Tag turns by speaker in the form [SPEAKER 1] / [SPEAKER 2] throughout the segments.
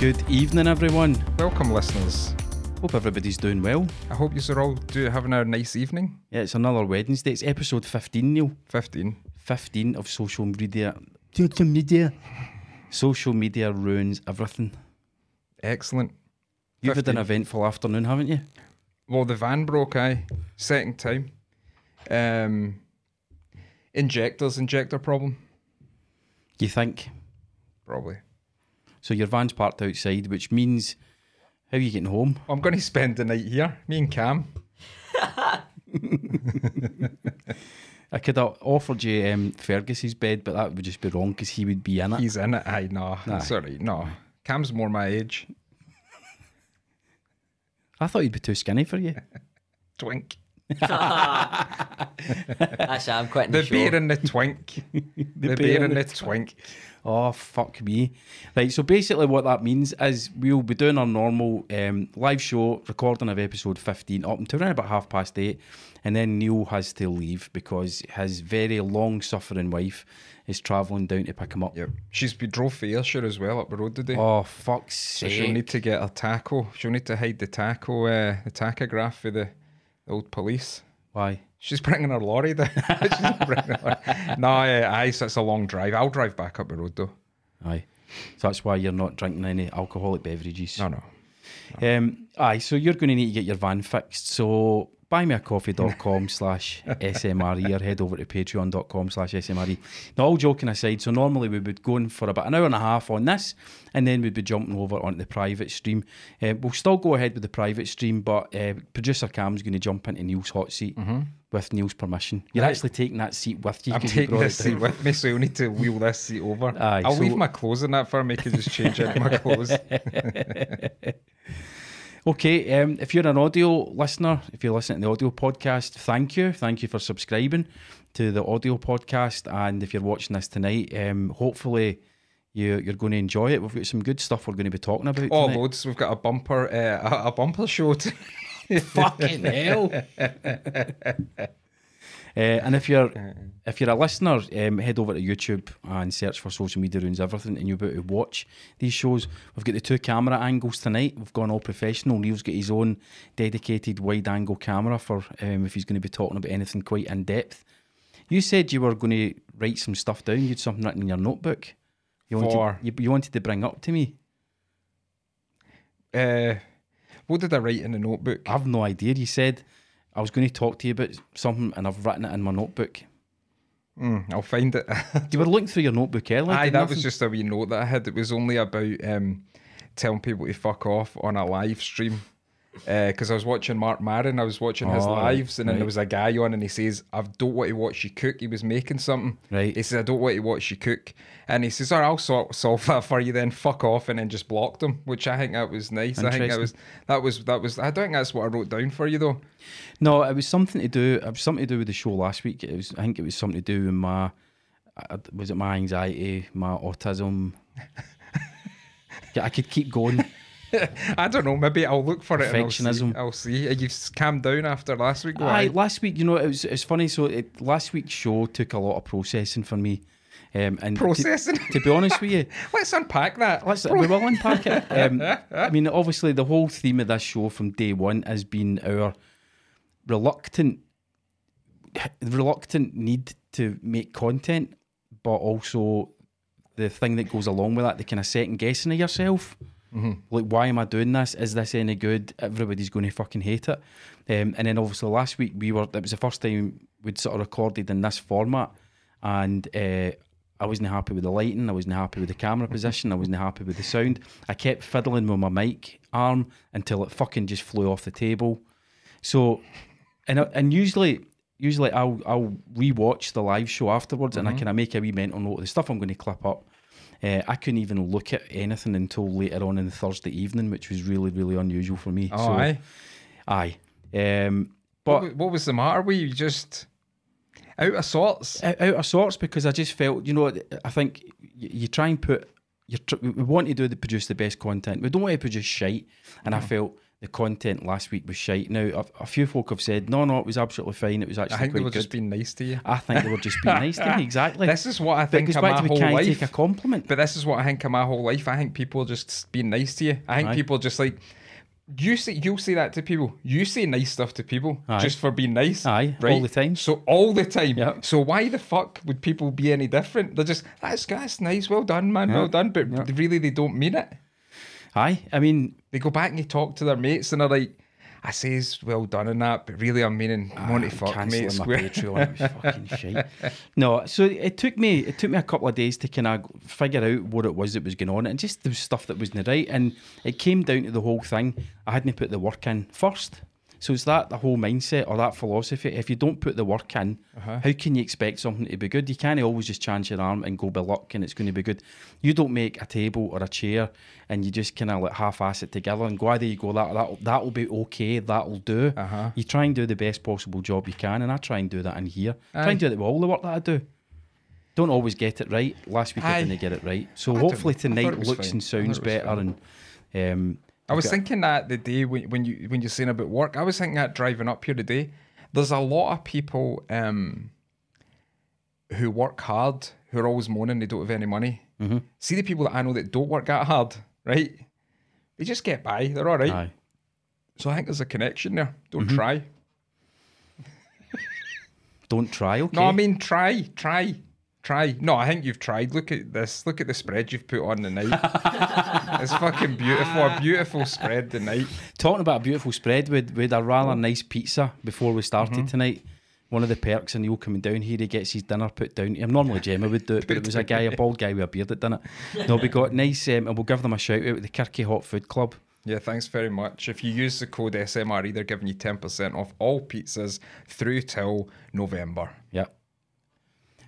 [SPEAKER 1] Good evening, everyone.
[SPEAKER 2] Welcome, listeners.
[SPEAKER 1] Hope everybody's doing well.
[SPEAKER 2] I hope you're all do, having a nice evening.
[SPEAKER 1] Yeah, it's another Wednesday. It's episode 15, Neil.
[SPEAKER 2] 15.
[SPEAKER 1] 15 of social media. Social media. Social media ruins everything.
[SPEAKER 2] Excellent.
[SPEAKER 1] You've had an
[SPEAKER 2] 15.
[SPEAKER 1] eventful afternoon, haven't you?
[SPEAKER 2] Well, the van broke, aye. Second time. Um, injectors, injector problem?
[SPEAKER 1] You think?
[SPEAKER 2] Probably.
[SPEAKER 1] So your van's parked outside, which means how are you getting home?
[SPEAKER 2] I'm going to spend the night here, me and Cam.
[SPEAKER 1] I could have offered you um, Fergus's bed, but that would just be wrong because he would be in it.
[SPEAKER 2] He's in it. Aye, no. It's all right. No. Cam's more my age.
[SPEAKER 1] I thought he'd be too skinny for you.
[SPEAKER 2] Twink.
[SPEAKER 3] Actually, I'm quitting the,
[SPEAKER 2] The
[SPEAKER 3] show.
[SPEAKER 2] beer and the twink. the,
[SPEAKER 1] bear
[SPEAKER 2] beer
[SPEAKER 1] and
[SPEAKER 2] and
[SPEAKER 1] the
[SPEAKER 2] the twink.
[SPEAKER 1] Oh fuck me! Right, so basically what that means is we'll be doing our normal um, live show, recording of episode fifteen up until around about half past eight, and then Neil has to leave because his very long-suffering wife is travelling down to pick him up.
[SPEAKER 2] Yep. She's be drove for Ayrshire as well up the road today.
[SPEAKER 1] Oh fuck's
[SPEAKER 2] So
[SPEAKER 1] sake!
[SPEAKER 2] she'll need to get a taco. She'll need to hide the taco, uh, the tachograph for the, the old police.
[SPEAKER 1] Why?
[SPEAKER 2] She's bringing her lorry down. She's not bringing her lorry. No, aye, aye, so it's a long drive. I'll drive back up the road though.
[SPEAKER 1] Aye. So that's why you're not drinking any alcoholic beverages.
[SPEAKER 2] No, no.
[SPEAKER 1] Um, aye, so you're going to need to get your van fixed. So buymeacoffee.com slash SMRE E or head over to patreon.com slash SMRE. E. Now, all joking aside, so normally we would go in for about an hour and a half on this and then we'd be jumping over onto the private stream. Uh, we'll still go ahead with the private stream, but uh, producer Cam's going to jump into Neil's hot seat with Neil's permission. You're
[SPEAKER 2] Mm-hmm. Right.
[SPEAKER 1] actually taking that seat with you.
[SPEAKER 2] I'm
[SPEAKER 1] 'cause you
[SPEAKER 2] taking
[SPEAKER 1] brought
[SPEAKER 2] this
[SPEAKER 1] it down.
[SPEAKER 2] seat with me, so you'll need to wheel this seat over.
[SPEAKER 1] Aye,
[SPEAKER 2] I'll
[SPEAKER 1] so-
[SPEAKER 2] leave my clothes in that for me because just change out my clothes.
[SPEAKER 1] Okay, um, if you're an audio listener, if you're listening to the audio podcast, thank you. Thank you for subscribing to the audio podcast. And if you're watching this tonight, um, hopefully you, you're going to enjoy it. We've got some good stuff we're going to be talking about.
[SPEAKER 2] Oh,
[SPEAKER 1] tonight.
[SPEAKER 2] loads. We've got a bumper, uh, a, a bumper show. t-
[SPEAKER 1] fucking hell! uh, and if you're if you're a listener, um, head over to YouTube and search for social media ruins everything, and you'll be able to watch these shows. We've got the two camera angles tonight. We've gone all professional. Neil's got his own dedicated wide angle camera for um, if he's going to be talking about anything quite in depth. You said you were going to write some stuff down. You'd something written in your notebook. You wanted,
[SPEAKER 2] For-
[SPEAKER 1] you, you wanted to bring up to me.
[SPEAKER 2] uh, what did I write in the notebook?
[SPEAKER 1] I've no idea. You said I was going to talk to you about something, and I've written it in my notebook.
[SPEAKER 2] Mm, I'll find it.
[SPEAKER 1] You were looking through your notebook earlier.
[SPEAKER 2] Aye,
[SPEAKER 1] didn't
[SPEAKER 2] that was
[SPEAKER 1] you?
[SPEAKER 2] just a wee note that I had. It was only about um, telling people to fuck off on a live stream. Because I was watching Mark Maron, I was watching his
[SPEAKER 1] Oh, right,
[SPEAKER 2] lives, and then
[SPEAKER 1] right.
[SPEAKER 2] there was a guy on, and he says, "I don't want to watch you cook." He was making something.
[SPEAKER 1] Right.
[SPEAKER 2] He says, "I don't want to watch you cook," and he says, "All right, I'll sort, solve that for you." Then fuck off, and then just blocked him, which I think that was nice. I think that
[SPEAKER 1] Interesting.
[SPEAKER 2] was that was that was. I don't think that's what I wrote down for you though.
[SPEAKER 1] no. It was something to do. It was something to do with the show last week. It was. I think it was something to do with my. I- Was it my anxiety, my autism? yeah, I could keep going.
[SPEAKER 2] I don't know. Maybe I'll look for it. And I'll, see,
[SPEAKER 1] Perfectionism.
[SPEAKER 2] I'll see. You've s- calmed down after last week.
[SPEAKER 1] Aye,
[SPEAKER 2] why?
[SPEAKER 1] last week, you know, it was. It's funny. So it, last week's show took a lot of processing for me, um, and to-
[SPEAKER 2] Processing.
[SPEAKER 1] to be honest with you,
[SPEAKER 2] Let's unpack that.
[SPEAKER 1] Let's we will unpack it. Um, I mean, obviously, the whole theme of this show from day one has been our reluctant, reluctant need to make content, but also the thing that goes along with that, the kind of second guessing of yourself. Like, why am I doing this? Is this any good? Everybody's going to fucking hate it. Um, and then obviously last week we were. It was the first time we'd sort of recorded in this format, and uh, I wasn't happy with the lighting. I wasn't happy with the camera position. I wasn't happy with the sound. I kept fiddling with my mic arm until it fucking just flew off the table. So, and I- and usually. Usually, I'll I'll rewatch the live show afterwards,
[SPEAKER 2] Mm-hmm.
[SPEAKER 1] and I kind of make a wee mental note of the stuff I'm going to clip up. Uh, I couldn't even look at anything until later on in the Thursday evening, which was really really unusual for me.
[SPEAKER 2] Oh, aye.
[SPEAKER 1] Aye. Um,
[SPEAKER 2] What,
[SPEAKER 1] but
[SPEAKER 2] wa- what was the matter? Were you just out of sorts?
[SPEAKER 1] out out of sorts because I just felt, you know, I think y- you try
[SPEAKER 2] Mm-hmm.
[SPEAKER 1] and put, you're tr- we want to do the produce the best content. We don't want to produce shite. And I felt the content last week was shite. Now, a, a few folk have said, no, no, it was absolutely fine. It was actually
[SPEAKER 2] I think they
[SPEAKER 1] quite
[SPEAKER 2] were
[SPEAKER 1] good.
[SPEAKER 2] just being nice to you.
[SPEAKER 1] I think they were just being nice to me. Exactly.
[SPEAKER 2] This is what I
[SPEAKER 1] But it
[SPEAKER 2] think
[SPEAKER 1] goes
[SPEAKER 2] of
[SPEAKER 1] back
[SPEAKER 2] my
[SPEAKER 1] to we
[SPEAKER 2] whole
[SPEAKER 1] can't
[SPEAKER 2] life.
[SPEAKER 1] take a compliment.
[SPEAKER 2] But this is what I think of my whole life. I think people are just being nice to you. I think
[SPEAKER 1] Aye.
[SPEAKER 2] people are just like you say you'll say that to people. You say nice stuff to people
[SPEAKER 1] Aye.
[SPEAKER 2] just for being nice.
[SPEAKER 1] Aye, all
[SPEAKER 2] right?
[SPEAKER 1] the time.
[SPEAKER 2] So all the time.
[SPEAKER 1] Yep.
[SPEAKER 2] So why the fuck would people be any different? They're just that's that's nice, well done, man, well done. But really they don't mean it.
[SPEAKER 1] Aye. I mean,
[SPEAKER 2] They go back and they talk to their mates and they're like, I says well done and that, but really I'm meaning Monty fuck
[SPEAKER 1] Ah, cancelling
[SPEAKER 2] mates.
[SPEAKER 1] my
[SPEAKER 2] We're-
[SPEAKER 1] Patreon. It was fucking shit. No, so it took me it took me a couple of days to kind of figure out what it was that was going on, and just the stuff that wasn't right. And it came down to the whole thing. I hadn't put the work in first. So it's that the whole mindset or that philosophy. If you don't put the work in,
[SPEAKER 2] Uh-huh,
[SPEAKER 1] how can you expect something to be good? You can't always just chance your arm and go by luck and it's going to be good. You don't make a table or a chair and you just kind of like half-ass it together and go, "Ah, there you go, that, that'll, that'll be okay, that'll do.
[SPEAKER 2] Uh-huh.
[SPEAKER 1] You try and do the best possible job you can, and I try and do that in here.
[SPEAKER 2] Aye.
[SPEAKER 1] Try and do it with all the work that I do. Don't always get it right. Last week
[SPEAKER 2] Aye.
[SPEAKER 1] I didn't get it right. So
[SPEAKER 2] I don't
[SPEAKER 1] hopefully
[SPEAKER 2] know. I thought it
[SPEAKER 1] tonight
[SPEAKER 2] was
[SPEAKER 1] looks
[SPEAKER 2] fine.
[SPEAKER 1] and
[SPEAKER 2] I thought
[SPEAKER 1] sounds
[SPEAKER 2] it was
[SPEAKER 1] better. And um,
[SPEAKER 2] I
[SPEAKER 1] I've
[SPEAKER 2] was
[SPEAKER 1] got-
[SPEAKER 2] thinking that the day when, when you when you're saying about work, I was thinking that driving up here today. There's a lot of people um, who work hard who are always moaning they don't have any money.
[SPEAKER 1] Mm-hmm.
[SPEAKER 2] See the people that I know that don't work that hard, right? They just get by. They're all right.
[SPEAKER 1] aye. Mm-hmm.
[SPEAKER 2] So I think there's a connection there. Don't try.
[SPEAKER 1] Don't try. Okay.
[SPEAKER 2] No, I mean try, try, try. No, I think you've tried. Look at this. Look at the spread you've put on the night. it's fucking beautiful. A beautiful spread the night.
[SPEAKER 1] Talking about a beautiful spread with with a
[SPEAKER 2] Oh.
[SPEAKER 1] rather nice pizza before we started
[SPEAKER 2] Mm-hmm.
[SPEAKER 1] tonight. One of the perks in the old coming down here, he gets his dinner put down to him. Normally Gemma would do it, but it was a guy, a bald guy with a beard that done it. No, we got nice, um, and we'll give them a shout out at the Kirky Hot Food Club.
[SPEAKER 2] Yeah, thanks very much. If you use the code SMRE, E, they're giving you 10% off all pizzas through till November.
[SPEAKER 1] Yep.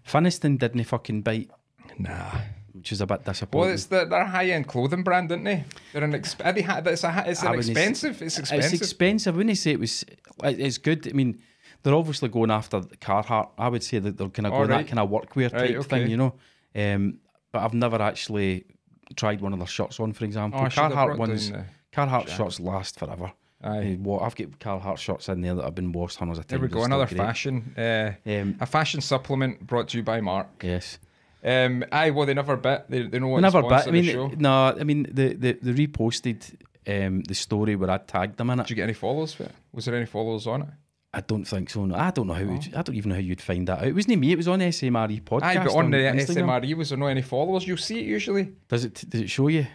[SPEAKER 1] Finiston didn't fucking bite,
[SPEAKER 2] Nah.
[SPEAKER 1] which is a bit
[SPEAKER 2] Well,
[SPEAKER 1] disappointing.
[SPEAKER 2] it's the, they're a high end clothing brand, aren't they? They're an exp- are they ha- it's, a, ha- it's
[SPEAKER 1] I
[SPEAKER 2] an
[SPEAKER 1] wouldn't s-
[SPEAKER 2] expensive. It's expensive.
[SPEAKER 1] It's expensive. I wouldn't say it was. it- It's good. I mean, they're obviously going after the Carhartt. I would say that they're kind of
[SPEAKER 2] All
[SPEAKER 1] going
[SPEAKER 2] right.
[SPEAKER 1] that kind of workwear type
[SPEAKER 2] Right, okay.
[SPEAKER 1] thing, you know. Um, but I've never actually tried one of their shirts on, for example.
[SPEAKER 2] Oh, I should have
[SPEAKER 1] Carhartt
[SPEAKER 2] brought
[SPEAKER 1] ones.
[SPEAKER 2] down
[SPEAKER 1] Carhartt shirts last forever.
[SPEAKER 2] Aye.
[SPEAKER 1] Uh, well, I've got Carhartt shirts in there that have been washed hundreds of times.
[SPEAKER 2] there we
[SPEAKER 1] They're
[SPEAKER 2] go.
[SPEAKER 1] still
[SPEAKER 2] Another
[SPEAKER 1] great.
[SPEAKER 2] fashion. Uh,
[SPEAKER 1] Um,
[SPEAKER 2] a fashion supplement brought to you by Mark.
[SPEAKER 1] Yes.
[SPEAKER 2] Um, aye, well, they never bit. They, they know what
[SPEAKER 1] Never
[SPEAKER 2] to
[SPEAKER 1] but
[SPEAKER 2] sponsor
[SPEAKER 1] I
[SPEAKER 2] the show.
[SPEAKER 1] mean,
[SPEAKER 2] Did
[SPEAKER 1] no. I mean, the the, the reposted um, the story where I tagged them in it.
[SPEAKER 2] you get any followers for it? Was there any followers on it?
[SPEAKER 1] I don't think so. No, I don't know how. Would, I don't even know how you'd find that out. It wasn't me. It was on SMRE E podcast.
[SPEAKER 2] Oh. Aye, but on the
[SPEAKER 1] Instagram.
[SPEAKER 2] SMRE, E, was there no any followers? You'll see it usually.
[SPEAKER 1] Does it does it show you?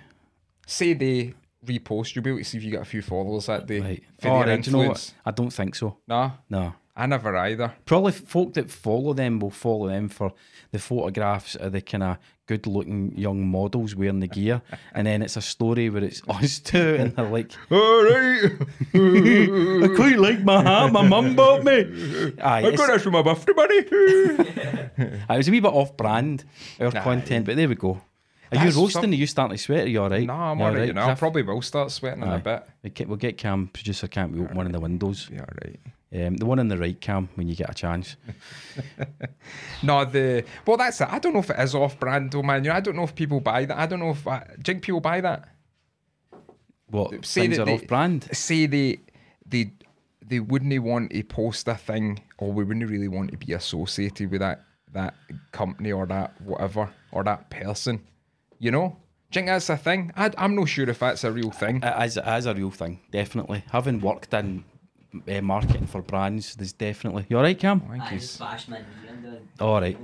[SPEAKER 2] say they repost, you'll be able to see if you got a few followers that day
[SPEAKER 1] Right.
[SPEAKER 2] for
[SPEAKER 1] Oh,
[SPEAKER 2] their
[SPEAKER 1] right, do you know
[SPEAKER 2] influence.
[SPEAKER 1] what? I don't think so.
[SPEAKER 2] Nah,
[SPEAKER 1] No.
[SPEAKER 2] I never either.
[SPEAKER 1] Probably folk that follow them will follow them for the photographs of the kind of good-looking young models wearing the gear, and then it's a story where it's us two, and they're like,
[SPEAKER 2] All right,
[SPEAKER 1] "I quite like my hat. My mum bought me." Aye,
[SPEAKER 2] I
[SPEAKER 1] it's,
[SPEAKER 2] got this for my birthday money.
[SPEAKER 1] aye, it was a wee bit off-brand our
[SPEAKER 2] Nah,
[SPEAKER 1] content, but there we go. Are
[SPEAKER 2] That's
[SPEAKER 1] you roasting?
[SPEAKER 2] some-
[SPEAKER 1] Are you starting to sweat? Are you all right?
[SPEAKER 2] no, I'm
[SPEAKER 1] You all
[SPEAKER 2] all right. You
[SPEAKER 1] right?
[SPEAKER 2] know,
[SPEAKER 1] 'Cause
[SPEAKER 2] I
[SPEAKER 1] I
[SPEAKER 2] probably will start sweating in a
[SPEAKER 1] Aye.
[SPEAKER 2] bit.
[SPEAKER 1] We ca- we'll get Cam, producer Cam, we open one of the windows.
[SPEAKER 2] Be all right.
[SPEAKER 1] Um, the one on the right, Cam, when you get a chance.
[SPEAKER 2] No, the well, that's it. I don't know if it is off brand, though, man. You know, I don't know if people buy that. I don't know if I, do you think people buy that.
[SPEAKER 1] What
[SPEAKER 2] Say
[SPEAKER 1] things
[SPEAKER 2] that
[SPEAKER 1] are
[SPEAKER 2] they-
[SPEAKER 1] off brand?
[SPEAKER 2] Say they they they wouldn't want to post a thing, or we wouldn't really want to be associated with that that company or that whatever or that person. You know, do you think that's a thing? I, I'm not sure if that's a real thing.
[SPEAKER 1] As as a real thing, definitely. Having worked in uh, marketing for brands, there's definitely. You all right, Cam?
[SPEAKER 2] I think
[SPEAKER 3] I
[SPEAKER 2] he's-
[SPEAKER 3] just bashed my knee into it.
[SPEAKER 1] All right.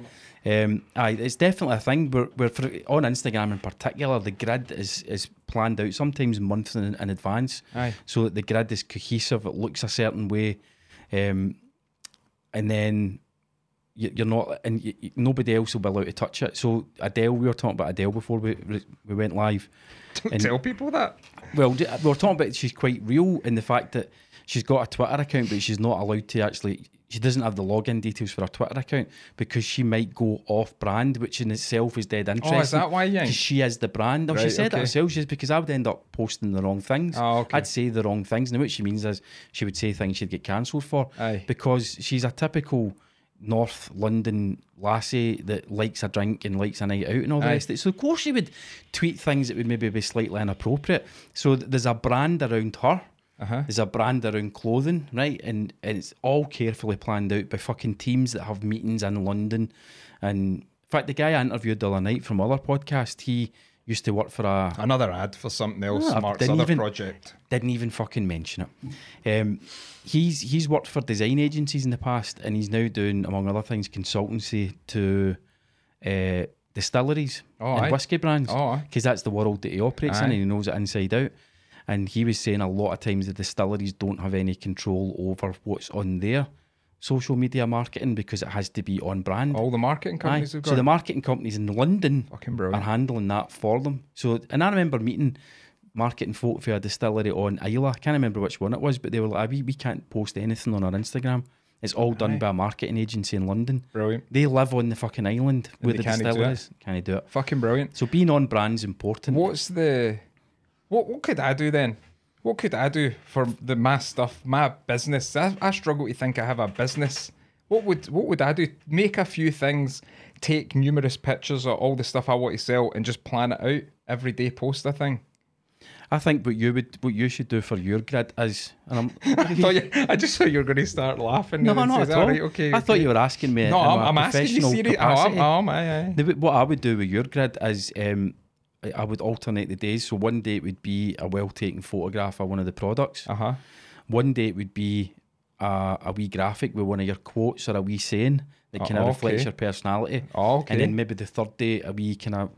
[SPEAKER 1] Um, aye, it's definitely a thing. Where, where for, on Instagram in particular, the grid is is planned out sometimes months in, in advance,
[SPEAKER 2] Aye.
[SPEAKER 1] so that the grid is cohesive. It looks a certain way, um, and then you- you're not, and you, you- nobody else will be allowed to touch it. So Adele, we were talking about Adele before we we went live.
[SPEAKER 2] Don't
[SPEAKER 1] And-
[SPEAKER 2] tell people that.
[SPEAKER 1] Well, d- we were talking about she's quite real in the fact that she's got a Twitter account, but she's not allowed to actually. She doesn't have the login details for her Twitter account because she might go off brand, which in itself is dead interesting.
[SPEAKER 2] Oh, that why, Yang?
[SPEAKER 1] 'Cause She is the brand. Now, she
[SPEAKER 2] Right,
[SPEAKER 1] said that
[SPEAKER 2] okay.
[SPEAKER 1] herself. She says, because I would end up posting the wrong things.
[SPEAKER 2] Oh, okay.
[SPEAKER 1] I'd say the wrong things. Now, what she means is she would say things she'd get cancelled for
[SPEAKER 2] Aye.
[SPEAKER 1] because she's a typical North London lassie that likes a drink and likes a night out and all the
[SPEAKER 2] Aye.
[SPEAKER 1] rest of it. So of course she would tweet things that would maybe be slightly inappropriate. So th- there's a brand around her
[SPEAKER 2] Uh-huh.
[SPEAKER 1] There's a brand around clothing, right? And, and it's all carefully planned out by fucking teams that have meetings in London. And in fact, the guy I interviewed the other night from other podcast, he used to work for a
[SPEAKER 2] Another ad for something else,
[SPEAKER 1] Yeah, I
[SPEAKER 2] Mark's
[SPEAKER 1] didn't
[SPEAKER 2] other
[SPEAKER 1] even-
[SPEAKER 2] project.
[SPEAKER 1] didn't even fucking mention it. Um, he's he's worked for design agencies in the past, and he's now doing, among other things, consultancy to uh, distilleries
[SPEAKER 2] Oh,
[SPEAKER 1] and
[SPEAKER 2] aye.
[SPEAKER 1] whiskey brands,
[SPEAKER 2] Oh, aye.
[SPEAKER 1] because that's the world that he operates in,
[SPEAKER 2] Aye.
[SPEAKER 1] and he knows it inside out. And he was saying a lot of times the distilleries don't have any control over what's on their social media marketing because it has to be on brand.
[SPEAKER 2] All the Uh-huh. marketing
[SPEAKER 1] Aye.
[SPEAKER 2] Oh, companies have got.
[SPEAKER 1] So the marketing companies in London
[SPEAKER 2] Fucking brilliant.
[SPEAKER 1] are handling that for them. So, and I remember meeting marketing folk for a distillery on Isla. I can't remember which one it was, but they were like, "Ah, "We, we can't post anything on our Instagram. It's all done
[SPEAKER 2] Aye.
[SPEAKER 1] by a marketing agency in London.
[SPEAKER 2] brilliant.
[SPEAKER 1] They live on the fucking island where
[SPEAKER 2] they
[SPEAKER 1] the
[SPEAKER 2] can't do
[SPEAKER 1] distillery
[SPEAKER 2] it.
[SPEAKER 1] is. Can not do it?
[SPEAKER 2] Fucking brilliant.
[SPEAKER 1] So being on brand's important.
[SPEAKER 2] What's the what? What could I do then? What could I do for the mass stuff, my business? I, I struggle to think I have a business. What would what would I do? Make a few things, take numerous pictures of all the stuff I want to sell, and just plan it out every day. Post a thing.
[SPEAKER 1] I think what you would, what you should do for your grid is, and
[SPEAKER 2] I,
[SPEAKER 1] I'm.
[SPEAKER 2] thought you, I just thought you were going to start laughing.
[SPEAKER 1] No,
[SPEAKER 2] and then
[SPEAKER 1] not
[SPEAKER 2] says,
[SPEAKER 1] at all.
[SPEAKER 2] "All right, okay,
[SPEAKER 1] I thought
[SPEAKER 2] okay."
[SPEAKER 1] you were asking me.
[SPEAKER 2] No,
[SPEAKER 1] in
[SPEAKER 2] I'm,
[SPEAKER 1] my
[SPEAKER 2] I'm asking you.
[SPEAKER 1] professional
[SPEAKER 2] Serious. Oh,
[SPEAKER 1] capacity.
[SPEAKER 2] I'm, I'm, aye, aye.
[SPEAKER 1] The- What I would do with your grid is um, I- I would alternate the days. So one day it would be a well taken photograph of one of the products.
[SPEAKER 2] Uh huh.
[SPEAKER 1] One day it would be a, a wee graphic with one of your quotes or a wee saying that
[SPEAKER 2] Oh,
[SPEAKER 1] kind of reflects
[SPEAKER 2] okay.
[SPEAKER 1] your personality.
[SPEAKER 2] Oh, okay.
[SPEAKER 1] And then maybe the third day a wee kind of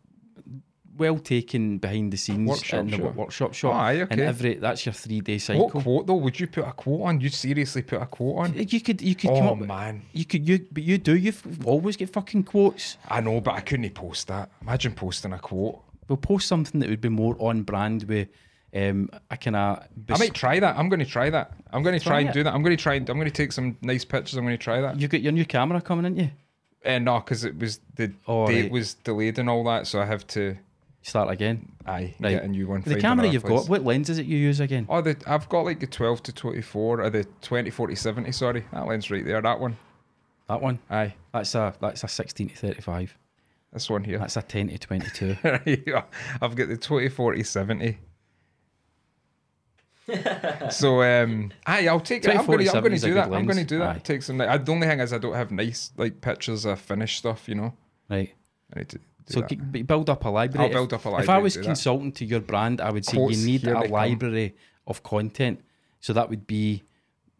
[SPEAKER 1] well taken behind the scenes
[SPEAKER 2] Workshop
[SPEAKER 1] in the
[SPEAKER 2] shot.
[SPEAKER 1] workshop shop.
[SPEAKER 2] Oh, aye,
[SPEAKER 1] And
[SPEAKER 2] okay.
[SPEAKER 1] every that's your three day
[SPEAKER 2] what
[SPEAKER 1] cycle.
[SPEAKER 2] quote though? Would you put a quote on? You seriously put a quote on?
[SPEAKER 1] You could you could come
[SPEAKER 2] Oh
[SPEAKER 1] up with-
[SPEAKER 2] man.
[SPEAKER 1] you could you but you do you've always get fucking quotes.
[SPEAKER 2] I know, but I couldn't post that. Imagine posting a quote.
[SPEAKER 1] We'll post something that would be more on brand with um a kind of
[SPEAKER 2] I might try that. I'm going to try that. I'm going to try,
[SPEAKER 1] Try
[SPEAKER 2] and
[SPEAKER 1] it.
[SPEAKER 2] do that. I'm going to try and I'm going to take some nice pictures. I'm going to try that.
[SPEAKER 1] You got your new camera coming, ain't you?
[SPEAKER 2] Eh, no, because it was the
[SPEAKER 1] Oh,
[SPEAKER 2] date
[SPEAKER 1] right.
[SPEAKER 2] was delayed and all that, so I have to
[SPEAKER 1] Start again.
[SPEAKER 2] aye
[SPEAKER 1] Right.
[SPEAKER 2] get a new one.
[SPEAKER 1] The
[SPEAKER 2] find
[SPEAKER 1] camera
[SPEAKER 2] another
[SPEAKER 1] you've
[SPEAKER 2] place.
[SPEAKER 1] got, what lens is it you use again?
[SPEAKER 2] Oh, the, I've got like the 12 to 24 or the 24 to 70. Sorry, that lens right there. That one.
[SPEAKER 1] That one.
[SPEAKER 2] Aye,
[SPEAKER 1] That's a that's a sixteen to thirty five.
[SPEAKER 2] this one here.
[SPEAKER 1] That's a ten to twenty two.
[SPEAKER 2] I've got the 24 to 70. so um aye, I'll take it.
[SPEAKER 1] 24
[SPEAKER 2] I'm
[SPEAKER 1] to
[SPEAKER 2] gonna, I'm
[SPEAKER 1] 70
[SPEAKER 2] gonna
[SPEAKER 1] is a
[SPEAKER 2] do
[SPEAKER 1] good
[SPEAKER 2] that. I'm gonna
[SPEAKER 1] lens.
[SPEAKER 2] do that.
[SPEAKER 1] Aye.
[SPEAKER 2] Take some. Like, the only thing is, I don't have nice like pictures of finished stuff. You know,
[SPEAKER 1] right.
[SPEAKER 2] I need to. Do
[SPEAKER 1] So
[SPEAKER 2] that.
[SPEAKER 1] g- b- build up a library.
[SPEAKER 2] I'll build up a
[SPEAKER 1] If- If I
[SPEAKER 2] library,
[SPEAKER 1] was
[SPEAKER 2] do that.
[SPEAKER 1] consulting to your brand, I would say
[SPEAKER 2] Quotes,
[SPEAKER 1] you need
[SPEAKER 2] here
[SPEAKER 1] a
[SPEAKER 2] they come.
[SPEAKER 1] library of content. So that would be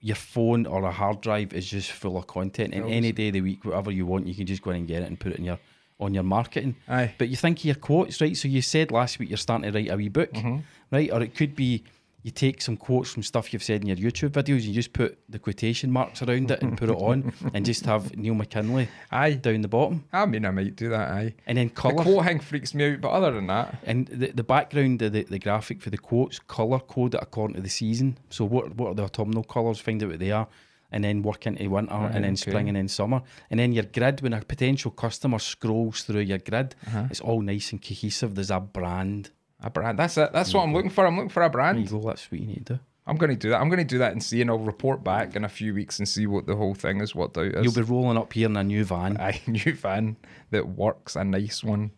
[SPEAKER 1] your phone or a hard drive is just full of content, and any day of the week, whatever you want, you can just go in and get it and put it in your on your marketing.
[SPEAKER 2] Aye.
[SPEAKER 1] But you think of your quotes, right? So you said last week you're starting to write a wee book,
[SPEAKER 2] Mm-hmm.
[SPEAKER 1] right? Or it could be you take some quotes from stuff you've said in your YouTube videos, you just put the quotation marks around it and put it on, and just have Neil McKinley
[SPEAKER 2] aye.
[SPEAKER 1] down the bottom,
[SPEAKER 2] I mean, I might do that. Aye.
[SPEAKER 1] and then
[SPEAKER 2] The
[SPEAKER 1] colour.
[SPEAKER 2] quote hang freaks me out, but other than that,
[SPEAKER 1] And the, the background, of the, the graphic for the quotes, colour code it according to the season. So what what are the autumnal colours? Find out what they are, and then work into winter, and then spring,
[SPEAKER 2] okay.
[SPEAKER 1] and then summer, and then your grid. When a potential customer scrolls through your grid,
[SPEAKER 2] Uh-huh.
[SPEAKER 1] it's all nice and cohesive. There's a brand.
[SPEAKER 2] a brand. That's it. That's what I'm looking for. I'm looking for a
[SPEAKER 1] There you
[SPEAKER 2] brand.
[SPEAKER 1] go. That's what you need to do.
[SPEAKER 2] I'm gonna do that. I'm gonna do that and see, and I'll report back in a few weeks and see what the whole thing has worked out. As.
[SPEAKER 1] You'll be rolling up here in a new van.
[SPEAKER 2] a new van that works, a nice one,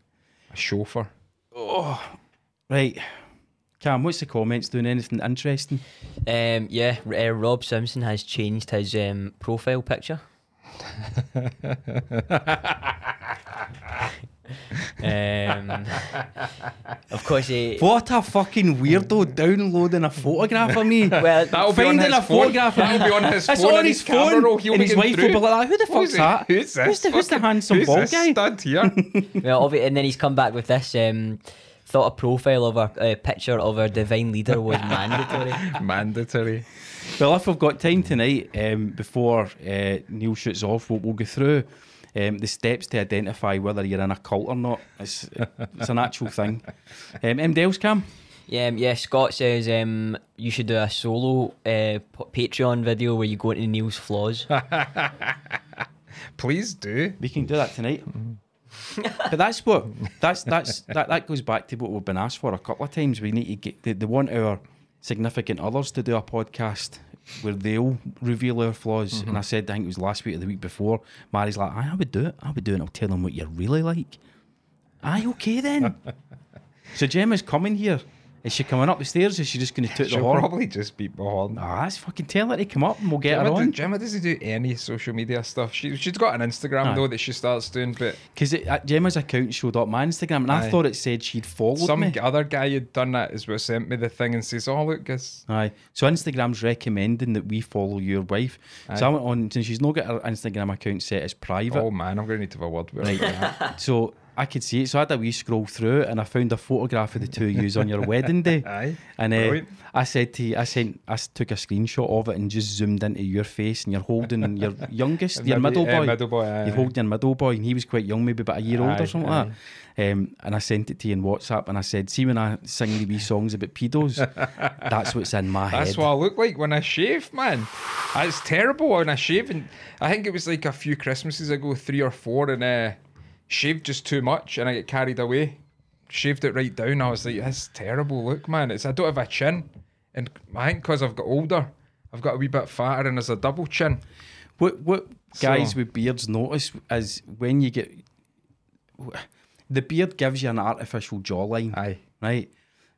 [SPEAKER 2] a chauffeur.
[SPEAKER 1] Right, Cam. What's the comments doing? Anything interesting?
[SPEAKER 3] Um, yeah, R- uh, Rob Simpson has changed his um, profile picture. um, of course, eh, he.
[SPEAKER 1] What a fucking weirdo downloading a photograph of me.
[SPEAKER 3] Well,
[SPEAKER 2] That'll be on
[SPEAKER 1] Finding
[SPEAKER 2] his
[SPEAKER 1] a photograph
[SPEAKER 2] phone.
[SPEAKER 1] of me.
[SPEAKER 2] That'll be on his
[SPEAKER 1] It's
[SPEAKER 2] phone.
[SPEAKER 1] on
[SPEAKER 2] and
[SPEAKER 1] his
[SPEAKER 2] camera
[SPEAKER 1] phone,
[SPEAKER 2] roll. He'll
[SPEAKER 1] and
[SPEAKER 2] be
[SPEAKER 1] his
[SPEAKER 2] getting
[SPEAKER 1] wife
[SPEAKER 2] through.
[SPEAKER 1] will be like, "Who the
[SPEAKER 2] Who's
[SPEAKER 1] fuck's
[SPEAKER 2] he-
[SPEAKER 1] that?
[SPEAKER 2] Who's this?
[SPEAKER 1] Who's the- who's the
[SPEAKER 2] fucking-
[SPEAKER 1] handsome
[SPEAKER 2] who's
[SPEAKER 1] bald
[SPEAKER 2] this
[SPEAKER 1] guy?"
[SPEAKER 2] Stud here.
[SPEAKER 3] well, obvi- and then he's come back with this. Um, thought a profile of a uh, picture of our divine leader was mandatory.
[SPEAKER 2] Mandatory.
[SPEAKER 1] Well, if we've got time tonight, um, before uh, Neil shoots off, we'll, we'll go through um, the steps to identify whether you're in a cult or not. It's, it's an actual thing. Um, MD else, Cam?
[SPEAKER 3] Yeah, um, yeah. Scott says um, you should do a solo uh, p- Patreon video where you go into Neil's flaws.
[SPEAKER 2] Please do.
[SPEAKER 1] We can do that tonight. but that's what that's that's that, that goes back to what we've been asked for a couple of times. We need to get the, the want our significant others to do a podcast where they'll reveal their flaws.
[SPEAKER 2] Mm-hmm.
[SPEAKER 1] And I said, I think it was last week or the week before. Mary's like, "Aye, I would do it. I would do it. And I'll tell them what you're really like. Aye, okay then. so Gemma's coming here. Is she coming up the stairs? Is she just going to toot the
[SPEAKER 2] She'll
[SPEAKER 1] horn?
[SPEAKER 2] probably just beat the horn.
[SPEAKER 1] Ah, that's fucking tell her to come up and we'll get her
[SPEAKER 2] Gemma,
[SPEAKER 1] on.
[SPEAKER 2] does, Gemma doesn't do any social media stuff. She, she's got an Instagram
[SPEAKER 1] Aye.
[SPEAKER 2] though that she starts doing, but
[SPEAKER 1] Because uh, Gemma's account showed up my Instagram and I
[SPEAKER 2] Aye.
[SPEAKER 1] thought it said she'd followed
[SPEAKER 2] some
[SPEAKER 1] me.
[SPEAKER 2] g- other guy who'd done that is what sent me the thing and says, "Oh look, it's
[SPEAKER 1] Aye. So Instagram's recommending that we follow your wife. So I went on, since she's not got her Instagram account set as private.
[SPEAKER 2] oh man, I'm going to need to have a word with her.
[SPEAKER 1] So I could see it. So I had a wee scroll through it and I found a photograph of the two of you on your wedding day.
[SPEAKER 2] Aye,
[SPEAKER 1] And uh,
[SPEAKER 2] brilliant.
[SPEAKER 1] I said to you, I sent, I s- took a screenshot of it and just zoomed into your face and you're holding your youngest, your
[SPEAKER 2] Maybe-
[SPEAKER 1] middle
[SPEAKER 2] eh,
[SPEAKER 1] boy.
[SPEAKER 2] middle boy, aye,
[SPEAKER 1] You're
[SPEAKER 2] aye.
[SPEAKER 1] holding your middle boy and he was quite young, maybe about a year old
[SPEAKER 2] Aye,
[SPEAKER 1] or something like that. Um, and I sent it to you in WhatsApp and I said, see when I sing the wee songs about pedos, that's what's in my head.
[SPEAKER 2] That's what I look like when I shave, man. Uh, It's terrible when I shave, and I think it was like a few Christmases ago, three or four, and uh, shaved just too much, and I get carried away. Shaved it right down. I was like, "That's terrible look, man." It's I don't have a chin, and I think because I've got older, I've got a wee bit fatter, and there's a double chin.
[SPEAKER 1] What what guys
[SPEAKER 2] So-
[SPEAKER 1] with beards notice is when you get the beard gives you an artificial jawline,
[SPEAKER 2] Aye.
[SPEAKER 1] right?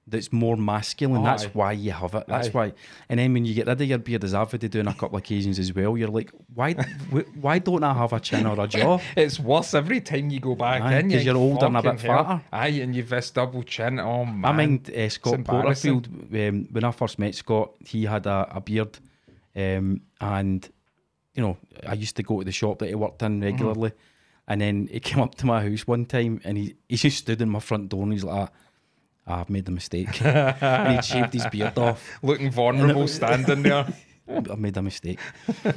[SPEAKER 1] That's more masculine.
[SPEAKER 2] Oh,
[SPEAKER 1] That's
[SPEAKER 2] aye.
[SPEAKER 1] why you have it. That's
[SPEAKER 2] Aye.
[SPEAKER 1] why. And then when you get rid of your beard, as I've had to do on a couple of occasions as well, you're like, why wh- why don't I have a chin or a jaw?
[SPEAKER 2] It's worse every time you go back
[SPEAKER 1] Aye,
[SPEAKER 2] in
[SPEAKER 1] 'cause you're older and a
[SPEAKER 2] fucking
[SPEAKER 1] bit
[SPEAKER 2] hell.
[SPEAKER 1] fatter.
[SPEAKER 2] Aye, and you've this double chin. Oh man,
[SPEAKER 1] I mind uh, Scott
[SPEAKER 2] embarrassing.
[SPEAKER 1] Porterfield. Um, when I first met Scott, he had a, a beard, um, and you know I used to go to the shop that he worked in regularly, and then he came up to my house one time and he he just stood in my front door and he's like, "Ah, "I've made a mistake," and he shaved his beard off.
[SPEAKER 2] looking vulnerable, standing there.
[SPEAKER 1] I've made a mistake,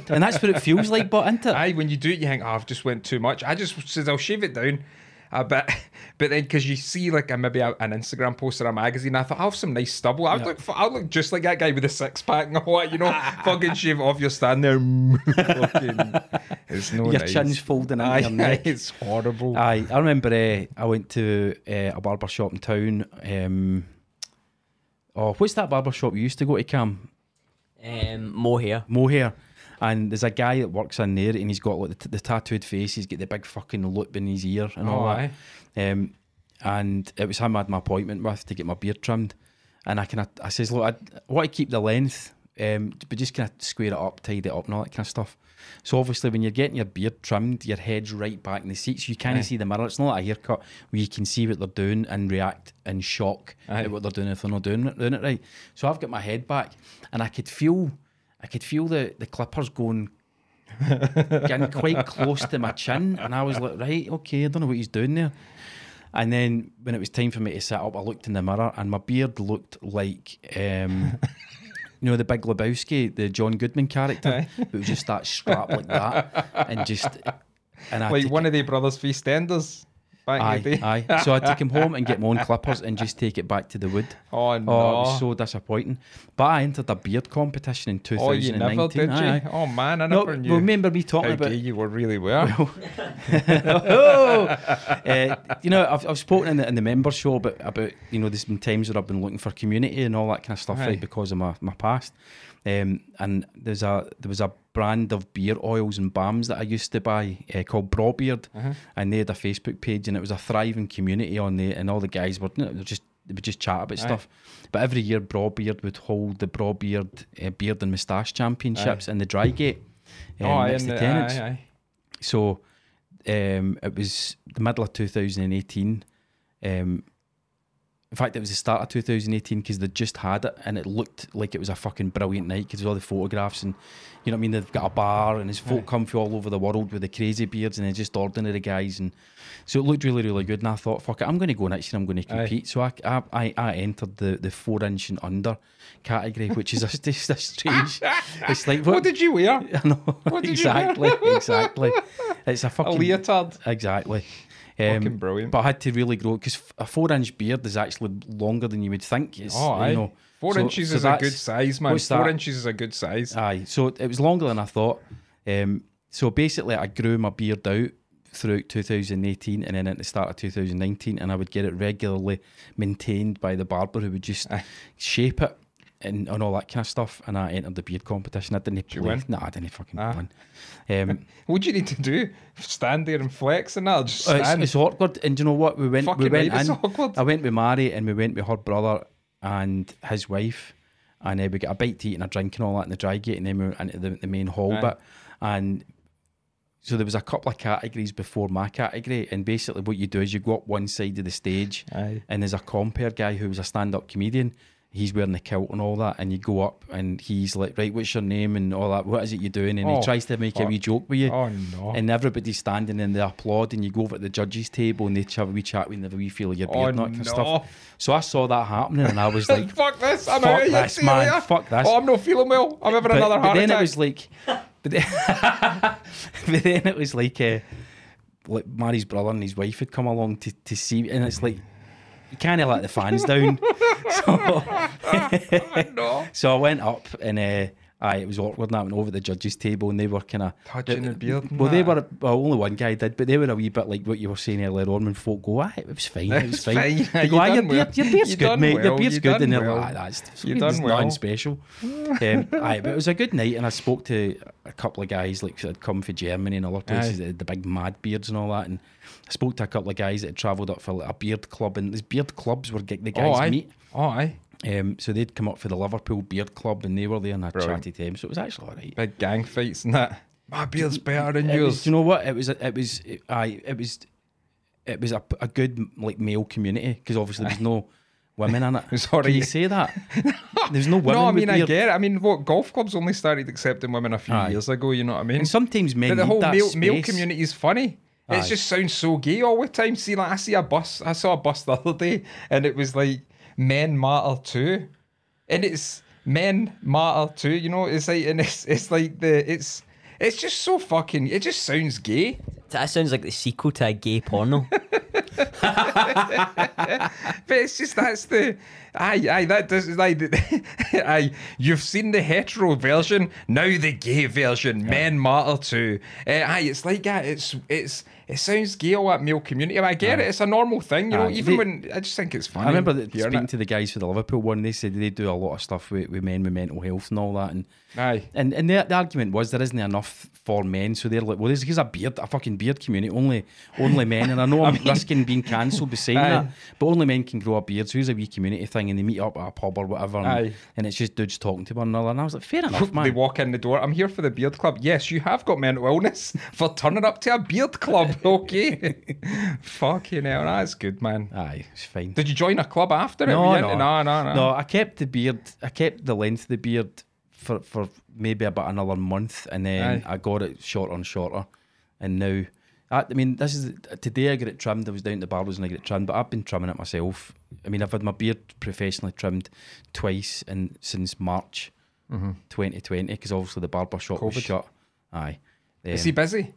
[SPEAKER 1] and that's what it feels like. But isn't it?
[SPEAKER 2] Aye, when you do it, you think, oh, I've just went too much. I just says I'll shave it down a bit, but then because you see like a, maybe a, an Instagram post or a magazine, I thought I'll have some nice stubble. I'll look, I'll look just like that guy with a six pack and all that, you know. fucking shave it off, you're standing there. mm, fucking, it's no
[SPEAKER 1] your
[SPEAKER 2] nice.
[SPEAKER 1] chin's folding into
[SPEAKER 2] Aye,
[SPEAKER 1] your neck. Ah,
[SPEAKER 2] aye, it's horrible.
[SPEAKER 1] Aye, I remember uh, I went to uh, a barber shop in town. Um, oh, what's that barber shop you used to go to, Cam?
[SPEAKER 3] Um, Mohair.
[SPEAKER 1] Mohair. And there's a guy that works in there, and he's got like the, t- the tattooed face. He's got the big fucking loop in his ear and all
[SPEAKER 2] Oh,
[SPEAKER 1] that. Um, and it was him I had my appointment with to get my beard trimmed. And I kind of I says, look, I want to keep the length, um, but just kind of square it up, tidy it up, and all that kind of stuff. So obviously, when you're getting your beard trimmed, your head's right back in the seat, so you kind of see the mirror. It's not like a haircut where you can see what they're doing and react in shock
[SPEAKER 2] Aye.
[SPEAKER 1] at what they're doing if they're not doing it, doing it right. So I've got my head back, and I could feel, I could feel the the clippers going getting quite close to my chin, and I was like, right, okay, I don't know what he's doing there. And then when it was time for me to sit up, I looked in the mirror, and my beard looked like, um, you know, the Big Lebowski, the John Goodman character, but it was just that strap like that, and just and I
[SPEAKER 2] like
[SPEAKER 1] took-
[SPEAKER 2] one of the brothers EastEnders back in the
[SPEAKER 1] Aye,
[SPEAKER 2] day.
[SPEAKER 1] aye. So I took him home and get my own clippers and just take it back to the wood.
[SPEAKER 2] Oh
[SPEAKER 1] Oh,
[SPEAKER 2] no!
[SPEAKER 1] it was so disappointing. But I entered a beard competition in
[SPEAKER 2] oh, you
[SPEAKER 1] 2019.
[SPEAKER 2] never did you?
[SPEAKER 1] Aye, aye.
[SPEAKER 2] Oh man, I
[SPEAKER 1] No,
[SPEAKER 2] never knew.
[SPEAKER 1] well, remember me talking
[SPEAKER 2] how
[SPEAKER 1] about
[SPEAKER 2] gay you were really were.
[SPEAKER 1] oh, uh, you know, I've, I've spoken in the, in the member show about, about, you know, there's been times where I've been looking for community and all that kind of stuff,
[SPEAKER 2] Aye.
[SPEAKER 1] right, because of my, my past. Um, and there's a there was a brand of beer oils and balms that I used to buy uh, called Brawbeard,
[SPEAKER 2] Uh-huh.
[SPEAKER 1] and they had a Facebook page, and it was a thriving community on there, and all the guys were, you know, they were just they would just chat about stuff. But every year, Brawbeard would hold the Brawbeard uh, Beard and Moustache Championships in the Drygate. Um,
[SPEAKER 2] oh,
[SPEAKER 1] next
[SPEAKER 2] and
[SPEAKER 1] to
[SPEAKER 2] the-
[SPEAKER 1] Tennants.
[SPEAKER 2] aye, aye.
[SPEAKER 1] So um, it was the middle of 2018. Um, in fact, it was the start of 2018 because they just had it and it looked like it was a fucking brilliant night because all the photographs and you know what I mean. They've got a bar and there's folk come from all over the world with the crazy beards and they're just ordinary guys and so it looked really really good and I thought fuck it I'm going to go next year I'm going to
[SPEAKER 2] Aye.
[SPEAKER 1] compete so I, I I I entered the the four inch and under category which is a, just a strange it's like
[SPEAKER 2] What did you wear?
[SPEAKER 1] I know.
[SPEAKER 2] What did you wear?
[SPEAKER 1] exactly, exactly. It's a
[SPEAKER 2] A
[SPEAKER 1] fucking
[SPEAKER 2] leotard.
[SPEAKER 1] Exactly. Um,
[SPEAKER 2] Fucking brilliant.
[SPEAKER 1] But I had to really grow because a four-inch beard is actually longer than you would think. It's,
[SPEAKER 2] Oh, aye.
[SPEAKER 1] you know,
[SPEAKER 2] Four
[SPEAKER 1] so-
[SPEAKER 2] inches
[SPEAKER 1] so
[SPEAKER 2] is a
[SPEAKER 1] that's-
[SPEAKER 2] good size, man.
[SPEAKER 1] what's
[SPEAKER 2] Four
[SPEAKER 1] that? Ah.
[SPEAKER 2] inches is a good size.
[SPEAKER 1] Aye, so it was longer than I thought. Um, so basically, I grew my beard out throughout 2018 and then at the start of 2019, and I would get it regularly maintained by the barber who would just shape it and, and all that kind of stuff. And I entered the beard competition. I didn't
[SPEAKER 2] you
[SPEAKER 1] play.
[SPEAKER 2] win?
[SPEAKER 1] No, I didn't fucking
[SPEAKER 2] Ah.
[SPEAKER 1] win. Um,
[SPEAKER 2] What do you need to do? Stand there and flex and that? Or Just
[SPEAKER 1] Oh, it's,
[SPEAKER 2] stand.
[SPEAKER 1] it's awkward, and do you know what? We went.
[SPEAKER 2] Fucking
[SPEAKER 1] we went
[SPEAKER 2] right, it's
[SPEAKER 1] in.
[SPEAKER 2] awkward.
[SPEAKER 1] I went with Mary and we went with her brother, and his wife, and uh, we got a bite to eat and a drink and all that in the dry gate, and then we went into the, the main hall
[SPEAKER 2] Aye.
[SPEAKER 1] bit, and so there was a couple of categories before my category, and basically what you do is you go up one side of the stage,
[SPEAKER 3] Aye.
[SPEAKER 1] and there's a compere guy who was a stand-up comedian. He's wearing the kilt and all that, and you go up and he's like, "Right, what's your name?" and all that. What is it you're doing? And
[SPEAKER 2] Oh,
[SPEAKER 1] he tries to make a
[SPEAKER 2] fuck.
[SPEAKER 1] wee joke with you,
[SPEAKER 2] Oh no.
[SPEAKER 1] and everybody's standing and they applaud, and you go over to the judges' table and they have a wee chat with you and have a wee feel of your beard
[SPEAKER 2] oh
[SPEAKER 1] and all that kind
[SPEAKER 2] no.
[SPEAKER 1] of stuff. So I saw that happening, and I was like,
[SPEAKER 2] fuck this. I'm
[SPEAKER 1] Fuck
[SPEAKER 2] out of here.
[SPEAKER 1] this,
[SPEAKER 2] See you
[SPEAKER 1] man.
[SPEAKER 2] later.
[SPEAKER 1] Fuck this.
[SPEAKER 2] Oh, I'm not feeling well. I'm having
[SPEAKER 1] but,
[SPEAKER 2] another
[SPEAKER 1] but
[SPEAKER 2] heart
[SPEAKER 1] then
[SPEAKER 2] attack.
[SPEAKER 1] it was like, but then, but then it was like, uh, like Mary's brother and his wife had come along to, to see, and it's like, you kind of let the fans down. so,
[SPEAKER 2] no.
[SPEAKER 1] so I went up, and uh, aye, it was awkward, and I went over to the judges' table, and they were kind of
[SPEAKER 2] Touching the beard and
[SPEAKER 1] Well, they
[SPEAKER 2] that.
[SPEAKER 1] were well, only one guy did, but they were a wee bit like what you were saying earlier on when folk go, "Aye, it was fine, it was
[SPEAKER 2] It's
[SPEAKER 1] fine."
[SPEAKER 2] fine.
[SPEAKER 1] They go,
[SPEAKER 2] You
[SPEAKER 1] "Aye, your,
[SPEAKER 2] done well.
[SPEAKER 1] beard, your beard's
[SPEAKER 2] You
[SPEAKER 1] good,
[SPEAKER 2] done
[SPEAKER 1] mate. your
[SPEAKER 2] well.
[SPEAKER 1] beard's
[SPEAKER 2] You
[SPEAKER 1] good,"
[SPEAKER 2] done
[SPEAKER 1] and they're
[SPEAKER 2] well.
[SPEAKER 1] like, "Aye, "That's
[SPEAKER 2] You
[SPEAKER 1] it's
[SPEAKER 2] done
[SPEAKER 1] nothing
[SPEAKER 2] well."
[SPEAKER 1] special." um, aye, but it was a good night, and I spoke to a couple of guys like that had come from Germany and other places, that had the big mad beards and all that, and I spoke to a couple of guys that had travelled up for like, a beard club, and these beard clubs were g- the
[SPEAKER 2] Oh,
[SPEAKER 1] guys
[SPEAKER 2] aye.
[SPEAKER 1] meet.
[SPEAKER 2] Oh, aye.
[SPEAKER 1] Um, so they'd come up for the Liverpool Beard Club, and they were there, and I
[SPEAKER 2] Brilliant.
[SPEAKER 1] chatted to them, so it was actually all right.
[SPEAKER 2] Big gang fights and that. My beard's better than
[SPEAKER 1] It was,
[SPEAKER 2] yours.
[SPEAKER 1] you know what? It was. It was. I. It was. It was a, a good like male community because obviously there's no women in it.
[SPEAKER 2] Sorry.
[SPEAKER 1] Can you say that? There's no women.
[SPEAKER 2] No, I
[SPEAKER 1] with
[SPEAKER 2] mean I
[SPEAKER 1] beard.
[SPEAKER 2] get it. I mean, what golf clubs only started accepting women a few
[SPEAKER 1] Aye.
[SPEAKER 2] years ago. You know what I mean?
[SPEAKER 1] And sometimes men
[SPEAKER 2] But the
[SPEAKER 1] need
[SPEAKER 2] whole
[SPEAKER 1] that
[SPEAKER 2] male, male
[SPEAKER 1] space.
[SPEAKER 2] community is funny. It
[SPEAKER 1] Aye.
[SPEAKER 2] just sounds so gay all the time. See, like I see a bus, I saw a bus the other day, and it was like men matter too, and it's men matter too. You know, it's like, and it's it's like the it's it's just so fucking. It just sounds gay.
[SPEAKER 3] That sounds like the sequel to a gay porno.
[SPEAKER 2] But it's just that's the aye aye that does like the- aye you've seen the hetero version now the gay version men matter too uh, aye it's like that it's it's it sounds gay all that male community but I get it it's a normal thing you know
[SPEAKER 1] Aye.
[SPEAKER 2] even
[SPEAKER 1] They-
[SPEAKER 2] when I just think it's funny
[SPEAKER 1] I remember that
[SPEAKER 2] hearing
[SPEAKER 1] speaking
[SPEAKER 2] it.
[SPEAKER 1] to the guys for the Liverpool one. They said they do a lot of stuff with, with men with mental health and all that, and
[SPEAKER 2] aye
[SPEAKER 1] and and the, the argument was there isn't enough for men, so they're like, well, there's, there's a beard, a fucking beard community, only only men, and I know I'm risking being cancelled by saying
[SPEAKER 2] Aye.
[SPEAKER 1] that, but only men can grow a beard, so here's a wee community thing, and they meet up at a pub or whatever,
[SPEAKER 2] Aye.
[SPEAKER 1] and, and it's just dudes talking to one another, and I was like, fair enough,
[SPEAKER 2] they
[SPEAKER 1] man.
[SPEAKER 2] walk in the door I'm here for the beard club yes you have got mental illness for turning up to a beard club okay fucking hell that's good man
[SPEAKER 1] Aye, it's fine.
[SPEAKER 2] did you join a club after it Were you into- no no no
[SPEAKER 1] no. I kept the beard. I kept the length of the beard for for maybe about another month, and then I got it shorter and shorter, and now. I, I mean, this is today. I got it trimmed. I was down to Barrows and I got it trimmed, but I've been trimming it myself. I mean, I've had my beard professionally trimmed twice, and since March 2020, because obviously the barber shop was
[SPEAKER 2] Mm-hmm. Covid.
[SPEAKER 1] shut. Aye, Um,
[SPEAKER 2] is he busy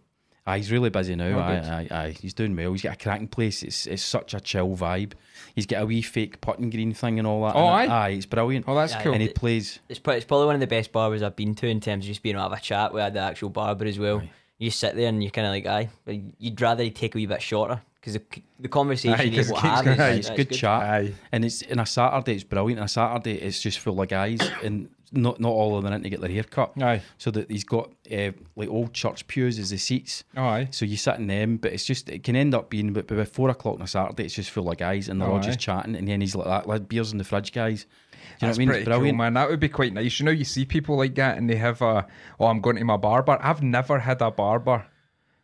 [SPEAKER 1] Aye, he's really busy now.
[SPEAKER 2] Oh,
[SPEAKER 1] aye, aye, aye, he's doing well. He's got a cracking place. It's it's such a chill vibe. He's got a wee fake putting green thing and all that.
[SPEAKER 2] Oh,
[SPEAKER 1] and
[SPEAKER 2] aye?
[SPEAKER 1] aye, it's brilliant.
[SPEAKER 2] oh that's
[SPEAKER 3] Aye.
[SPEAKER 2] cool
[SPEAKER 1] and he plays.
[SPEAKER 3] it's, pro- it's probably one of the best barbers I've been to in terms of just being able to have a chat with the actual barber as well. You sit there and you're kind of like, aye, but you'd rather he take a wee bit shorter because the, the conversation
[SPEAKER 2] Aye,
[SPEAKER 3] aye,
[SPEAKER 2] 'cause
[SPEAKER 3] able
[SPEAKER 2] it
[SPEAKER 3] to
[SPEAKER 2] keeps
[SPEAKER 3] have
[SPEAKER 2] going.
[SPEAKER 3] is
[SPEAKER 2] Aye,
[SPEAKER 1] Aye, it's
[SPEAKER 3] it's
[SPEAKER 1] good chat.
[SPEAKER 2] Aye.
[SPEAKER 1] And it's and a Saturday it's brilliant. And a Saturday it's just full of guys and not not all of them are in to get their hair cut.
[SPEAKER 2] Aye.
[SPEAKER 1] So that he's got uh, like old church pews as the seats.
[SPEAKER 2] Oh, aye.
[SPEAKER 1] So you sit in them, but it's just it can end up being but by four o'clock on a Saturday, it's just full of guys and they're all
[SPEAKER 2] Oh, Aye.
[SPEAKER 1] just chatting and then he's like that, like beers in the fridge, guys. Do you know
[SPEAKER 2] That's
[SPEAKER 1] what I mean?
[SPEAKER 2] pretty
[SPEAKER 1] It's brilliant.
[SPEAKER 2] cool, man. That would be quite nice. You know, you see people like that, and they have a, oh, I'm going to my barber. I've never had a barber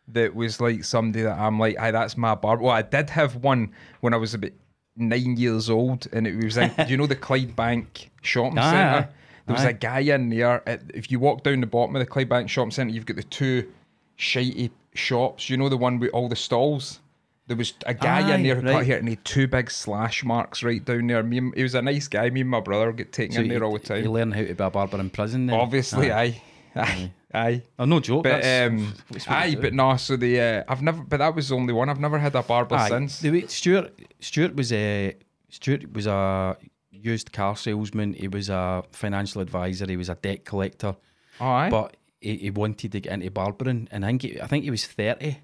[SPEAKER 2] that was like somebody that I'm like, aye, that's my barber. Well, I did have one when I was about nine years old, and it was in, do you know, the Clyde Bank shopping
[SPEAKER 1] Aye,
[SPEAKER 2] centre.
[SPEAKER 1] aye.
[SPEAKER 2] There was
[SPEAKER 1] Ah, Aye.
[SPEAKER 2] a guy in there. At, if you walk down the bottom of the Clyde Bank shopping centre, you've got the two shitey shops. You know, the one with all the stalls. There was a guy
[SPEAKER 1] Aye,
[SPEAKER 2] in there who cut
[SPEAKER 1] right.
[SPEAKER 2] hair and he had two big slash marks right down there. Me, and- he was a nice guy. Me and my brother would get taken in
[SPEAKER 1] you-
[SPEAKER 2] there all the time.
[SPEAKER 1] You learn how to be a barber in prison. Then.
[SPEAKER 2] Obviously, aye, aye, aye.
[SPEAKER 1] Oh, no joke.
[SPEAKER 2] But
[SPEAKER 1] that's-
[SPEAKER 2] um,
[SPEAKER 1] that's what
[SPEAKER 2] aye,
[SPEAKER 1] you do.
[SPEAKER 2] but no. So the uh, I've never, but that was the only one. I've never had a barber
[SPEAKER 1] Aye,
[SPEAKER 2] since.
[SPEAKER 1] the way- er Stuart Stuart was a Stuart was a used car salesman. He was a financial advisor. He was a debt collector.
[SPEAKER 2] oh, aye.
[SPEAKER 1] But he, he wanted to get into barbering, and I think he, I think he was thirty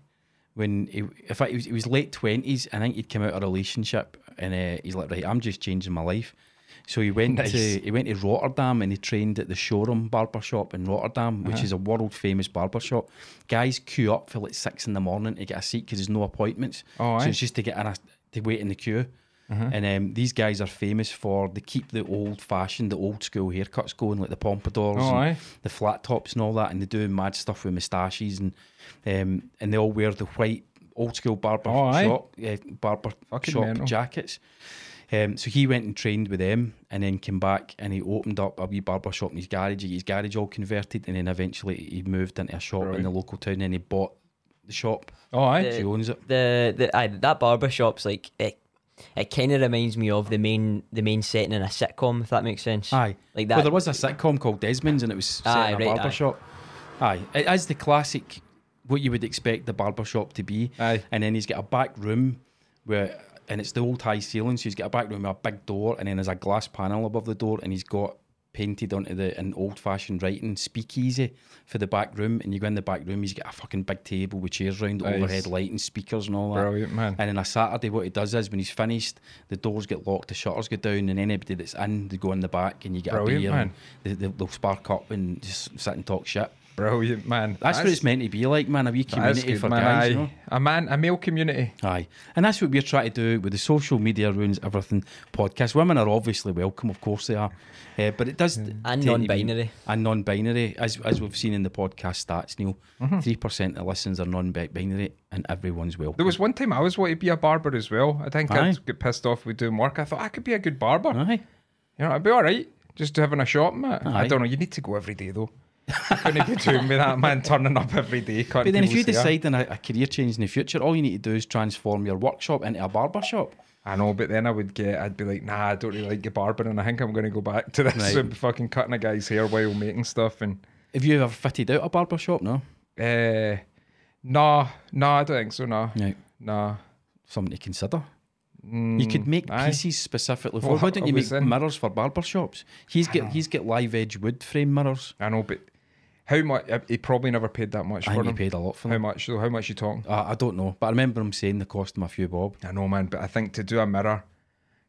[SPEAKER 1] when he, in fact he was, he was late twenties. I think he'd come out of a relationship, and uh, he's like, right, I'm just changing my life. So he went
[SPEAKER 2] Nice.
[SPEAKER 1] to he went to Rotterdam and he trained at the Showroom Barber Shop in Rotterdam,
[SPEAKER 2] Uh-huh.
[SPEAKER 1] which is a world famous barber shop. Guys queue up for like six in the morning to get a seat because there's no appointments.
[SPEAKER 2] Oh,
[SPEAKER 1] so
[SPEAKER 2] aye.
[SPEAKER 1] it's just to get in a, to wait in the queue.
[SPEAKER 2] Uh-huh.
[SPEAKER 1] And um, these guys are famous for they keep the old fashioned, the old school haircuts going, like the pompadours,
[SPEAKER 2] Oh,
[SPEAKER 1] and
[SPEAKER 2] aye.
[SPEAKER 1] the flat tops and all that, and they do mad stuff with moustaches and um, and they all wear the white old school barber
[SPEAKER 2] Oh, aye.
[SPEAKER 1] shop uh, barber
[SPEAKER 2] Fucking
[SPEAKER 1] shop
[SPEAKER 2] mental.
[SPEAKER 1] jackets. Um, so he went and trained with them, and then came back and he opened up a wee barber shop in his garage. He got his garage all converted, and then eventually he moved into a shop in the
[SPEAKER 2] Brilliant.
[SPEAKER 1] local town, and he bought the shop.
[SPEAKER 2] Oh, aye.
[SPEAKER 1] He owns it.
[SPEAKER 3] the the aye, that barber shop's like it. It kind of reminds me of the main the main setting in a sitcom, if that makes sense.
[SPEAKER 1] Aye,
[SPEAKER 3] like that.
[SPEAKER 1] Well, there was a sitcom called Desmond's, and it was set
[SPEAKER 3] Aye,
[SPEAKER 1] in a
[SPEAKER 3] right,
[SPEAKER 1] barber
[SPEAKER 3] aye.
[SPEAKER 1] shop. Aye, it is the classic, what you would expect the barber shop to be.
[SPEAKER 2] Aye.
[SPEAKER 1] and then he's got a back room where, and it's the old high ceiling, so he's got a back room with a big door, and then there's a glass panel above the door, and he's got painted onto the an old fashioned writing speakeasy for the back room, and you go in the back room, he's got a fucking big table with chairs round,
[SPEAKER 2] Nice.
[SPEAKER 1] overhead lighting, speakers, and all that.
[SPEAKER 2] Brilliant, man.
[SPEAKER 1] And then a Saturday, what he does is when he's finished, the doors get locked, the shutters go down, and anybody that's in, they go in the back, and you get
[SPEAKER 2] Brilliant,
[SPEAKER 1] a beer,
[SPEAKER 2] man.
[SPEAKER 1] and they, they, they'll spark up and just sit and talk shit.
[SPEAKER 2] Brilliant, man.
[SPEAKER 1] That's, what it's meant to be like, man. A wee
[SPEAKER 2] that is
[SPEAKER 1] community
[SPEAKER 2] good,
[SPEAKER 1] for
[SPEAKER 2] man.
[SPEAKER 1] guys, you
[SPEAKER 2] aye.
[SPEAKER 1] know.
[SPEAKER 2] A man, a male community.
[SPEAKER 1] Aye, and that's what we're trying to do with the social media ruins everything podcast. Women are obviously welcome, of course they are, uh, but it does
[SPEAKER 3] And
[SPEAKER 1] tend to be-
[SPEAKER 3] non-binary.
[SPEAKER 1] and non-binary, as as we've seen in the podcast stats, Neil. 3
[SPEAKER 2] Mm-hmm.
[SPEAKER 1] percent of listens are non-binary, and everyone's welcome.
[SPEAKER 2] There was one time I always wanted to be a barber as well. I think
[SPEAKER 1] Aye.
[SPEAKER 2] I'd get pissed off with doing work. I thought I could be a good barber.
[SPEAKER 1] Aye.
[SPEAKER 2] You know, I'd be all right just having a shop, mate.
[SPEAKER 1] Aye.
[SPEAKER 2] I don't know. You need to go every day though. You couldn't be doing with that man turning up every day. But
[SPEAKER 1] But then, if you
[SPEAKER 2] "Ah,
[SPEAKER 1] decide on a, a career change in the future, all you need to do is transform your workshop into a barber shop.
[SPEAKER 2] I know, but then I would get, I'd be like, nah, I don't really like the barbering. I think I'm going to go back to this
[SPEAKER 1] Right.
[SPEAKER 2] and fucking cutting a guy's hair while making stuff. And
[SPEAKER 1] Have you ever fitted out a barber shop? No,
[SPEAKER 2] uh, nah, nah, I don't think so. Nah,
[SPEAKER 1] no,
[SPEAKER 2] nah. Mm,
[SPEAKER 1] something to consider. You could make
[SPEAKER 2] aye.
[SPEAKER 1] pieces specifically for.
[SPEAKER 2] Well,
[SPEAKER 1] why don't you make
[SPEAKER 2] I was in-
[SPEAKER 1] mirrors for barber shops? He's got he's got live edge wood frame mirrors.
[SPEAKER 2] I know, but how much? eh, He probably never paid that much
[SPEAKER 1] I think
[SPEAKER 2] for
[SPEAKER 1] he
[SPEAKER 2] them.
[SPEAKER 1] paid a lot for
[SPEAKER 2] How
[SPEAKER 1] them.
[SPEAKER 2] much? though? How much you talking?
[SPEAKER 1] Uh, I don't know, but I remember him saying they cost him a few bob.
[SPEAKER 2] I know, man, but I think to do a mirror,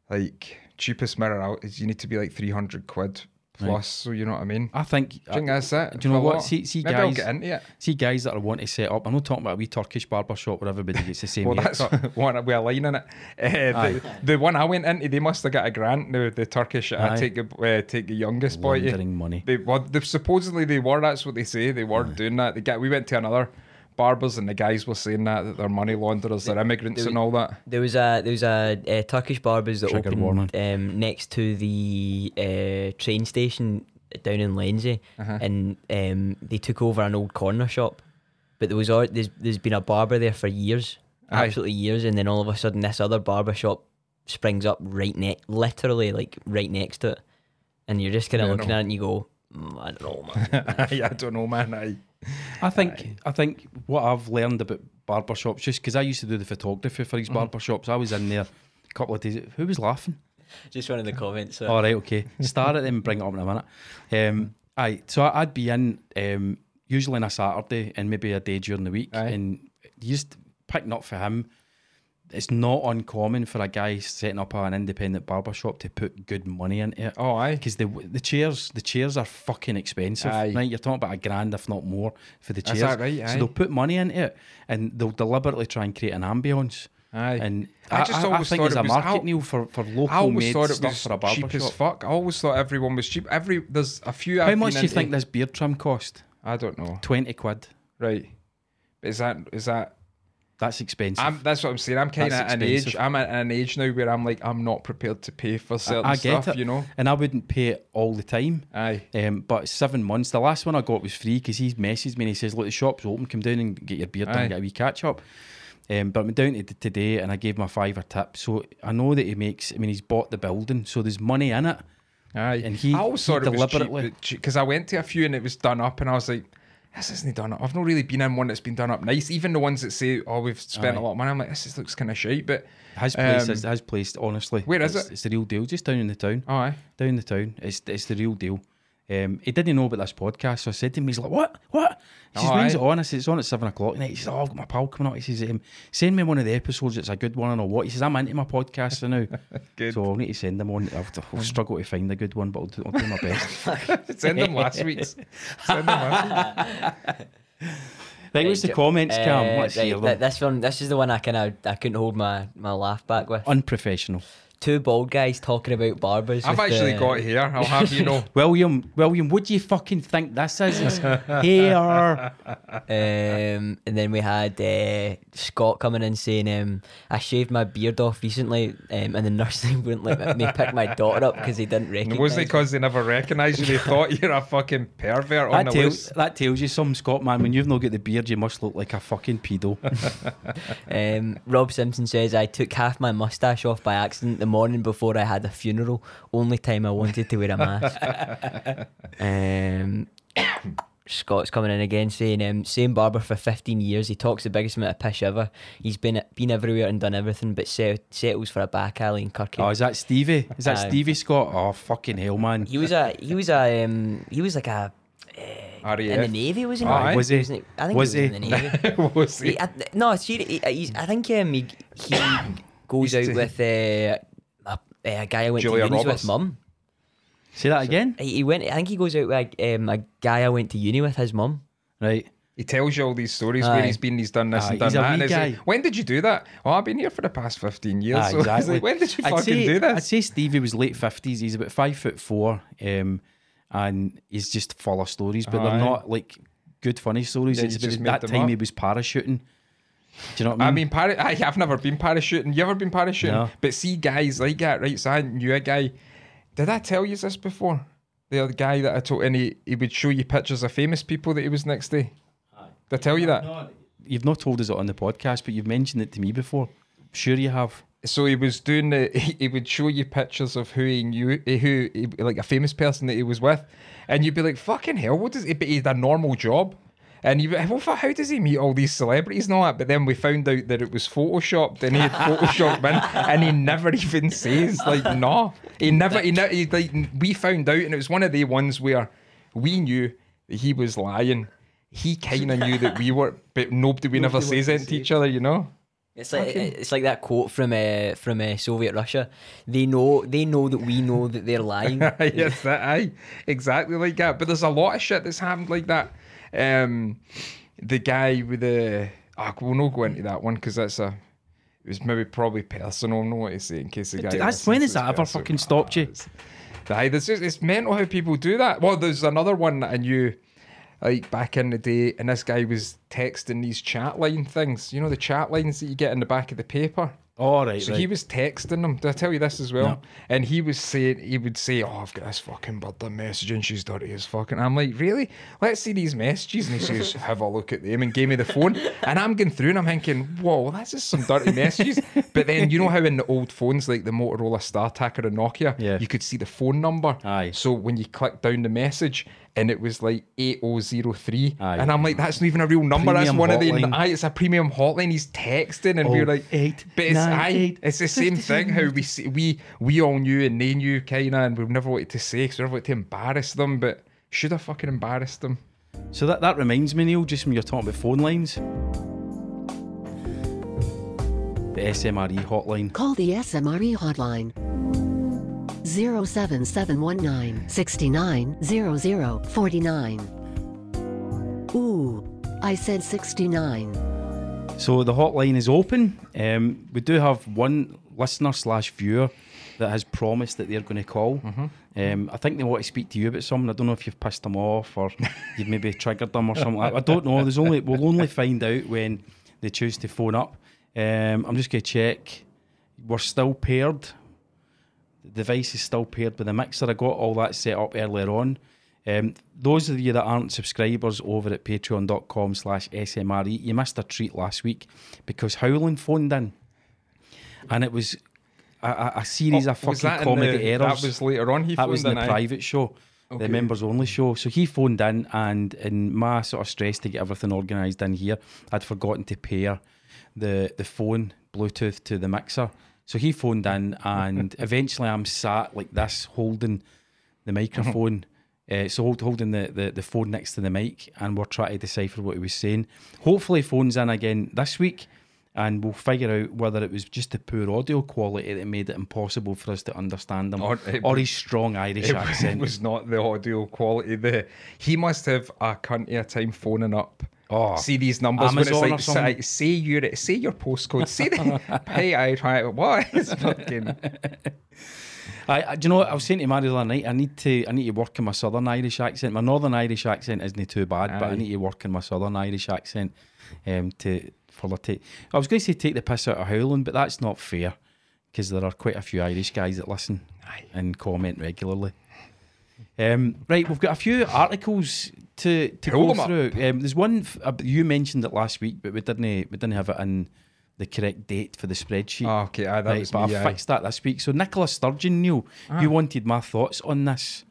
[SPEAKER 2] like cheapest mirror out is you need to be like three hundred quid plus. So you know what I mean?
[SPEAKER 1] I think.
[SPEAKER 2] I think that's it.
[SPEAKER 1] Uh, do you know
[SPEAKER 2] for a
[SPEAKER 1] what?
[SPEAKER 2] lot.
[SPEAKER 1] See- see
[SPEAKER 2] Maybe I'll
[SPEAKER 1] guys-
[SPEAKER 2] get into it.
[SPEAKER 1] See guys that are wanting to set up. I'm not talking about a wee Turkish barber shop where everybody gets the same
[SPEAKER 2] Well,
[SPEAKER 1] haircut.
[SPEAKER 2] that's one we are line in it. Uh, the, the one I went into, they must have got a grant. The, the Turkish, I
[SPEAKER 1] Aye.
[SPEAKER 2] take the uh, take the youngest boy. yeah.
[SPEAKER 1] Laundering money.
[SPEAKER 2] They were they, supposedly they were. That's what they say. They were doing that. They got, we went to another barbers, and the guys were saying that that they're money launderers, they're immigrants, and all that.
[SPEAKER 3] There was a there was a, uh Turkish barbers that
[SPEAKER 1] Trigger
[SPEAKER 3] opened
[SPEAKER 1] warning.
[SPEAKER 3] um, next to the uh, train station down in Lindsay, and um, they took over an old corner shop. But there was al- there's there's been a barber there for years,
[SPEAKER 2] Aye.
[SPEAKER 3] absolutely years, and then all of a sudden this other barber shop springs up right next, literally like right next to it, and you're just kind of
[SPEAKER 2] Yeah, I
[SPEAKER 3] looking
[SPEAKER 2] know.
[SPEAKER 3] at it and you go, mm, I don't know, man.
[SPEAKER 2] yeah, I don't know, man. I,
[SPEAKER 1] I think I think what I've learned about barbershops, just because I used to do the photography for these barbershops, I was in there a couple of days. Who was laughing?
[SPEAKER 3] just one of the comments. So.
[SPEAKER 1] All right, okay. Start it and bring it up in a minute. Um, aye, so I- I'd be in um, usually on a Saturday and maybe a day during the week,
[SPEAKER 2] Aye.
[SPEAKER 1] and just picking up for him. It's not uncommon for a guy setting up an independent barbershop to put good money into it
[SPEAKER 2] oh, I.
[SPEAKER 1] because the the chairs the chairs are fucking expensive.
[SPEAKER 2] Aye.
[SPEAKER 1] Right, you're talking about a grand if not more for the
[SPEAKER 2] Is
[SPEAKER 1] chairs.
[SPEAKER 2] that right?
[SPEAKER 1] So
[SPEAKER 2] Aye.
[SPEAKER 1] they'll put money into it and they'll deliberately try and create an ambience.
[SPEAKER 2] Aye.
[SPEAKER 1] And I,
[SPEAKER 2] I
[SPEAKER 1] I
[SPEAKER 2] just
[SPEAKER 1] I
[SPEAKER 2] always
[SPEAKER 1] think
[SPEAKER 2] thought
[SPEAKER 1] there's
[SPEAKER 2] it
[SPEAKER 1] a
[SPEAKER 2] was-
[SPEAKER 1] market
[SPEAKER 2] I'll-
[SPEAKER 1] Neil for for
[SPEAKER 2] I
[SPEAKER 1] local
[SPEAKER 2] always
[SPEAKER 1] made
[SPEAKER 2] thought it
[SPEAKER 1] stuff
[SPEAKER 2] was
[SPEAKER 1] for a barber
[SPEAKER 2] cheap as
[SPEAKER 1] shop.
[SPEAKER 2] fuck. I always thought everyone was cheap. Every there's a few.
[SPEAKER 1] How
[SPEAKER 2] I've
[SPEAKER 1] much
[SPEAKER 2] been
[SPEAKER 1] do you
[SPEAKER 2] into-
[SPEAKER 1] think this beard trim cost?
[SPEAKER 2] I don't know.
[SPEAKER 1] Twenty quid.
[SPEAKER 2] Right. Is that is that
[SPEAKER 1] That's expensive.
[SPEAKER 2] I'm that's what I'm saying. I'm kinda
[SPEAKER 1] That's
[SPEAKER 2] at an age
[SPEAKER 1] expensive.
[SPEAKER 2] I'm at an age now where I'm like I'm not prepared to pay for certain
[SPEAKER 1] I get
[SPEAKER 2] stuff,
[SPEAKER 1] it.
[SPEAKER 2] you know?
[SPEAKER 1] and I wouldn't pay it all the time.
[SPEAKER 2] Aye.
[SPEAKER 1] Um, but seven months. The last one I got was free because he messaged me and he says, "Look, the shop's open. Come down and get your beer done,
[SPEAKER 2] Aye.
[SPEAKER 1] and get a wee catch up." Um, but I'm down to t- today, and I gave my five a tip. So I know that he makes. I mean, he's bought the building, so there's money in it.
[SPEAKER 2] Aye.
[SPEAKER 1] And he-
[SPEAKER 2] I always
[SPEAKER 1] he
[SPEAKER 2] thought it
[SPEAKER 1] deliberately-
[SPEAKER 2] was cheap because I went to a few and it was done up and I was like, This isn't done up. I've not really been in one that's been done up nice. Even the ones that say, Oh, we've spent a
[SPEAKER 1] Aye.
[SPEAKER 2] lot of money, I'm like, this is, looks kinda shite, but
[SPEAKER 1] His place,
[SPEAKER 2] Um,
[SPEAKER 1] is, his place. Honestly,
[SPEAKER 2] where is
[SPEAKER 1] it's,
[SPEAKER 2] it?
[SPEAKER 1] It's the real deal, just down in the town.
[SPEAKER 2] oh, aye.
[SPEAKER 1] down the town. It's it's the real deal. Um, he didn't know about this podcast, so I said to him, he's like, "What? What?" He says,
[SPEAKER 2] Oh,
[SPEAKER 1] "When's
[SPEAKER 2] aye.
[SPEAKER 1] it on?" I said, "It's on at seven o'clock tonight." He says, "Oh, I've got my pal coming up." He says, um, "Send me one of the episodes. It's a good one, or what?" He says, "I'm into my podcast now,
[SPEAKER 2] Good.
[SPEAKER 1] so I'll need to send them on. I'll, I'll struggle to find a good one, but I'll do, I'll do my best."
[SPEAKER 2] Send them last week's. Send them last week's.
[SPEAKER 1] right, what's the comments,
[SPEAKER 2] uh,
[SPEAKER 1] Cam? Let's
[SPEAKER 3] Uh, right,
[SPEAKER 1] hear them.
[SPEAKER 3] th- this one, this is the one I kind of I couldn't hold my, my laugh back with.
[SPEAKER 1] Unprofessional.
[SPEAKER 3] two bald guys talking about barbers.
[SPEAKER 2] I've
[SPEAKER 3] with
[SPEAKER 2] actually
[SPEAKER 3] the-
[SPEAKER 2] got it here. I'll have you know.
[SPEAKER 1] William, William, what do you fucking think this is? It's here.
[SPEAKER 3] Um, and then we had uh, Scott coming in saying, um, "I shaved my beard off recently, um, and the nurse wouldn't let me pick my daughter up because they didn't
[SPEAKER 2] And
[SPEAKER 3] recognise."
[SPEAKER 2] was it
[SPEAKER 3] me."
[SPEAKER 2] because they never recognised you? They thought you're a fucking pervert on
[SPEAKER 1] That
[SPEAKER 2] the
[SPEAKER 1] tells,
[SPEAKER 2] loose.
[SPEAKER 1] that tells you some Scott man. When you've not got the beard, you must look like a fucking pedo.
[SPEAKER 3] Um, Rob Simpson says, I took half my mustache off by accident the morning before I had a funeral. Only time I wanted to wear a mask. um, Scott's coming in again saying, um, same barber for 15 years. He talks the biggest amount of pish ever. He's been been everywhere and done everything, but set, settles for a back alley in Kirkcaldy.
[SPEAKER 1] Oh, is that Stevie? Is that
[SPEAKER 3] Aye.
[SPEAKER 1] Stevie Scott? Oh, fucking hell, man.
[SPEAKER 3] he was a, he was a, um, he was like a, in the
[SPEAKER 2] RAF.
[SPEAKER 3] Navy, wasn't
[SPEAKER 2] Aye.
[SPEAKER 3] he?
[SPEAKER 1] Was he?
[SPEAKER 3] Wasn't I think
[SPEAKER 1] Was
[SPEAKER 3] he was
[SPEAKER 1] he?
[SPEAKER 3] in the Navy.
[SPEAKER 2] was
[SPEAKER 3] He-
[SPEAKER 2] it?
[SPEAKER 3] I, th- no, seri- he, he's, I think um, he, he goes out
[SPEAKER 2] to-
[SPEAKER 3] with uh, a, uh, a guy I went
[SPEAKER 2] Julia
[SPEAKER 3] to uni
[SPEAKER 2] Roberts.
[SPEAKER 3] with, mum.
[SPEAKER 1] Say that again.
[SPEAKER 3] He he went. I think he goes out with a, um, a guy I went to uni with, his mum.
[SPEAKER 1] Right.
[SPEAKER 2] He tells you all these stories where
[SPEAKER 3] Aye.
[SPEAKER 2] he's been, he's done this
[SPEAKER 1] Aye,
[SPEAKER 2] and done
[SPEAKER 1] he's a
[SPEAKER 2] that. And
[SPEAKER 1] wee
[SPEAKER 2] it's like,
[SPEAKER 1] guy.
[SPEAKER 2] when did you do that? Oh, I've been here for the past 15 years.
[SPEAKER 1] Ah,
[SPEAKER 2] so it's like, when did you
[SPEAKER 1] I'd
[SPEAKER 2] fucking
[SPEAKER 1] say-
[SPEAKER 2] do
[SPEAKER 1] I'd
[SPEAKER 2] this?
[SPEAKER 1] say Stevie was late fifties. He's about five foot four, um, and he's just full of stories, but
[SPEAKER 2] Aye.
[SPEAKER 1] they're not like good funny stories.
[SPEAKER 2] Yeah,
[SPEAKER 1] it's
[SPEAKER 2] you just
[SPEAKER 1] about
[SPEAKER 2] made
[SPEAKER 1] that
[SPEAKER 2] them
[SPEAKER 1] time
[SPEAKER 2] up.
[SPEAKER 1] he was parachuting. Do you know what I
[SPEAKER 2] I
[SPEAKER 1] mean?
[SPEAKER 2] mean, para- I, I've never been parachuting. You ever been parachuting?
[SPEAKER 1] No.
[SPEAKER 2] But see guys like that, right? So I knew a guy. Did I tell you this before? The other guy that I told, and he, he would show you pictures of famous people that he was next to. Did I tell you that?
[SPEAKER 1] you've not told us it on the podcast, but you've mentioned it to me before. Sure, you have.
[SPEAKER 2] so he was doing the he, he would show you pictures of who he knew eh, who he- like a famous person that he was with and you'd be like fucking hell what does he but he had a normal job and you well, for- how does he meet all these celebrities and all that but then we found out that it was photoshopped and he had photoshopped in and he never even says like nah he never he, ne- he like we found out and it was one of the ones where we knew that he was lying he kind of knew that we were but nobody we never says anything to each other you know
[SPEAKER 3] It's like it's like that quote from uh, from uh, Soviet Russia. They know they know that we know that they're lying.
[SPEAKER 2] yes, that aye, exactly like that. But there's a lot of shit that's happened like that. Um, the guy with the ah, we'll not go into that one because that's a. It was maybe probably personal. I don't know what to say in case the guy.
[SPEAKER 1] That's
[SPEAKER 2] listens
[SPEAKER 1] when
[SPEAKER 2] to
[SPEAKER 1] has
[SPEAKER 2] this
[SPEAKER 1] that ever
[SPEAKER 2] person.
[SPEAKER 1] fucking stopped you?
[SPEAKER 2] It's, aye, this is it's mental how people do that. Well, there's another one that I knew. Like back in the day, and this guy was texting these chat line things. You know the chat lines that you get in the back of the paper.
[SPEAKER 1] All right,
[SPEAKER 2] So
[SPEAKER 1] right.
[SPEAKER 2] he was texting them. Did I tell you this as well?
[SPEAKER 1] No.
[SPEAKER 2] And he was saying he would say, "Oh, I've got this fucking bird that message and she's dirty as fucking." I'm like, really? Let's see these messages. And he says, "Have a look at them," and gave me the phone. And I'm going through and I'm thinking, "Whoa, that's just some dirty messages." but then you know how in the old phones, like the Motorola StarTAC or a Nokia,
[SPEAKER 1] Yeah.
[SPEAKER 2] you could see the phone number.
[SPEAKER 1] Aye.
[SPEAKER 2] So when you click down the message. And it was like 8003.
[SPEAKER 1] Aye.
[SPEAKER 2] And I'm like, that's not even a real number. that's
[SPEAKER 1] Premium
[SPEAKER 2] one of
[SPEAKER 1] hotline.
[SPEAKER 2] the. Aye, it's a premium hotline. He's texting and we we're
[SPEAKER 1] Oh,
[SPEAKER 2] like,
[SPEAKER 1] eight,
[SPEAKER 2] but it's,
[SPEAKER 1] nine,
[SPEAKER 2] aye,
[SPEAKER 1] eight,
[SPEAKER 2] it's the same thing how we see, we we all knew and they knew kind of and we've never wanted to say because we never wanted to embarrass them but should have fucking embarrassed them
[SPEAKER 1] So that, that reminds me, Neil, just when you're talking about phone lines. The SMRE E hotline.
[SPEAKER 4] Call the SMRE E hotline 07719 6900 49. Ooh, I said 69.
[SPEAKER 1] So the hotline is open. Um, we do have one listener slash viewer that has promised that they're going to call. Um, I think they want to speak to you about something. I don't know if you've pissed them off or you've maybe triggered them or something. like that. I don't know. There's only we'll only find out when they choose to phone up. Um, I'm just going to check. We're still paired. The device is still paired with the mixer. I got all that set up earlier on. Um, those of you that aren't subscribers over at patreon.com slash SMRE, E, you missed a treat last week because Howlin phoned in and it was a, a, a series of
[SPEAKER 2] Oh, Was that
[SPEAKER 1] fucking
[SPEAKER 2] in
[SPEAKER 1] comedy
[SPEAKER 2] the-
[SPEAKER 1] errors.
[SPEAKER 2] that was later on he
[SPEAKER 1] That was in
[SPEAKER 2] phoned
[SPEAKER 1] the
[SPEAKER 2] in, aye.
[SPEAKER 1] private show,
[SPEAKER 2] Okay.
[SPEAKER 1] the members only show. So he phoned in, and in my sort of stress to get everything organised in here, I'd forgotten to pair the the phone Bluetooth to the mixer. So he phoned in, and eventually I'm sat like this holding the
[SPEAKER 2] Mm-hmm.
[SPEAKER 1] microphone. Uh, so hold, holding the, the, the phone next to the mic, and we're trying to decipher what he was saying. Hopefully, he phones in again this week, and we'll figure out whether it was just the poor audio quality that made it impossible for us to understand him,
[SPEAKER 2] Or
[SPEAKER 1] or,
[SPEAKER 2] it was-
[SPEAKER 1] his strong Irish
[SPEAKER 2] it,
[SPEAKER 1] accent.
[SPEAKER 2] was not the audio quality there he must have a cunt of a time phoning up
[SPEAKER 1] Oh,
[SPEAKER 2] see these numbers
[SPEAKER 1] Amazon
[SPEAKER 2] when
[SPEAKER 1] or
[SPEAKER 2] it's like,
[SPEAKER 1] something?
[SPEAKER 2] say, say your say your postcode, say the hey I try what it's fucking
[SPEAKER 1] I, I, do you know what I was saying to Mary the other night? I need to I need to work on my Southern Irish accent. My Northern Irish accent isn't too bad, but I
[SPEAKER 2] Aye.
[SPEAKER 1] need to work on my Southern Irish accent um, to further take. I was going to say take the piss out of Howland, but that's not fair because there are quite a few Irish guys that listen
[SPEAKER 2] Aye.
[SPEAKER 1] and comment regularly. Um, right, we've got a few articles to to
[SPEAKER 2] Pull
[SPEAKER 1] go
[SPEAKER 2] them up.
[SPEAKER 1] through. Um, there's one f- uh, you mentioned it last week, but we didn't we didn't have it in the correct date for the spreadsheet.
[SPEAKER 2] oh, okay, aye, that
[SPEAKER 1] Right,
[SPEAKER 2] was
[SPEAKER 1] but
[SPEAKER 2] me,
[SPEAKER 1] I
[SPEAKER 2] aye.
[SPEAKER 1] fixed that this week. So Nicola Sturgeon, Neil, you wanted my thoughts on this.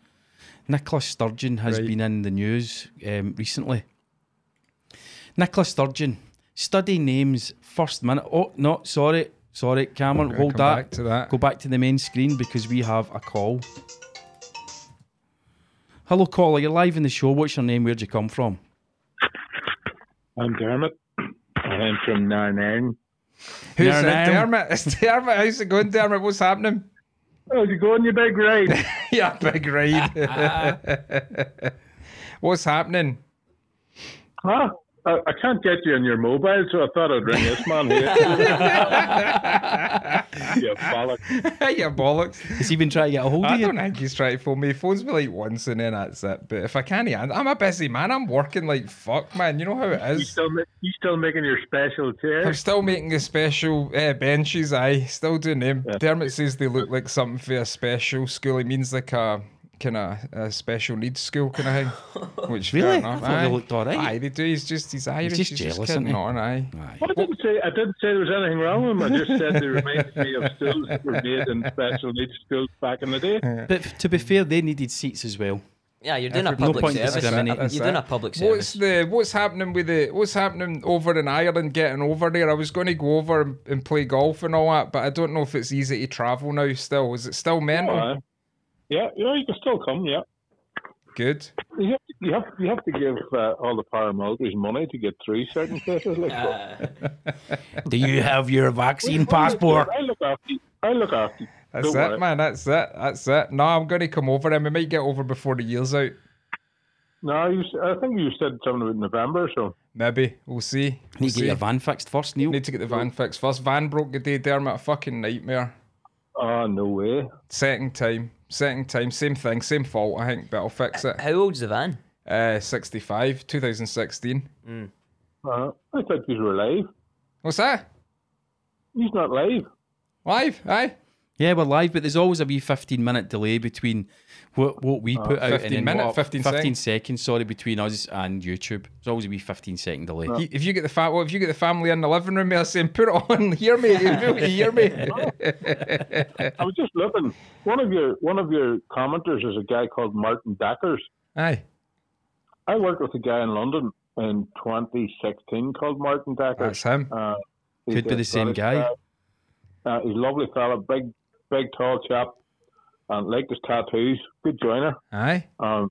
[SPEAKER 1] Nicola Sturgeon has
[SPEAKER 2] Right.
[SPEAKER 1] been in the news um, recently. Nicola Sturgeon, study names first minute. Oh no, sorry, sorry, Cameron,
[SPEAKER 2] Gonna
[SPEAKER 1] hold
[SPEAKER 2] come
[SPEAKER 1] that.
[SPEAKER 2] back to that.
[SPEAKER 1] Go back to the main screen because we have a call. Hello, caller. You're live in the show. What's your name? Where'd you come from?
[SPEAKER 5] I'm Dermot. I'm from Narnan.
[SPEAKER 2] Who's
[SPEAKER 1] Darren
[SPEAKER 2] it?
[SPEAKER 1] Allen.
[SPEAKER 2] Dermot? It's Dermot. How's it going, Dermot? What's happening?
[SPEAKER 5] How's it going, Oh, you big ride?
[SPEAKER 2] yeah, big ride.
[SPEAKER 5] Ah,
[SPEAKER 2] What's happening?
[SPEAKER 5] huh? I, I can't get you on your mobile, so I thought I'd ring this man here. you bollock.
[SPEAKER 2] you bollocks.
[SPEAKER 1] Has he been trying to get a hold
[SPEAKER 2] I
[SPEAKER 1] of you?
[SPEAKER 2] don't think he's trying to phone me. He phones me like once and then that's it. But if I can't, an- I'm a busy man. I'm working like fuck, man. You know how it
[SPEAKER 5] You
[SPEAKER 2] is.
[SPEAKER 5] still, ma- you still making your special
[SPEAKER 2] I'm
[SPEAKER 5] chair?
[SPEAKER 2] still making the special uh, benches. I still doing them. Dermot says they look like something for a special school. It means like a kind of a special needs school kind of thing. Which fair
[SPEAKER 1] Really? I
[SPEAKER 2] enough.
[SPEAKER 1] thought they looked all right.
[SPEAKER 2] Aye, they do. He's just he's Irish.
[SPEAKER 1] just
[SPEAKER 2] He's just,
[SPEAKER 1] jealous, isn't
[SPEAKER 2] kidding
[SPEAKER 1] he?
[SPEAKER 2] on. Aye.
[SPEAKER 1] Aye.
[SPEAKER 5] Well, I didn't say I didn't say there was anything wrong with him. I just said they reminded me of schools that were made in special needs schools back in the day.
[SPEAKER 1] But f- to be fair, they needed seats as well.
[SPEAKER 3] Yeah, you're doing a
[SPEAKER 1] Everybody- no
[SPEAKER 3] public
[SPEAKER 1] point in
[SPEAKER 3] service. You're
[SPEAKER 1] discriminating.
[SPEAKER 3] doing a public
[SPEAKER 2] What's
[SPEAKER 3] service.
[SPEAKER 2] the what's happening with the what's happening over in Ireland? Getting over there, I was going to go over and, and play golf and all that, but I don't know if it's easy to travel now. Still, is it still mental?
[SPEAKER 5] Aye. Uh, Yeah, you know, you can still come, yeah.
[SPEAKER 2] Good.
[SPEAKER 5] You have, you have, you have to give uh, all the paramilitaries money to get through certain places like that.
[SPEAKER 1] Do you have your vaccine passport?
[SPEAKER 5] I look after you. I look after you.
[SPEAKER 2] That's
[SPEAKER 5] Don't
[SPEAKER 2] it,
[SPEAKER 5] worry.
[SPEAKER 2] man. That's it. That's it. No, I'm going to come over, and we might get over before the year's out.
[SPEAKER 5] No, you, s- I think you said something about November, so
[SPEAKER 2] Maybe we'll see. We'll
[SPEAKER 1] Need to get
[SPEAKER 2] see.
[SPEAKER 1] your van fixed first, Neil.
[SPEAKER 2] Need to get the van fixed first. Van broke the day, Dermot. A fucking nightmare.
[SPEAKER 5] oh no way.
[SPEAKER 2] Second time. Second time. Same thing. Same fault. I think, but I'll fix it.
[SPEAKER 3] How old's the van?
[SPEAKER 2] Uh, 65, 2016.
[SPEAKER 5] Uh, I thought you were live.
[SPEAKER 2] What's that?
[SPEAKER 5] He's not live.
[SPEAKER 2] Live? Aye.
[SPEAKER 1] Yeah, we're live, but there's always a wee 15 minute delay between what, what
[SPEAKER 2] Uh,
[SPEAKER 1] we put out
[SPEAKER 2] 15
[SPEAKER 1] and then
[SPEAKER 2] minute,
[SPEAKER 1] what,
[SPEAKER 2] 15
[SPEAKER 1] seconds, sorry, between us and YouTube. There's always a wee 15 second delay.
[SPEAKER 2] You- If you get the fa- well, if you get the family in the living room, they're saying, "Put it on, hear me, you'll be able to hear me."
[SPEAKER 5] I was just looking. One of your one of your commenters is a guy called Martin Dackers.
[SPEAKER 2] Aye.
[SPEAKER 5] I worked with a guy in London in 2016 called Martin
[SPEAKER 2] That's
[SPEAKER 5] Dackers.
[SPEAKER 2] him.
[SPEAKER 5] Uh, he's
[SPEAKER 1] Could be
[SPEAKER 5] a
[SPEAKER 1] the same
[SPEAKER 5] Scottish
[SPEAKER 1] guy.
[SPEAKER 5] Uh, he's a lovely fella, big, big, tall chap, and liked his tattoos. Good joiner.
[SPEAKER 2] Aye.
[SPEAKER 5] Um,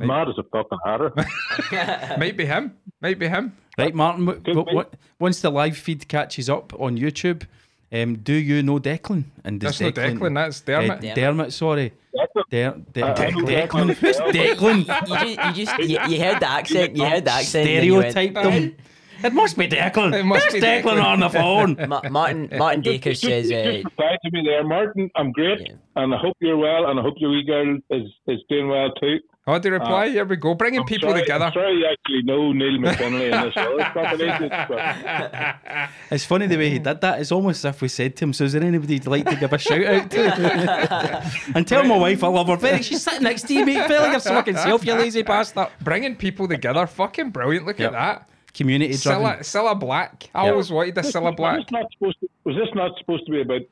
[SPEAKER 5] mad as a fucking hatter.
[SPEAKER 2] Might be him. Might be him.
[SPEAKER 1] Right, Martin, w-
[SPEAKER 5] Good
[SPEAKER 1] w-
[SPEAKER 5] point.
[SPEAKER 1] w- once the live feed catches up on YouTube, um, do you know Declan? And does
[SPEAKER 2] That's not Declan. That's Dermot.
[SPEAKER 1] Uh, Dermot, sorry.
[SPEAKER 5] Declan.
[SPEAKER 1] Der- Der-
[SPEAKER 3] Uh,
[SPEAKER 5] I know
[SPEAKER 1] Declan.
[SPEAKER 5] Declan.
[SPEAKER 1] Who's Declan?
[SPEAKER 3] You just, you, just you, you heard the accent. You heard the accent. and then you went,
[SPEAKER 1] Stereotyped him. It must be Declan.
[SPEAKER 2] It must
[SPEAKER 1] There's
[SPEAKER 2] be
[SPEAKER 1] Declan,
[SPEAKER 2] Declan.
[SPEAKER 1] on the phone.
[SPEAKER 3] Ma- Martin Martin Dacre says, uh,
[SPEAKER 5] just replied to me there, Martin. I'm great, and I hope you're well, and I hope your wee girl is, is doing well too.
[SPEAKER 2] Oh, do reply? Here we go. Bringing people
[SPEAKER 5] sorry,
[SPEAKER 2] together.
[SPEAKER 5] Uh, I'm sorry, you actually know Neil McKinley and this other company. But
[SPEAKER 1] It's funny the way
[SPEAKER 2] Oh.
[SPEAKER 1] he did that. It's almost as if we said to him, So, is there anybody you'd like to give a shout out to? and tell my wife I love her. Felix, she's sitting next to you, mate. Felix, your fucking self, you lazy bastard.
[SPEAKER 2] Bringing people together. Fucking brilliant. Look
[SPEAKER 1] Yep.
[SPEAKER 2] at that.
[SPEAKER 1] Community driven.
[SPEAKER 2] Silla, Silla Black. I
[SPEAKER 1] Yep.
[SPEAKER 2] always wanted a Silla
[SPEAKER 5] was,
[SPEAKER 2] Black.
[SPEAKER 5] this not supposed to, was this not supposed to be about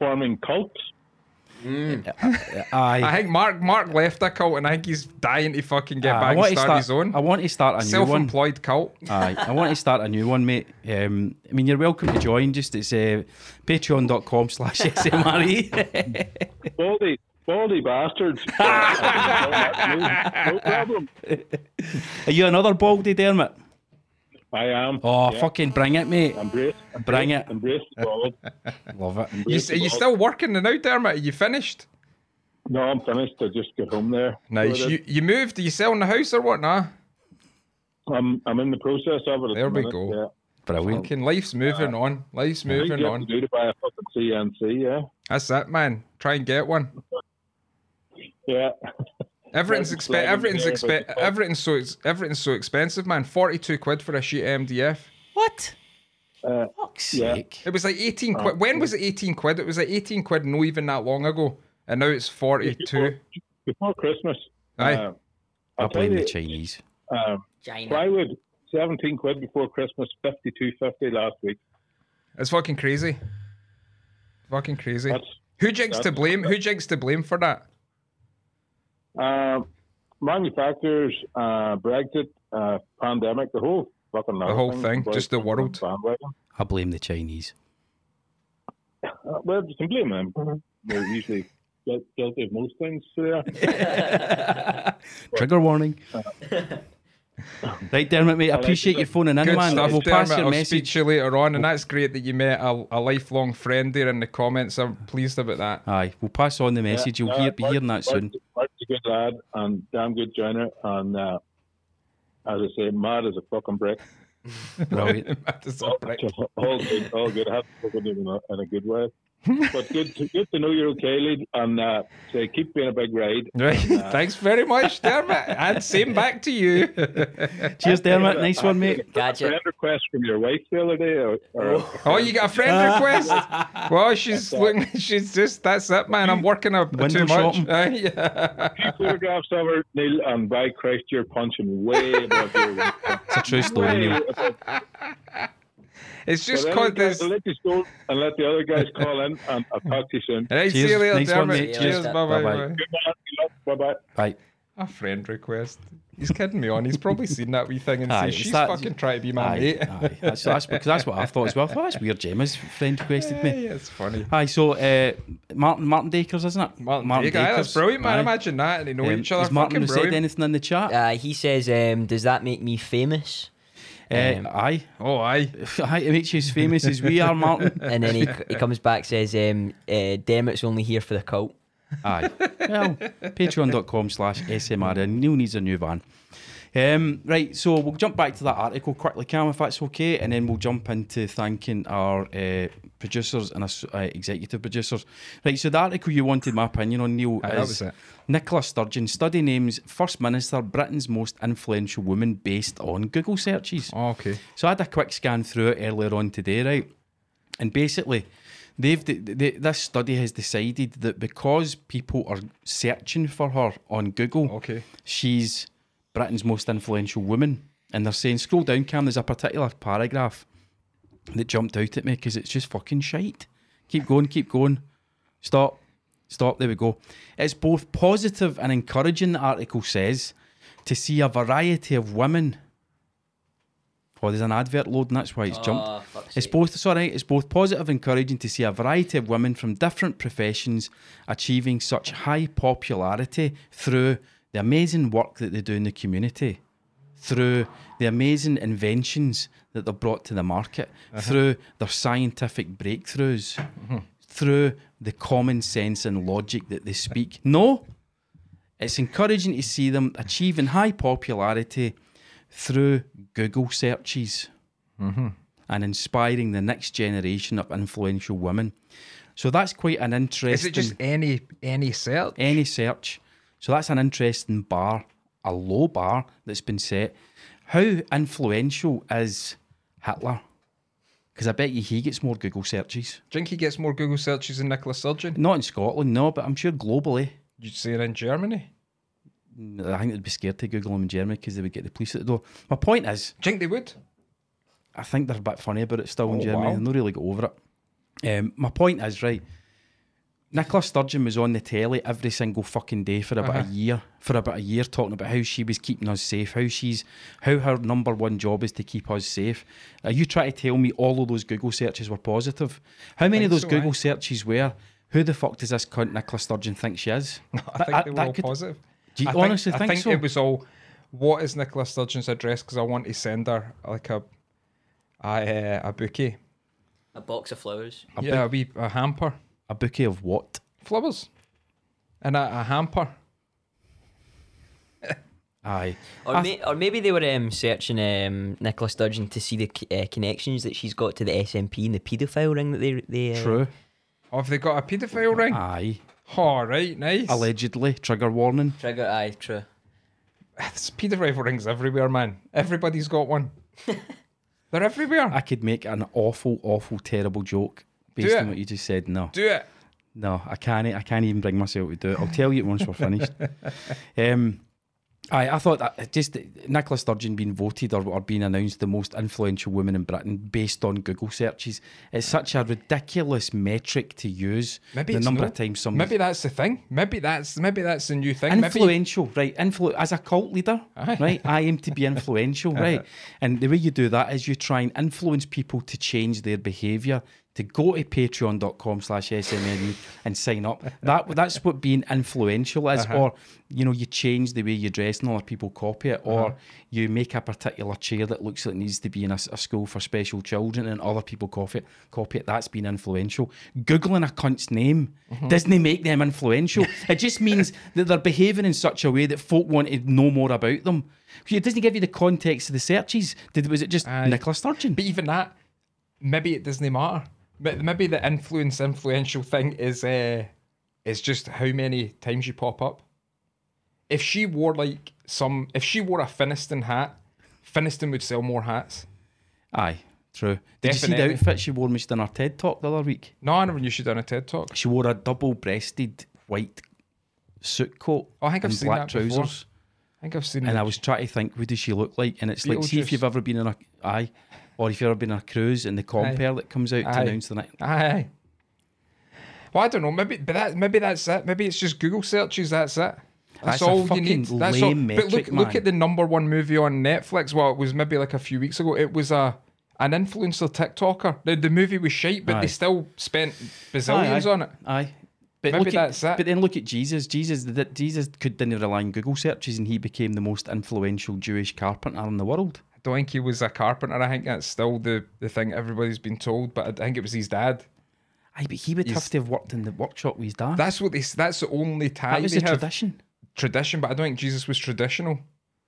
[SPEAKER 5] forming cults?
[SPEAKER 2] I
[SPEAKER 1] Aye.
[SPEAKER 2] think Mark Mark left a cult and I think he's dying to fucking get
[SPEAKER 1] Aye,
[SPEAKER 2] back and start, his own.
[SPEAKER 1] Ah, I want to start a new one.
[SPEAKER 2] Self-employed cult.
[SPEAKER 1] Aye, I want to start a new one, mate. Um, I mean, you're welcome to join. Just it's uh, patreon.com slash E. SMRE.
[SPEAKER 5] Baldy, baldy bastards. no, no problem.
[SPEAKER 1] Are you another baldy, Dermot?
[SPEAKER 5] I am.
[SPEAKER 1] Oh,
[SPEAKER 5] Yeah.
[SPEAKER 1] fucking bring it, mate.
[SPEAKER 5] Embrace,
[SPEAKER 1] Bring it.
[SPEAKER 5] embrace the bald.
[SPEAKER 1] Love it.
[SPEAKER 2] You, s- are you still working now, Dermot? Are you finished?
[SPEAKER 5] No, I'm finished. I just get home there.
[SPEAKER 2] Nice.
[SPEAKER 5] So I did.
[SPEAKER 2] You, you moved? Are you selling the house or what? Nah.
[SPEAKER 5] I'm I'm in the process of it. at
[SPEAKER 2] There
[SPEAKER 5] the
[SPEAKER 2] we
[SPEAKER 5] minute,
[SPEAKER 2] go.
[SPEAKER 5] Yeah.
[SPEAKER 1] Brilliant.
[SPEAKER 2] Fucking life's moving on. Life's
[SPEAKER 5] I think
[SPEAKER 2] moving
[SPEAKER 5] you have to
[SPEAKER 2] on.
[SPEAKER 5] do to buy a fucking CNC. Yeah,
[SPEAKER 2] That's it, man. Try and get one.
[SPEAKER 5] yeah.
[SPEAKER 2] Everything's
[SPEAKER 5] That's
[SPEAKER 2] expe-
[SPEAKER 5] exciting,
[SPEAKER 2] everything's
[SPEAKER 5] yeah,
[SPEAKER 2] expe-
[SPEAKER 5] but-
[SPEAKER 2] everything's so ex- everything's so expensive, man. Forty two quid for a sheet of MDF.
[SPEAKER 1] What?
[SPEAKER 5] Uh,
[SPEAKER 1] Fuck's
[SPEAKER 5] yeah.
[SPEAKER 1] sake.
[SPEAKER 2] It was like eighteen
[SPEAKER 5] Oh,
[SPEAKER 2] quid. When was it eighteen quid? It was like eighteen quid, no even that long ago, and now it's forty two.
[SPEAKER 5] Before Christmas.
[SPEAKER 2] Aye.
[SPEAKER 5] uh,
[SPEAKER 1] I
[SPEAKER 5] I'll tell
[SPEAKER 1] blame the
[SPEAKER 5] you,
[SPEAKER 1] Chinese.
[SPEAKER 5] Um, plywood, seventeen quid before Christmas, fifty two fifty last week.
[SPEAKER 2] It's fucking crazy. Fucking crazy.
[SPEAKER 5] That's
[SPEAKER 2] Who jinks to
[SPEAKER 5] that's-
[SPEAKER 2] blame? Who jinks to blame for that?
[SPEAKER 5] Um, manufacturers, uh, Brexit, uh, pandemic, the whole fucking
[SPEAKER 2] The whole thing,
[SPEAKER 5] was
[SPEAKER 2] just the world.
[SPEAKER 5] bandwagon.
[SPEAKER 1] I blame the Chinese.
[SPEAKER 5] Uh, well, you can blame them. They're usually gu- guilty of most things. So yeah.
[SPEAKER 1] Trigger warning. right, Dermot, mate.
[SPEAKER 5] it.
[SPEAKER 1] Appreciate your phoning in,
[SPEAKER 2] Good
[SPEAKER 1] man.
[SPEAKER 2] stuff,
[SPEAKER 1] we'll pass
[SPEAKER 2] Dermot.
[SPEAKER 1] your
[SPEAKER 2] I'll
[SPEAKER 1] message.
[SPEAKER 2] speak to you later on, and that's great that you met a, a lifelong friend there in the comments. I'm pleased about that.
[SPEAKER 1] Aye, we'll pass on the message. You'll
[SPEAKER 5] Uh,
[SPEAKER 1] hear, be
[SPEAKER 5] Mark-
[SPEAKER 1] hearing that soon.
[SPEAKER 5] Mark's- Mark's a good lad and um, damn good joiner, and uh, as I say, mad as a fucking brick.
[SPEAKER 1] Brilliant.
[SPEAKER 2] That is a prick.
[SPEAKER 5] all good, all good. I have to look at him in a, in a good way. But good to, good to know you're okay, lad, and uh, say keep being a big ride.
[SPEAKER 2] Right. Thanks very much, Dermot. And same back to you.
[SPEAKER 1] Cheers, Dermot. Nice one, mate.
[SPEAKER 3] Gotcha.
[SPEAKER 5] Friend request from your wife the other day. Or, or,
[SPEAKER 2] Oh, you got a friend request? Well, she's looking. She's just that's it, man. I'm working up
[SPEAKER 1] Window
[SPEAKER 2] too much.
[SPEAKER 1] shopping.
[SPEAKER 2] Uh, yeah.
[SPEAKER 5] few photographs of her, Neil, and by Christ, you're punching way above your weight.
[SPEAKER 1] It's a true story,
[SPEAKER 5] Way
[SPEAKER 1] Neil.
[SPEAKER 5] above.
[SPEAKER 2] It's just
[SPEAKER 5] But
[SPEAKER 2] called
[SPEAKER 5] anyway,
[SPEAKER 2] this.
[SPEAKER 5] I'll let you go and let the other guys call in, and I'll talk to you soon.
[SPEAKER 2] Right, see you
[SPEAKER 1] Cheers.
[SPEAKER 2] later,
[SPEAKER 1] Nice one,
[SPEAKER 2] Dermot.
[SPEAKER 1] mate.
[SPEAKER 2] Cheers,
[SPEAKER 3] Cheers.
[SPEAKER 2] bye-bye.
[SPEAKER 1] Bye-bye.
[SPEAKER 2] bye.
[SPEAKER 5] Bye bye.
[SPEAKER 1] Right.
[SPEAKER 2] A friend request. He's kidding me on. He's probably seen that wee thing and
[SPEAKER 1] Aye,
[SPEAKER 2] said,
[SPEAKER 1] it's
[SPEAKER 2] "She's
[SPEAKER 1] that-
[SPEAKER 2] fucking trying to be my
[SPEAKER 1] Aye,
[SPEAKER 2] mate."
[SPEAKER 1] aye. That's, that's, because that's what I thought as well. I thought that's weird. Gemma's friend requested me.
[SPEAKER 2] Yeah, it's funny.
[SPEAKER 1] Aye, so uh, Martin Martin Dakers, isn't it?
[SPEAKER 2] Martin, Martin that's brilliant, man. Imagine that, and they know
[SPEAKER 1] Um,
[SPEAKER 2] each other.
[SPEAKER 1] has Martin
[SPEAKER 2] fucking
[SPEAKER 1] said
[SPEAKER 2] brilliant.
[SPEAKER 1] anything in the chat?
[SPEAKER 3] Uh, he says, um, "Does that make me famous?"
[SPEAKER 1] Uh, aye.
[SPEAKER 2] Oh, aye.
[SPEAKER 1] aye. It makes you as famous as we are, Martin.
[SPEAKER 3] And then he, he comes back says, um, uh, "Demet's only here for the cult."
[SPEAKER 1] Aye. Well, patreon.com slash SMR. Neil needs a new van. Um, right, so we'll jump back to that article quickly, Cam, if that's okay, and then we'll jump into thanking our uh, producers and ass- uh, executive producers. Right, so the article you wanted my opinion on, Neil,
[SPEAKER 2] Aye, that
[SPEAKER 1] is
[SPEAKER 2] was it.
[SPEAKER 1] Nicola Sturgeon study names First Minister, Britain's most influential woman based on Google searches.
[SPEAKER 2] Oh, okay.
[SPEAKER 1] So I had a quick scan through it earlier on today, right? And basically, they've they, they, this study has decided that because people are searching for her on Google,
[SPEAKER 2] Okay.
[SPEAKER 1] she's Britain's most influential woman, and they're saying scroll down, Cam. There's a particular paragraph that jumped out at me because it's just fucking shite. Keep going, keep going. Stop, stop. There we go. It's both positive and encouraging. The article says to see a variety of women. Oh, there's an advert loading. That's why it's jumped.
[SPEAKER 3] Ah,
[SPEAKER 1] It's both sorry, it's both positive and encouraging to see a variety of women from different professions achieving such high popularity through the amazing work that they do in the community, through the amazing inventions that they've brought to the market, through their scientific breakthroughs, through the common sense and logic that they speak. No, it's encouraging to see them achieving high popularity through Google searches
[SPEAKER 2] Mm-hmm.
[SPEAKER 1] and inspiring the next generation of influential women. So that's quite an interesting.
[SPEAKER 2] Is it just any any cert?
[SPEAKER 1] any search? So that's an interesting bar, a low bar that's been set. How influential is Hitler? Because I bet you he gets more Google searches.
[SPEAKER 2] Think he gets more Google searches than Nicola Sturgeon?
[SPEAKER 1] Not in Scotland, no, but I'm sure globally.
[SPEAKER 2] You'd say in Germany.
[SPEAKER 1] I think they'd be scared to Google him in Germany because they would get the police at the door. My point is,
[SPEAKER 2] Think they would?
[SPEAKER 1] I think they're a bit funny about it still in
[SPEAKER 2] Oh,
[SPEAKER 1] Germany.
[SPEAKER 2] wow.
[SPEAKER 1] They've not really got over it. Um, my point is, right, Nicola Sturgeon was on the telly every single fucking day for about
[SPEAKER 2] Uh-huh.
[SPEAKER 1] a year, for about a year, talking about how she was keeping us safe, how she's, how her number one job is to keep us safe. Are you trying to tell me all of those Google searches were positive? How many of those
[SPEAKER 2] think so,
[SPEAKER 1] Google
[SPEAKER 2] aye.
[SPEAKER 1] searches were? Who the fuck does this cunt Nicola Sturgeon think she is?
[SPEAKER 2] I think
[SPEAKER 1] That-
[SPEAKER 2] they were
[SPEAKER 1] that
[SPEAKER 2] all
[SPEAKER 1] could-
[SPEAKER 2] positive.
[SPEAKER 1] Do you
[SPEAKER 2] I
[SPEAKER 1] honestly
[SPEAKER 2] I
[SPEAKER 1] think
[SPEAKER 2] think
[SPEAKER 1] so?
[SPEAKER 2] it was all. What is Nicola Sturgeon's address? Because I want to send her like a, a, uh, a bouquet.
[SPEAKER 3] A box of flowers.
[SPEAKER 2] yeah, a wee a hamper,
[SPEAKER 1] A bouquet of what?
[SPEAKER 2] flowers, and a, a hamper.
[SPEAKER 1] Aye.
[SPEAKER 3] Or,
[SPEAKER 1] I-
[SPEAKER 3] may, or maybe they were um, searching um, Nicola Sturgeon to see the c- uh, connections that she's got to the SNP and the paedophile ring that they. they uh,
[SPEAKER 1] True.
[SPEAKER 2] Oh, have they got a paedophile ring?
[SPEAKER 1] Aye.
[SPEAKER 2] All right, nice.
[SPEAKER 1] Allegedly. Trigger warning.
[SPEAKER 3] Trigger, aye, true.
[SPEAKER 2] There's paedophile rings everywhere, man. Everybody's got one. They're everywhere.
[SPEAKER 1] I could make an awful, awful, terrible joke based
[SPEAKER 2] Do it.
[SPEAKER 1] on what you just said. No.
[SPEAKER 2] Do it.
[SPEAKER 1] No, I can't. I can't even bring myself to do it. I'll tell you once we're finished. Um, I, I thought that just Nicola Sturgeon being voted or, or being announced the most influential woman in Britain based on Google searches is such a ridiculous metric to use.
[SPEAKER 2] Maybe
[SPEAKER 1] the
[SPEAKER 2] it's
[SPEAKER 1] number
[SPEAKER 2] no-
[SPEAKER 1] of times somebody
[SPEAKER 2] Maybe that's the thing. Maybe that's maybe that's the new thing. Maybe
[SPEAKER 1] influential, right? Influ- as a cult leader,
[SPEAKER 2] Aye.
[SPEAKER 1] right? I aim to be influential, right? And the way you do that is you try and influence people to change their behaviour. To go to patreon.com slash SMNE E and sign up. That that's what being influential is.
[SPEAKER 2] Uh-huh.
[SPEAKER 1] Or, you know, you change the way you dress and other people copy it.
[SPEAKER 2] Uh-huh.
[SPEAKER 1] Or you make a particular chair that looks like it needs to be in a, s- a school for special children and other people copy it. Copy it. That's being influential. Googling a cunt's name
[SPEAKER 2] Mm-hmm.
[SPEAKER 1] doesn't make them influential. it just means that they're behaving in such a way that folk want to know more about them. It doesn't give you the context of the searches. Did was it just
[SPEAKER 2] Aye.
[SPEAKER 1] Nicola Sturgeon?
[SPEAKER 2] But even that, maybe it doesn't matter. But maybe the influence influential thing is uh, is just how many times you pop up. If she wore like some, if she wore a Finiston hat, Finiston would sell more hats.
[SPEAKER 1] Aye, true. Did you see the
[SPEAKER 2] Definitely.
[SPEAKER 1] outfit she wore when she done her TED talk the other week?
[SPEAKER 2] No, I never knew she'd done a TED talk.
[SPEAKER 1] She wore a double-breasted white suit coat
[SPEAKER 2] Oh, I think I've
[SPEAKER 1] and
[SPEAKER 2] seen
[SPEAKER 1] black
[SPEAKER 2] that before.
[SPEAKER 1] trousers.
[SPEAKER 2] I think I've seen.
[SPEAKER 1] And
[SPEAKER 2] the-
[SPEAKER 1] I was trying to think, what does she look like? And it's like, see
[SPEAKER 2] Beetlejuice.
[SPEAKER 1] if you've ever been in a aye, or if you've ever been on a cruise and the compere that comes out to
[SPEAKER 2] Aye.
[SPEAKER 1] announce the night.
[SPEAKER 2] Aye. aye. Well, I don't know. Maybe, but that maybe that's it. Maybe it's just Google searches. That's it. That's,
[SPEAKER 1] That's a
[SPEAKER 2] all you
[SPEAKER 1] fucking
[SPEAKER 2] need. That's all.
[SPEAKER 1] lame
[SPEAKER 2] but look,
[SPEAKER 1] metric,
[SPEAKER 2] look
[SPEAKER 1] man.
[SPEAKER 2] at the number one movie on Netflix. Well, it was maybe like a few weeks ago. It was a an influencer TikToker. The, the movie was shite, but
[SPEAKER 1] Aye.
[SPEAKER 2] they still spent bazillions
[SPEAKER 1] aye,
[SPEAKER 2] on it.
[SPEAKER 1] Aye. But
[SPEAKER 2] Maybe
[SPEAKER 1] look
[SPEAKER 2] that's
[SPEAKER 1] at,
[SPEAKER 2] it.
[SPEAKER 1] But then look at Jesus. Jesus did- Jesus could didn't rely on Google searches and he became the most influential Jewish carpenter in the world.
[SPEAKER 2] I don't think he was a carpenter. I think that's still the, the thing everybody's been told. But I think it was his dad.
[SPEAKER 1] Aye, but he would
[SPEAKER 2] He's-
[SPEAKER 1] have to have worked in the workshop with his dad. That,
[SPEAKER 2] That's what they. s- That's the only tie
[SPEAKER 1] was
[SPEAKER 2] they
[SPEAKER 1] the
[SPEAKER 2] have.
[SPEAKER 1] tradition.
[SPEAKER 2] Tradition, but I don't think Jesus was traditional.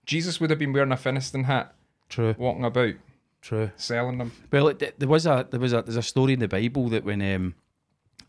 [SPEAKER 2] Jesus would have been wearing a Finiston hat,
[SPEAKER 1] True,
[SPEAKER 2] walking about.
[SPEAKER 1] true.
[SPEAKER 2] selling them.
[SPEAKER 1] Well, it, th- there was a there was a there's a story in the Bible that when um,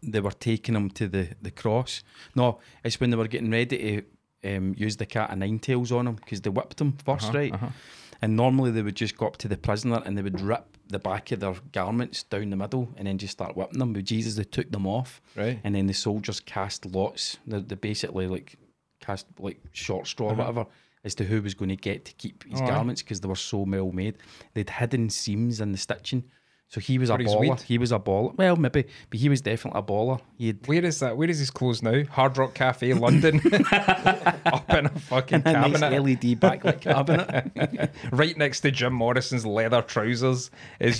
[SPEAKER 1] they were taking him to the, the cross, no, it's when they were getting ready to um, use the cat of nine tails on him because they whipped him 1st
[SPEAKER 2] Uh-huh,
[SPEAKER 1] right? And normally they would just go up to the prisoner and they would rip the back of their garments down the middle and then just start whipping them. But Jesus, they took them off,
[SPEAKER 2] Right.
[SPEAKER 1] And then the soldiers cast lots. They, they basically like cast like short straw
[SPEAKER 2] Uh-huh.
[SPEAKER 1] or whatever as to who was going to get to keep his
[SPEAKER 2] Aye.
[SPEAKER 1] garments because they were so well made. They'd hidden seams in the stitching. So he was a
[SPEAKER 2] But he's
[SPEAKER 1] baller.
[SPEAKER 2] weed.
[SPEAKER 1] He was a baller. Well, maybe, but he was definitely a baller. He had
[SPEAKER 2] Where is that? Where is his clothes now? Hard Rock Cafe, London. Up in a fucking
[SPEAKER 1] a nice E
[SPEAKER 2] cabinet,
[SPEAKER 1] LED backlit cabinet.
[SPEAKER 2] right next to Jim Morrison's leather trousers is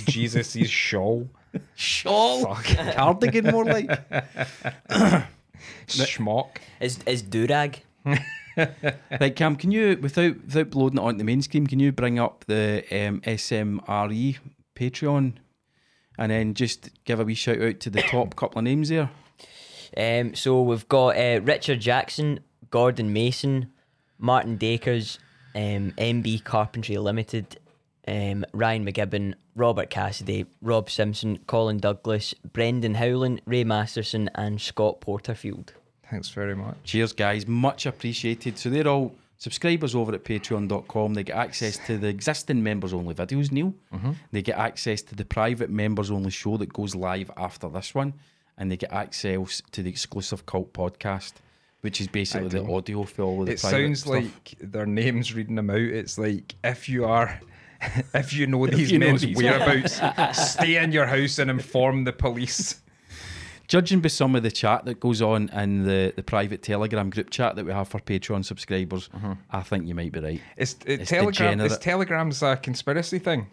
[SPEAKER 2] Jesus's shawl.
[SPEAKER 1] Shawl. Cardigan, more like.
[SPEAKER 2] Schmock.
[SPEAKER 3] Is, is Durag.
[SPEAKER 1] Right, Cam, can you, without without loading it onto the main scheme, can you bring up the um, SMRE E Patreon and then just give a wee shout out to the top couple of names there?
[SPEAKER 3] Um, so we've got uh, Richard Jackson, Gordon Mason, Martin Dakers, um, MB Carpentry Limited, um, Ryan McGibbon, Robert Cassidy, Rob Simpson, Colin Douglas, Brendan Howland, Ray Masterson, and Scott Porterfield.
[SPEAKER 2] Thanks very much.
[SPEAKER 1] Cheers, guys. Much appreciated. So they're all subscribers over at patreon.com. They get access to the existing members only videos, Neil.
[SPEAKER 2] Mm-hmm.
[SPEAKER 1] They get access to the private members only show that goes live after this one. And they get access to the exclusive cult podcast, which is basically the audio for all of the
[SPEAKER 2] It
[SPEAKER 1] private
[SPEAKER 2] sounds
[SPEAKER 1] stuff.
[SPEAKER 2] like their names reading them out. It's like if you are. If you know these
[SPEAKER 1] you know
[SPEAKER 2] men's
[SPEAKER 1] these.
[SPEAKER 2] whereabouts, stay in your house and inform the police.
[SPEAKER 1] judging by some of the chat that goes on in the, the private Telegram group chat that we have for Patreon subscribers,
[SPEAKER 2] Mm-hmm.
[SPEAKER 1] I think you might be right.
[SPEAKER 2] It's, it,
[SPEAKER 1] It's
[SPEAKER 2] Telegram. Is
[SPEAKER 1] degenerate.
[SPEAKER 2] Telegram's a conspiracy thing?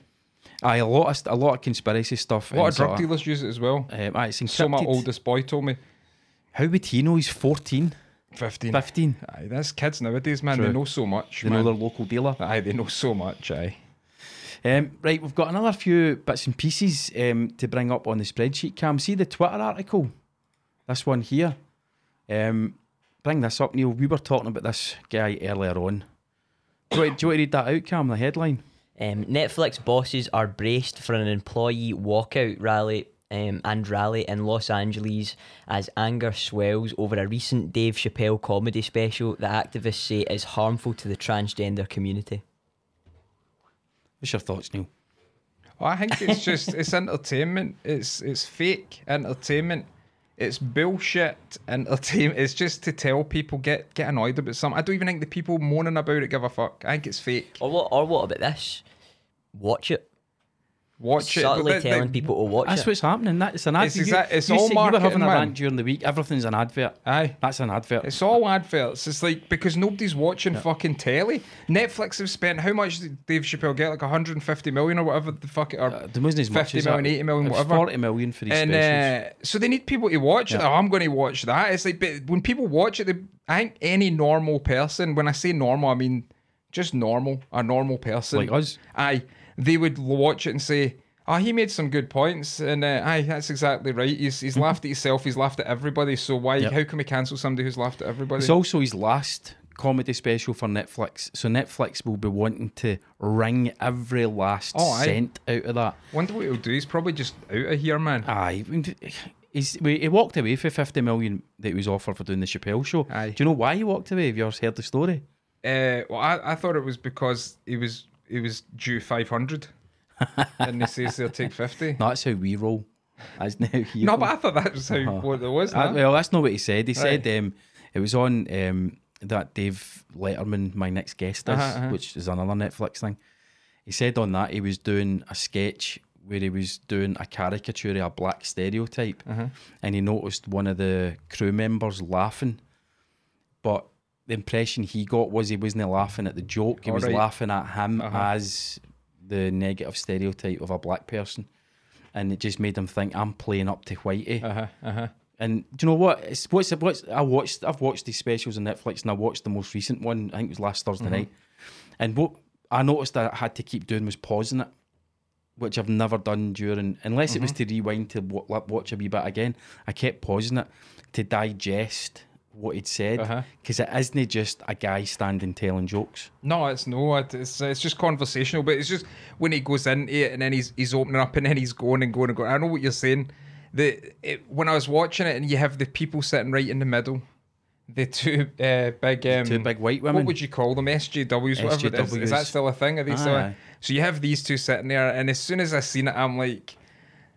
[SPEAKER 1] Aye, a lot of st- a lot of conspiracy stuff.
[SPEAKER 2] A lot
[SPEAKER 1] and
[SPEAKER 2] of drug
[SPEAKER 1] sorta-
[SPEAKER 2] dealers use it as well.
[SPEAKER 1] Um, aye, it's encrypted.
[SPEAKER 2] So my oldest boy told me,
[SPEAKER 1] How would he know? He's 14,
[SPEAKER 2] 15.
[SPEAKER 1] 15.
[SPEAKER 2] Aye, that's kids nowadays, man. They
[SPEAKER 1] True.
[SPEAKER 2] know so much.
[SPEAKER 1] They know
[SPEAKER 2] man.
[SPEAKER 1] their local dealer.
[SPEAKER 2] Aye, they know so much. Aye.
[SPEAKER 1] Um, right, we've got another few bits and pieces um, to bring up on the spreadsheet. Cam, see the Twitter article? This one here. Um, bring this up, Neil. We were talking about this guy earlier on Do you, want, do you want to read that out, Cam? The headline.
[SPEAKER 3] Um, Netflix bosses are braced for an employee walkout rally um, and rally in Los Angeles as anger swells over a recent Dave Chappelle comedy special that activists say is harmful to the transgender community.
[SPEAKER 1] What's your thoughts, Neil?
[SPEAKER 2] Well, Oh, I think it's just it's entertainment. It's it's fake entertainment. It's bullshit entertainment. It's just to tell people get get annoyed about something. I don't even think the people moaning about it give a fuck. I think it's fake.
[SPEAKER 3] Or what? Or what about this? Watch it.
[SPEAKER 2] Watch it.
[SPEAKER 3] Subtly
[SPEAKER 2] They- they-
[SPEAKER 3] telling people to watch
[SPEAKER 1] That's
[SPEAKER 3] it.
[SPEAKER 1] what's happening. That's an advert.
[SPEAKER 2] It's exact- it's
[SPEAKER 1] you,
[SPEAKER 2] all
[SPEAKER 1] said you were having
[SPEAKER 2] marketing,
[SPEAKER 1] a
[SPEAKER 2] man.
[SPEAKER 1] rant during the week. Everything's an advert.
[SPEAKER 2] Aye.
[SPEAKER 1] That's an advert.
[SPEAKER 2] It's all adverts. It's like because nobody's watching fucking telly. Netflix have spent how much did Dave Chappelle get? Like 150 million or whatever the fuck it or
[SPEAKER 1] Uh, there wasn't as much
[SPEAKER 2] 50
[SPEAKER 1] as
[SPEAKER 2] million,
[SPEAKER 1] that.
[SPEAKER 2] 80 million,
[SPEAKER 1] It was
[SPEAKER 2] whatever.
[SPEAKER 1] 40 million for these
[SPEAKER 2] and
[SPEAKER 1] specials.
[SPEAKER 2] uh, so they need people to watch it. Oh, I'm going to watch that. It's like but when people watch it, they, I think any normal person. When I say normal, I mean just normal, a normal person
[SPEAKER 1] Like us.
[SPEAKER 2] Aye, they would l- watch it and say, "Ah, he made some good points," and uh, aye, that's exactly right. He's, he's laughed at himself. He's laughed at everybody. So why?
[SPEAKER 1] Mm-hmm. Yep.
[SPEAKER 2] How can we cancel somebody who's laughed at everybody?
[SPEAKER 1] It's also his last comedy special for Netflix. So Netflix will be wanting to wring every last
[SPEAKER 2] Oh, aye.
[SPEAKER 1] cent out of that.
[SPEAKER 2] Wonder what he'll do. He's probably just out of here, man.
[SPEAKER 1] Aye. I mean, He's, he walked away for 50 million that he was offered for doing the Chappelle show.
[SPEAKER 2] Aye.
[SPEAKER 1] Do you know why he walked away? Have you ever heard the story?
[SPEAKER 2] Uh, well, I, I thought it was because he was he was due five hundred, and he says they'll take fifty.
[SPEAKER 1] No, that's how we roll. That's not how you
[SPEAKER 2] No,
[SPEAKER 1] roll.
[SPEAKER 2] but I thought that was how
[SPEAKER 1] Uh-huh.
[SPEAKER 2] what it was.
[SPEAKER 1] That-
[SPEAKER 2] no?
[SPEAKER 1] well, that's not what he said. He said um, it was on um, that Dave Letterman, my next guest is,
[SPEAKER 2] Uh-huh, uh-huh.
[SPEAKER 1] which is another Netflix thing. He said on that he was doing a sketch where he was doing a caricature of a black stereotype,
[SPEAKER 2] Uh-huh.
[SPEAKER 1] and he noticed one of the crew members laughing, but. The impression he got was he wasn't laughing at the joke; he was
[SPEAKER 2] Alright.
[SPEAKER 1] laughing at him as the negative stereotype of a black person, and it just made him think I'm playing up to Whitey. And do you know what? It's what's what's I watched. I've watched these specials on Netflix, and I watched the most recent one. I think it was last Thursday night. And what I noticed that I had to keep doing was pausing it, which I've never done during, unless it was to rewind to wa- wa- watch a wee bit again. I kept pausing it to digest what he'd said because it isn't just a guy standing telling jokes.
[SPEAKER 2] No, it's no. it- It's it's just conversational, but it's just when he goes into it and then he's he's opening up and then he's going and going and going. I know what you're saying. The it, when I was watching it and you have the people sitting right in the middle, the two uh, big um,
[SPEAKER 1] Two big white
[SPEAKER 2] What
[SPEAKER 1] women.
[SPEAKER 2] would you call them? SJWs, whatever it is. Is that
[SPEAKER 1] SJWs.
[SPEAKER 2] still a thing? Are they still?
[SPEAKER 1] Aye.
[SPEAKER 2] A, so you have these two sitting there, and as soon as I seen it, I'm like,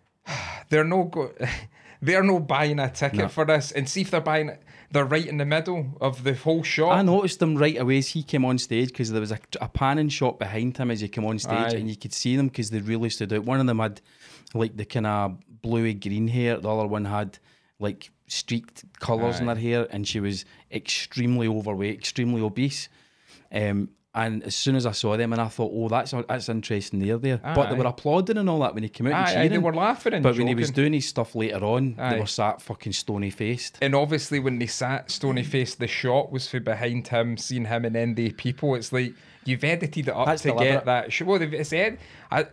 [SPEAKER 2] they're no go- they're no buying a ticket for this. And see if they're buying it. They're right in the middle of the whole shot.
[SPEAKER 1] I noticed them right away as he came on stage because there was a, a panning shot behind him as he came on stage,
[SPEAKER 2] Aye.
[SPEAKER 1] and you could see them because they really stood out. One of them had like the kind of bluey green hair, the other one had like streaked colours in her hair, and she was extremely overweight, extremely obese. Um, and as soon as I saw them, and I thought, oh, that's that's interesting. They're there, but they
[SPEAKER 2] Aye.
[SPEAKER 1] were applauding and all that when he came out. and
[SPEAKER 2] Aye, aye,
[SPEAKER 1] cheering.
[SPEAKER 2] they were laughing and
[SPEAKER 1] But when he was
[SPEAKER 2] joking.
[SPEAKER 1] doing his stuff later on,
[SPEAKER 2] Aye.
[SPEAKER 1] they were sat fucking stony faced.
[SPEAKER 2] And obviously, when they sat stony
[SPEAKER 1] Mm.
[SPEAKER 2] faced, the shot was for behind him, seeing him and then the people. It's like you've edited it up
[SPEAKER 1] That's
[SPEAKER 2] to
[SPEAKER 1] deliberate.
[SPEAKER 2] get that. Sh- well, they've- it's ed- I,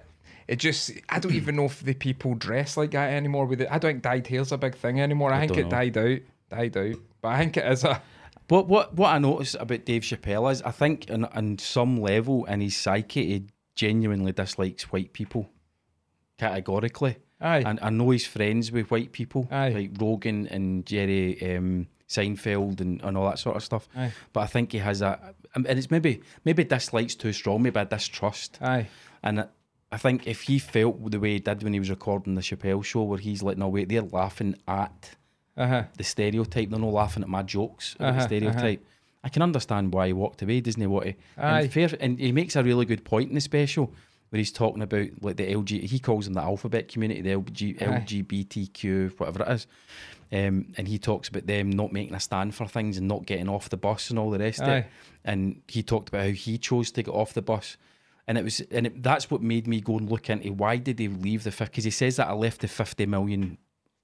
[SPEAKER 2] it just. I don't even know if the people dress like that anymore. With it, I don't think dyed hair's a big thing anymore. I, think
[SPEAKER 1] don't
[SPEAKER 2] it
[SPEAKER 1] know.
[SPEAKER 2] died out, died out. But I think it is a.
[SPEAKER 1] What what what I noticed about Dave Chappelle is I think on, on some level in his psyche he genuinely dislikes white people categorically.
[SPEAKER 2] Aye.
[SPEAKER 1] And I know he's friends with white people.
[SPEAKER 2] Aye.
[SPEAKER 1] Like Rogan and Jerry um, Seinfeld and, and all that sort of stuff.
[SPEAKER 2] Aye.
[SPEAKER 1] But I think he has a and it's maybe maybe dislikes too strong, maybe a distrust.
[SPEAKER 2] Aye.
[SPEAKER 1] And I- I think if he felt the way he did when he was recording the Chappelle show where he's like, no wait, they're laughing at
[SPEAKER 2] Uh huh.
[SPEAKER 1] the stereotype. They're not laughing at my jokes about
[SPEAKER 2] Uh-huh,
[SPEAKER 1] the stereotype. I can understand why he walked away, doesn't he? What he
[SPEAKER 2] Aye.
[SPEAKER 1] and fair and he makes a really good point in the special where he's talking about like the LG. He calls them the alphabet community, the LG,
[SPEAKER 2] Aye.
[SPEAKER 1] LGBTQ, whatever it is. Um, and he talks about them not making a stand for things and not getting off the bus and all the rest of it.
[SPEAKER 2] Aye.
[SPEAKER 1] And he talked about how he chose to get off the bus. And it was, and it, that's what made me go and look into why did he leave the because he says that I left the fifty million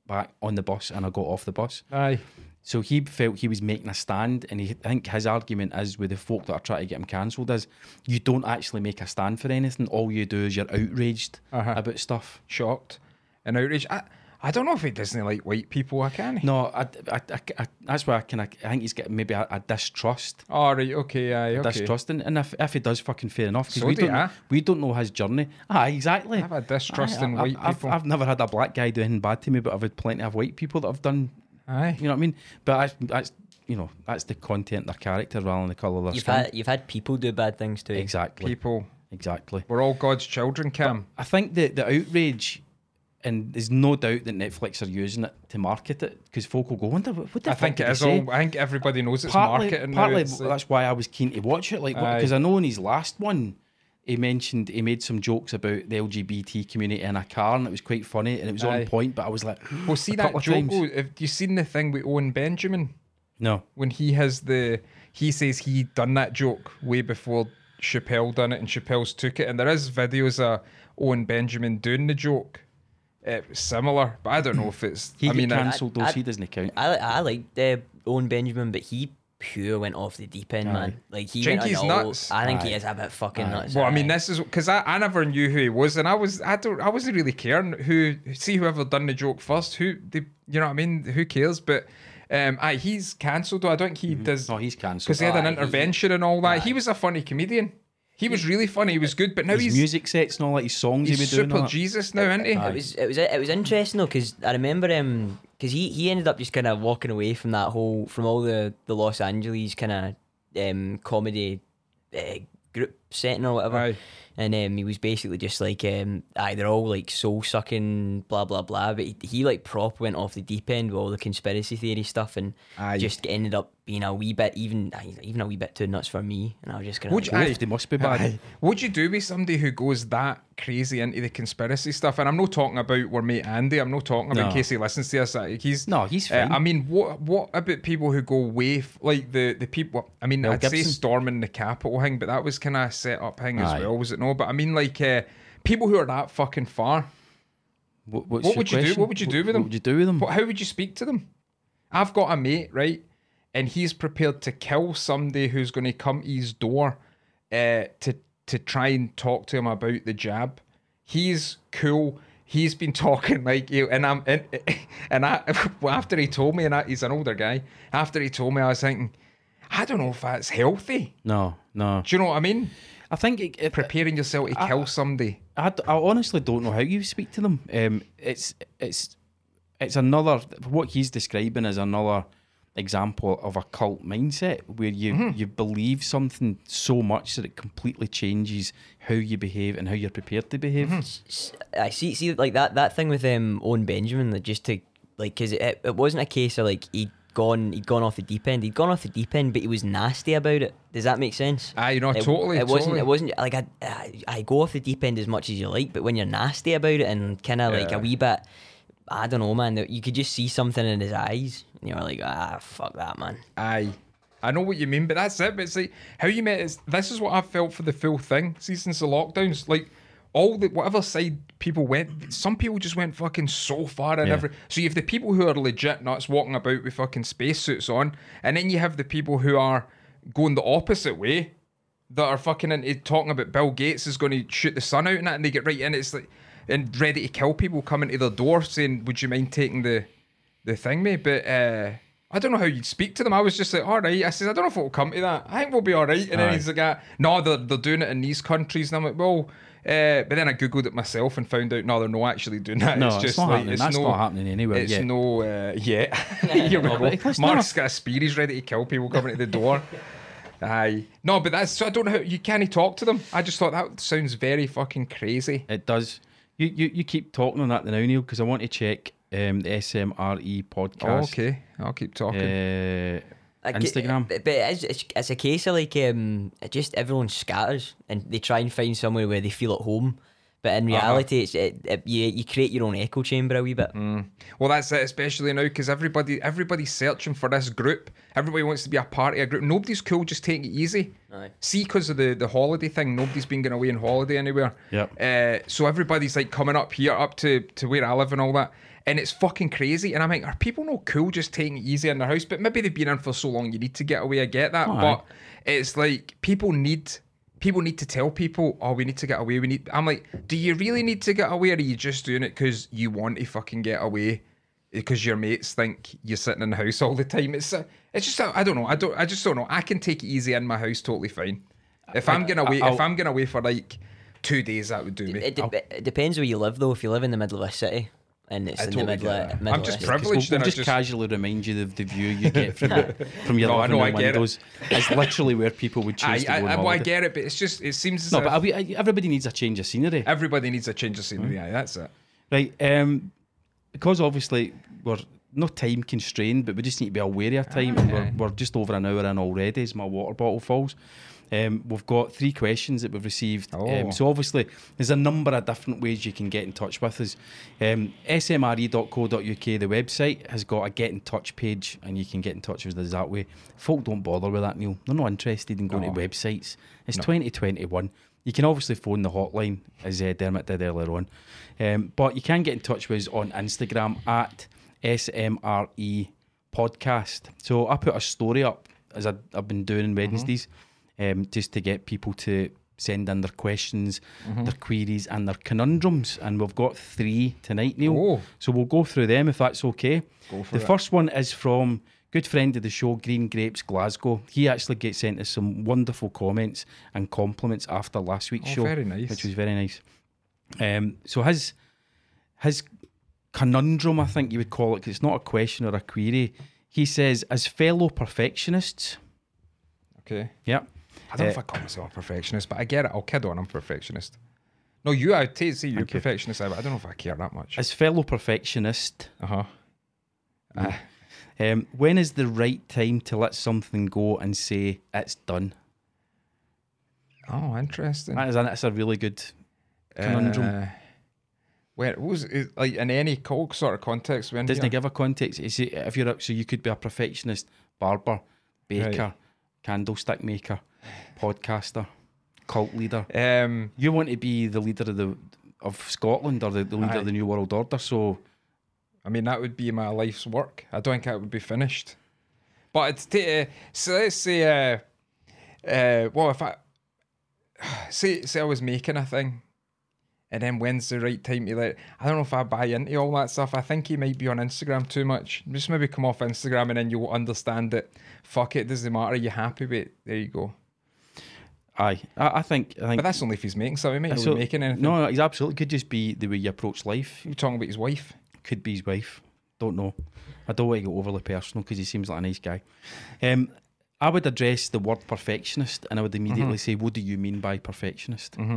[SPEAKER 1] back on the bus and I got off the bus.
[SPEAKER 2] Aye.
[SPEAKER 1] So he felt he was making a stand, and he, I think his argument is with the folk that are trying to get him cancelled is you don't actually make a stand for anything. All you do is you're outraged
[SPEAKER 2] Uh-huh.
[SPEAKER 1] about stuff.
[SPEAKER 2] shocked and outraged. I, I don't know if he doesn't like white people. I can.
[SPEAKER 1] No, I, I, I, I- that's why I can. I, think he's getting maybe a, a distrust,
[SPEAKER 2] All right. Okay. Aye. Okay.
[SPEAKER 1] distrust, and, and if, if he does, fucking fair enough. 'cause
[SPEAKER 2] So
[SPEAKER 1] we
[SPEAKER 2] do
[SPEAKER 1] don't
[SPEAKER 2] I.
[SPEAKER 1] know, we don't know his journey. Ah, exactly.
[SPEAKER 2] I've had distrust in white
[SPEAKER 1] I've,
[SPEAKER 2] people.
[SPEAKER 1] I've never had a black guy do anything bad to me, but I've had plenty of white people that have done.
[SPEAKER 2] Aye.
[SPEAKER 1] You know what I mean? But that's, that's you know that's the content, their character, rather than the color of their
[SPEAKER 3] You've
[SPEAKER 1] skin.
[SPEAKER 3] had, you've had people do bad things to you.
[SPEAKER 1] exactly,
[SPEAKER 2] people.
[SPEAKER 1] exactly.
[SPEAKER 2] We're all God's children, Cam.
[SPEAKER 1] I think that the outrage, and there's no doubt that Netflix are using it to market it because folk will go, "Wonder what, what the
[SPEAKER 2] I
[SPEAKER 1] fuck
[SPEAKER 2] think
[SPEAKER 1] did
[SPEAKER 2] it
[SPEAKER 1] they
[SPEAKER 2] is
[SPEAKER 1] say?"
[SPEAKER 2] all. I think everybody knows it's
[SPEAKER 1] partly,
[SPEAKER 2] marketing. now,
[SPEAKER 1] partly
[SPEAKER 2] it's, uh,
[SPEAKER 1] that's why I was keen to watch it. Like,
[SPEAKER 2] Aye.
[SPEAKER 1] because I know in his last one, he mentioned he made some jokes about the LGBT community in a car, and it was quite funny and it was
[SPEAKER 2] Aye.
[SPEAKER 1] on point. But I was like,
[SPEAKER 2] well, see
[SPEAKER 1] a
[SPEAKER 2] that
[SPEAKER 1] couple of
[SPEAKER 2] joke.
[SPEAKER 1] times.
[SPEAKER 2] though, Have you seen the thing with Owen Benjamin
[SPEAKER 1] no,
[SPEAKER 2] when he has the? He says he done that joke way before Chappelle done it, and Chappelle's took it. And there is videos of Owen Benjamin doing the joke. It was similar, but I don't know if it's.
[SPEAKER 1] he
[SPEAKER 2] I mean, I-
[SPEAKER 1] cancelled those.
[SPEAKER 3] I-
[SPEAKER 1] he doesn't count.
[SPEAKER 3] I, li- I liked uh, Owen Benjamin, but he pure went off the deep end, man. Like he went on
[SPEAKER 2] Jinkies
[SPEAKER 3] a whole-
[SPEAKER 2] nuts.
[SPEAKER 3] I think he is a bit fucking nuts.
[SPEAKER 2] Well, I mean,
[SPEAKER 3] aye.
[SPEAKER 2] this is because I, I never knew who he was, and I was I don't I wasn't really caring who see whoever done the joke first. Who they, you know what I mean? Who cares? But um, aye, he's cancelled. though. I don't think he does.
[SPEAKER 1] Mm-hmm. No, he's cancelled.
[SPEAKER 2] because he had an
[SPEAKER 3] Aye, he-
[SPEAKER 2] intervention and all that. He was a funny comedian. He was really funny. He was good, but now
[SPEAKER 1] His
[SPEAKER 2] he's
[SPEAKER 1] music sets and all that, his songs
[SPEAKER 2] he's
[SPEAKER 1] he was doing.
[SPEAKER 2] super
[SPEAKER 1] all that.
[SPEAKER 2] Jesus now, isn't he?
[SPEAKER 3] It was it was it was interesting though because I remember um because he he ended up just kind of walking away from that whole from all the the Los Angeles kind of um comedy uh, group setting or whatever.
[SPEAKER 2] Aye.
[SPEAKER 3] And um, he was basically just like, um, aye, they're all like soul sucking, blah blah blah. But he, he like prop went off the deep end with all the conspiracy theory stuff, and
[SPEAKER 2] Aye.
[SPEAKER 3] just ended up being a wee bit even, aye, even a wee bit too nuts for me. And I was just kind
[SPEAKER 2] Would
[SPEAKER 3] of,
[SPEAKER 2] you-
[SPEAKER 1] Both,
[SPEAKER 2] Aye.
[SPEAKER 1] they must be bad.
[SPEAKER 2] Aye. What'd you do with somebody who goes that crazy into the conspiracy stuff? And I'm not talking about our mate Andy. I'm not talking about
[SPEAKER 1] No.
[SPEAKER 2] Casey listens to us. like, He's
[SPEAKER 1] No, he's
[SPEAKER 2] Uh,
[SPEAKER 1] fine.
[SPEAKER 2] I mean, what what about people who go way f- like the the people? I mean,
[SPEAKER 1] Mel
[SPEAKER 2] I'd say
[SPEAKER 1] Gibson.
[SPEAKER 2] storming the Capitol thing, but that was kind of a set up thing as
[SPEAKER 1] Aye.
[SPEAKER 2] well, was it no? But I mean, like uh, people who are that fucking far.
[SPEAKER 1] What,
[SPEAKER 2] What would you do? What would you do with them?
[SPEAKER 1] What would you do with them?
[SPEAKER 2] What, how would you speak to them? I've got a mate, right, and he's prepared to kill somebody who's going to come to his door uh, to to try and talk to him about the jab. He's cool. He's been talking like you, and I'm and, and I well, after he told me, and I, he's an older guy. After he told me, I was thinking, I don't know if that's healthy.
[SPEAKER 1] No, no.
[SPEAKER 2] Do you know what I mean?
[SPEAKER 1] I think it, it,
[SPEAKER 2] Preparing yourself to kill somebody.
[SPEAKER 1] I, d- I honestly don't know how you speak to them. Um, it's it's it's another what he's describing is another example of a cult mindset where you
[SPEAKER 2] Mm-hmm.
[SPEAKER 1] you believe something so much that it completely changes how you behave and how you're prepared to behave.
[SPEAKER 2] Mm-hmm.
[SPEAKER 3] I see, see, like that that thing with um Owen Benjamin, that just to like, cause it, it wasn't a case of like he'd gone he'd gone off the deep end, he'd gone off the deep end, but he was nasty about it. Does that make sense?
[SPEAKER 2] Aye, no,
[SPEAKER 3] it,
[SPEAKER 2] Ah, totally,
[SPEAKER 3] It wasn't.
[SPEAKER 2] totally.
[SPEAKER 3] It wasn't like I, I I go off the deep end as much as you like, but when you're nasty about it and kind of like
[SPEAKER 2] Yeah.
[SPEAKER 3] a wee bit, I don't know, man. that You could just see something in his eyes, and you're like, ah, fuck that, man.
[SPEAKER 2] Aye. I know what you mean, but that's it. But it's like how you met is this is what I've felt for the full thing. See, since the lockdowns, like all the whatever side people went, some people just went fucking so far and every. So you have the people who are legit nuts walking about with fucking spacesuits on, and then you have the people who are going the opposite way that are fucking into talking about Bill Gates is going to shoot the sun out and that, and they get right in. It's like and ready to kill people coming to their door saying, "Would you mind taking the the thing, mate?" But uh, I don't know how you'd speak to them. I was just like, "All right," I says, "I don't know if it'll come to that. I think we'll be all right." And then
[SPEAKER 1] Aye.
[SPEAKER 2] he's like, ah, "No, they're they're doing it in these countries," and I'm like, "Well." Uh, but then I googled it myself and found out no, they're not actually doing that.
[SPEAKER 1] No,
[SPEAKER 2] it's
[SPEAKER 1] it's
[SPEAKER 2] just
[SPEAKER 1] not
[SPEAKER 2] like,
[SPEAKER 1] happening.
[SPEAKER 2] It's
[SPEAKER 1] That's
[SPEAKER 2] no,
[SPEAKER 1] not happening anywhere
[SPEAKER 2] It's
[SPEAKER 1] yet.
[SPEAKER 2] no, uh, yeah. Here we
[SPEAKER 1] No,
[SPEAKER 2] go.
[SPEAKER 1] but it's not.
[SPEAKER 2] Mark's got a spear. He's ready to kill people coming to the door. Aye. No, but that's so I don't know how you can't talk to them. I just thought that sounds very fucking crazy.
[SPEAKER 1] It does. You, you you keep talking on that now, Neil, because I want to check um, the SMRE
[SPEAKER 2] Oh,
[SPEAKER 1] podcast.
[SPEAKER 2] okay. I'll keep talking.
[SPEAKER 1] Uh,
[SPEAKER 3] Like, it-
[SPEAKER 1] Instagram.
[SPEAKER 3] But, but it's, it's, it's a case of like um, it just everyone scatters and they try and find somewhere where they feel at home. But in
[SPEAKER 2] Uh-huh.
[SPEAKER 3] reality, it's it, it, you you create your own echo chamber a wee bit.
[SPEAKER 2] Mm. Well, that's it, especially now because everybody everybody's searching for this group. Everybody wants to be a part of a group. Nobody's cool. Just take it easy.
[SPEAKER 3] Aye.
[SPEAKER 2] See, because of the the holiday thing, nobody's been going away on holiday anywhere.
[SPEAKER 1] Yep.
[SPEAKER 2] Uh, so everybody's like coming up here, up to to where I live and all that. And it's fucking crazy. And I'm like, are people no cool just taking it easy in their house? But maybe they've been in for so long, you need to get away. I get that.
[SPEAKER 1] Aye.
[SPEAKER 2] But it's like people need people need to tell people, oh, we need to get away. We need. I'm like, do you really need to get away, or are you just doing it because you want to fucking get away? Because your mates think you're sitting in the house all the time. It's a, it's just I I don't know. I don't. I just don't know. I can take it easy in my house, totally fine. If I'm gonna wait, if
[SPEAKER 1] I'll-
[SPEAKER 2] I'm gonna wait for like two days, that would do me.
[SPEAKER 3] It, de-
[SPEAKER 2] I'll-
[SPEAKER 3] it depends where you live, though. If you live in the middle of a city and it's in
[SPEAKER 2] totally
[SPEAKER 3] the middle,
[SPEAKER 2] get that.
[SPEAKER 3] of, middle
[SPEAKER 2] I'm just
[SPEAKER 3] of a-
[SPEAKER 2] privileged.
[SPEAKER 1] We'll, we'll
[SPEAKER 2] then I
[SPEAKER 1] just,
[SPEAKER 2] just-
[SPEAKER 1] casually remind you of the view you get from, the, from your
[SPEAKER 2] No, I
[SPEAKER 1] living
[SPEAKER 2] know,
[SPEAKER 1] room
[SPEAKER 2] I get it.
[SPEAKER 1] windows. It's literally where people would choose
[SPEAKER 2] I,
[SPEAKER 1] to go
[SPEAKER 2] I,
[SPEAKER 1] on
[SPEAKER 2] I, well, I
[SPEAKER 1] holiday.
[SPEAKER 2] get it, but it's just it seems as
[SPEAKER 1] No,
[SPEAKER 2] if
[SPEAKER 1] but I'll be, I, everybody needs a change of scenery,
[SPEAKER 2] everybody needs a change of scenery.
[SPEAKER 1] Hmm?
[SPEAKER 2] Aye, that's it.
[SPEAKER 1] right? Um, because obviously we're not time constrained, but we just need to be aware of time. and We're, we're just over an hour in already as my water bottle falls. Um, we've got three questions that we've received.
[SPEAKER 2] Oh.
[SPEAKER 1] Um, so obviously, there's a number of different ways you can get in touch with us. Um, smre.co.uk, the website, has got a get in touch page, and you can get in touch with us that way. Folk don't bother with that, Neil. They're not interested in going
[SPEAKER 2] No.
[SPEAKER 1] to websites. It's 2021. You can obviously phone the hotline, as uh, Dermot did earlier on. Um, but you can get in touch with us on Instagram at SMRE E podcast. So I put a story up, as I, I've been doing on Wednesdays, um, just to get people to send in their questions,
[SPEAKER 2] Mm-hmm.
[SPEAKER 1] their queries, and their conundrums. And we've got three tonight, Neil.
[SPEAKER 2] Oh.
[SPEAKER 1] So we'll go through them if that's okay.
[SPEAKER 2] Go for
[SPEAKER 1] the
[SPEAKER 2] it.
[SPEAKER 1] first one is from good friend of the show, Green Grapes Glasgow. He actually gets sent us some wonderful comments and compliments after last week's
[SPEAKER 2] Oh,
[SPEAKER 1] show,
[SPEAKER 2] very nice.
[SPEAKER 1] which was very nice. Um, so his his conundrum, I think you would call it, 'cause it's not a question or a query. He says, as fellow perfectionists,
[SPEAKER 2] Okay.
[SPEAKER 1] yeah,
[SPEAKER 2] I don't know
[SPEAKER 1] Uh,
[SPEAKER 2] if I call myself a perfectionist, but I get it. I'll kid on. I'm a perfectionist. No, you. I t- see you're a perfectionist. I, but I don't know if I care that much.
[SPEAKER 1] as fellow perfectionist,
[SPEAKER 2] Uh huh.
[SPEAKER 1] um, when is the right time to let something go and say it's done?
[SPEAKER 2] Oh, interesting.
[SPEAKER 1] That is a, that's a really good conundrum.
[SPEAKER 2] Uh, where what was it, like in any co- sort of context when
[SPEAKER 1] Doesn't
[SPEAKER 2] here?
[SPEAKER 1] it give a context? Is it, if you're a, so you could be a perfectionist, barber, baker, candlestick maker, podcaster, cult leader.
[SPEAKER 2] Um,
[SPEAKER 1] You want to be the leader of the of Scotland or the, the leader
[SPEAKER 2] Aye.
[SPEAKER 1] of the New World Order. So
[SPEAKER 2] I mean, that would be my life's work. I don't think it would be finished. But it's t- uh, so let's say, uh, uh, well, if I say say I was making a thing, and then when's the right time to let? I don't know if I buy into all that stuff. I think he might be on Instagram too much. Just maybe come off Instagram, and then you'll understand it. Fuck it, doesn't matter. You happy with it? There you go.
[SPEAKER 1] aye, I, I think I think.
[SPEAKER 2] But that's only if he's making something. He might not
[SPEAKER 1] so-
[SPEAKER 2] be making anything.
[SPEAKER 1] No, he's absolutely could just be the way you approach life.
[SPEAKER 2] You're talking about his wife.
[SPEAKER 1] Could be his wife. Don't know. I don't want to get overly personal because he seems like a nice guy. Um, I would address the word perfectionist and I would immediately say, What do you mean by perfectionist? Well,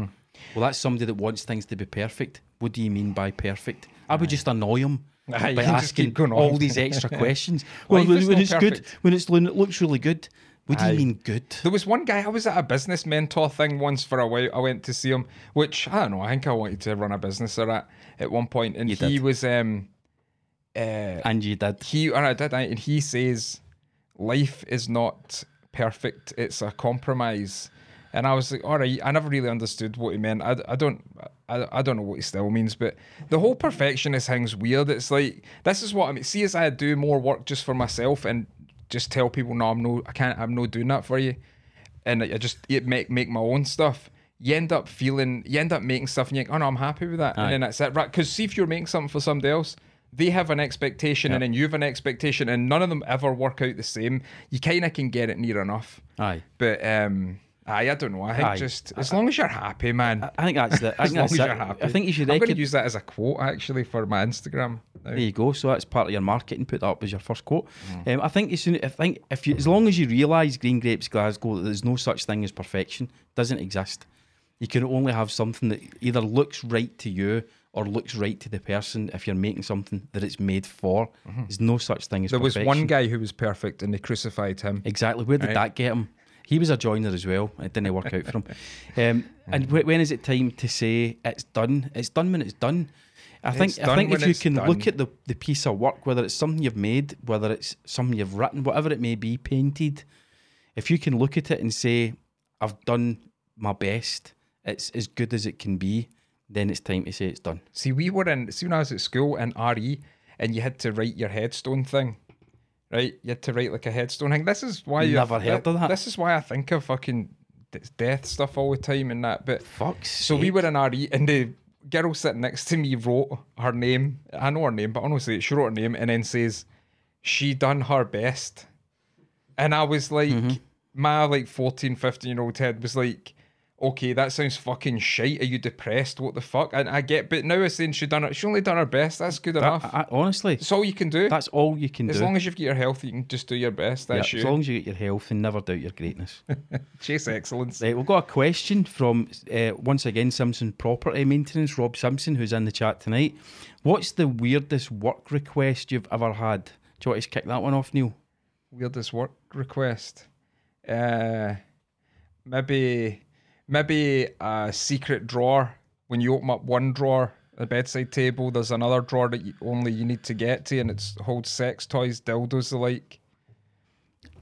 [SPEAKER 1] that's somebody that wants things to be perfect. What do you mean by perfect? I would just annoy him
[SPEAKER 2] Aye, you
[SPEAKER 1] by
[SPEAKER 2] can just keep
[SPEAKER 1] asking
[SPEAKER 2] going on.
[SPEAKER 1] all these extra questions.
[SPEAKER 2] Life
[SPEAKER 1] well, when,
[SPEAKER 2] is
[SPEAKER 1] when
[SPEAKER 2] not
[SPEAKER 1] it's good,
[SPEAKER 2] perfect.
[SPEAKER 1] when it's when it looks really good, what do
[SPEAKER 2] Aye.
[SPEAKER 1] you mean good?
[SPEAKER 2] There was one guy I was at a business mentor thing once for a while. I went to see him, which I don't know. I think I wanted to run a business or that at one point, and
[SPEAKER 1] You
[SPEAKER 2] he
[SPEAKER 1] did.
[SPEAKER 2] was um, uh,
[SPEAKER 1] And you did.
[SPEAKER 2] he or I did, I- and he says life is not perfect; it's a compromise. And I was like, all right, I never really understood what he meant. I, I don't, I, I don't know what he still means, but the whole perfectionist thing's weird. It's like this is what I mean. See, as I do more work just for myself and just tell people, no, I'm no, I can't, I'm no doing that for you, and I just it make make my own stuff. You end up feeling, you end up making stuff, and you're like, oh no, I'm happy with that, and then that's it, right? Because see, if you're making something for somebody else, they have an expectation, and then you have an expectation, and none of them ever work out the same. You kind of can get it near enough.
[SPEAKER 1] Aye.
[SPEAKER 2] But um, aye, I don't know. I think
[SPEAKER 1] Aye.
[SPEAKER 2] just as long as you're happy, man.
[SPEAKER 1] I think that's the. I
[SPEAKER 2] as
[SPEAKER 1] think
[SPEAKER 2] long as
[SPEAKER 1] that's
[SPEAKER 2] you're
[SPEAKER 1] it.
[SPEAKER 2] happy.
[SPEAKER 1] I think you should.
[SPEAKER 2] I'm going
[SPEAKER 1] recog-
[SPEAKER 2] to use that as a quote actually for my Instagram. now.
[SPEAKER 1] There you go. So that's part of your marketing. Put that up as your first quote.
[SPEAKER 2] Mm.
[SPEAKER 1] Um, I think as soon, I think if you, as long as you realise Green Grapes Glasgow, that there's no such thing as perfection. Doesn't exist. You can only have something that either looks right to you or looks right to the person. If you're making something that it's made for, there's no such thing as
[SPEAKER 2] Mm-hmm. There was
[SPEAKER 1] perfection.
[SPEAKER 2] one guy who was perfect, and they crucified him.
[SPEAKER 1] Exactly. Where did that get him? He was a joiner as well. It didn't work out for him. Um, and
[SPEAKER 2] Mm.
[SPEAKER 1] wh- when is it time to say it's done? It's done when it's done. I think.
[SPEAKER 2] It's
[SPEAKER 1] I
[SPEAKER 2] done
[SPEAKER 1] think if
[SPEAKER 2] when
[SPEAKER 1] you
[SPEAKER 2] it's
[SPEAKER 1] can look
[SPEAKER 2] done.
[SPEAKER 1] at the, the piece of work, whether it's something you've made, whether it's something you've written, whatever it may be, painted, if you can look at it and say, "I've done my best. It's as good as it can be," then it's time to say it's done.
[SPEAKER 2] See, we were in, see, when I was at school in RE, and you had to write your headstone thing, right? You had to write like a headstone thing. This is why
[SPEAKER 1] Never heard of that.
[SPEAKER 2] This is why I think of fucking it's death stuff all the time and that. But
[SPEAKER 1] Fuck's
[SPEAKER 2] so we
[SPEAKER 1] sake.
[SPEAKER 2] were in RE and the girl sitting next to me wrote her name. I know her name, but honestly, she wrote her name and then says she done her best. And I was like,
[SPEAKER 1] Mm-hmm.
[SPEAKER 2] my like 14, 15 year old head was like, okay, that sounds fucking shite. Are you depressed? What the fuck? And I get, but now it's saying she done it. She only done her best. That's good enough.
[SPEAKER 1] I, I- honestly,
[SPEAKER 2] it's all you can do.
[SPEAKER 1] that's all you can
[SPEAKER 2] as
[SPEAKER 1] do.
[SPEAKER 2] long as you've got your health, you can just do your best.
[SPEAKER 1] Yeah,
[SPEAKER 2] That's
[SPEAKER 1] as
[SPEAKER 2] you.
[SPEAKER 1] long as you get your health and never doubt your greatness.
[SPEAKER 2] Chase excellence.
[SPEAKER 1] Right, we've got a question from uh, once again Simpson Property Maintenance, Rob Simpson, who's in the chat tonight. What's the weirdest work request you've ever had? Do you want to just kick that one off, Neil?
[SPEAKER 2] weirdest work request. Uh, maybe, maybe a secret drawer. When you open up one drawer, the bedside table, there's another drawer that you, only you need to get to, and it's holds sex toys, dildos, the like.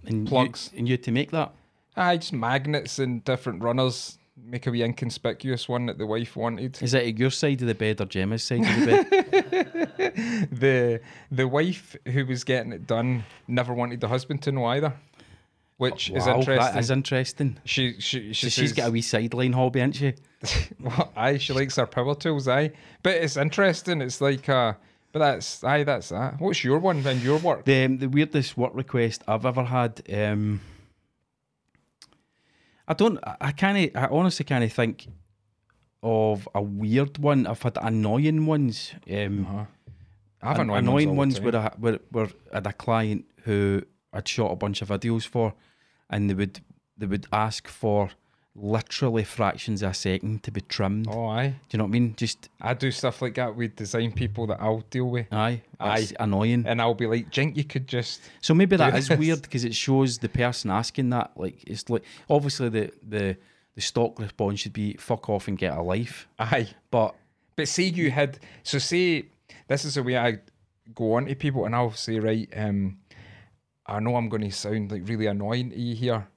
[SPEAKER 1] And you-
[SPEAKER 2] Plugs.
[SPEAKER 1] and you had to make that.
[SPEAKER 2] I just magnets and different runners. Make a wee inconspicuous one that the wife wanted.
[SPEAKER 1] Is it at your side of the bed or Gemma's side of the bed?
[SPEAKER 2] the the wife who was getting it done never wanted the husband to know either, which is
[SPEAKER 1] Oh, Wow,
[SPEAKER 2] interesting.
[SPEAKER 1] That is interesting.
[SPEAKER 2] she she, she
[SPEAKER 1] So she's
[SPEAKER 2] says-
[SPEAKER 1] got a wee sideline hobby, ain't she?
[SPEAKER 2] well, aye, she likes her power tools, aye. But it's interesting. It's like, uh, but that's aye, that's that. What's your one then? Your work?
[SPEAKER 1] The, um, the weirdest work request I've ever had. Um, I don't. I, I can't. I honestly can't think of a weird one. I've had annoying ones. Um,
[SPEAKER 2] I have
[SPEAKER 1] an-
[SPEAKER 2] Uh-huh. annoying, ones, all the
[SPEAKER 1] where, I, where, where I had a client who I'd shot a bunch of videos for, and they would they would ask for literally fractions of a second to be trimmed.
[SPEAKER 2] time. Oh, aye.
[SPEAKER 1] Do you know what I mean? Just
[SPEAKER 2] I do stuff like that with design people that I'll deal with,
[SPEAKER 1] aye, that's
[SPEAKER 2] Aye.
[SPEAKER 1] annoying.
[SPEAKER 2] and I'll be like, "Jink, you could just."
[SPEAKER 1] So maybe that is
[SPEAKER 2] this.
[SPEAKER 1] weird because it shows the person asking that. Like it's like obviously the the the stock response should be fuck off and get a life,
[SPEAKER 2] Aye.
[SPEAKER 1] but
[SPEAKER 2] But say you had so say this is the way I go on to people and I'll say, right, um, I know I'm gonna sound like really annoying to you here.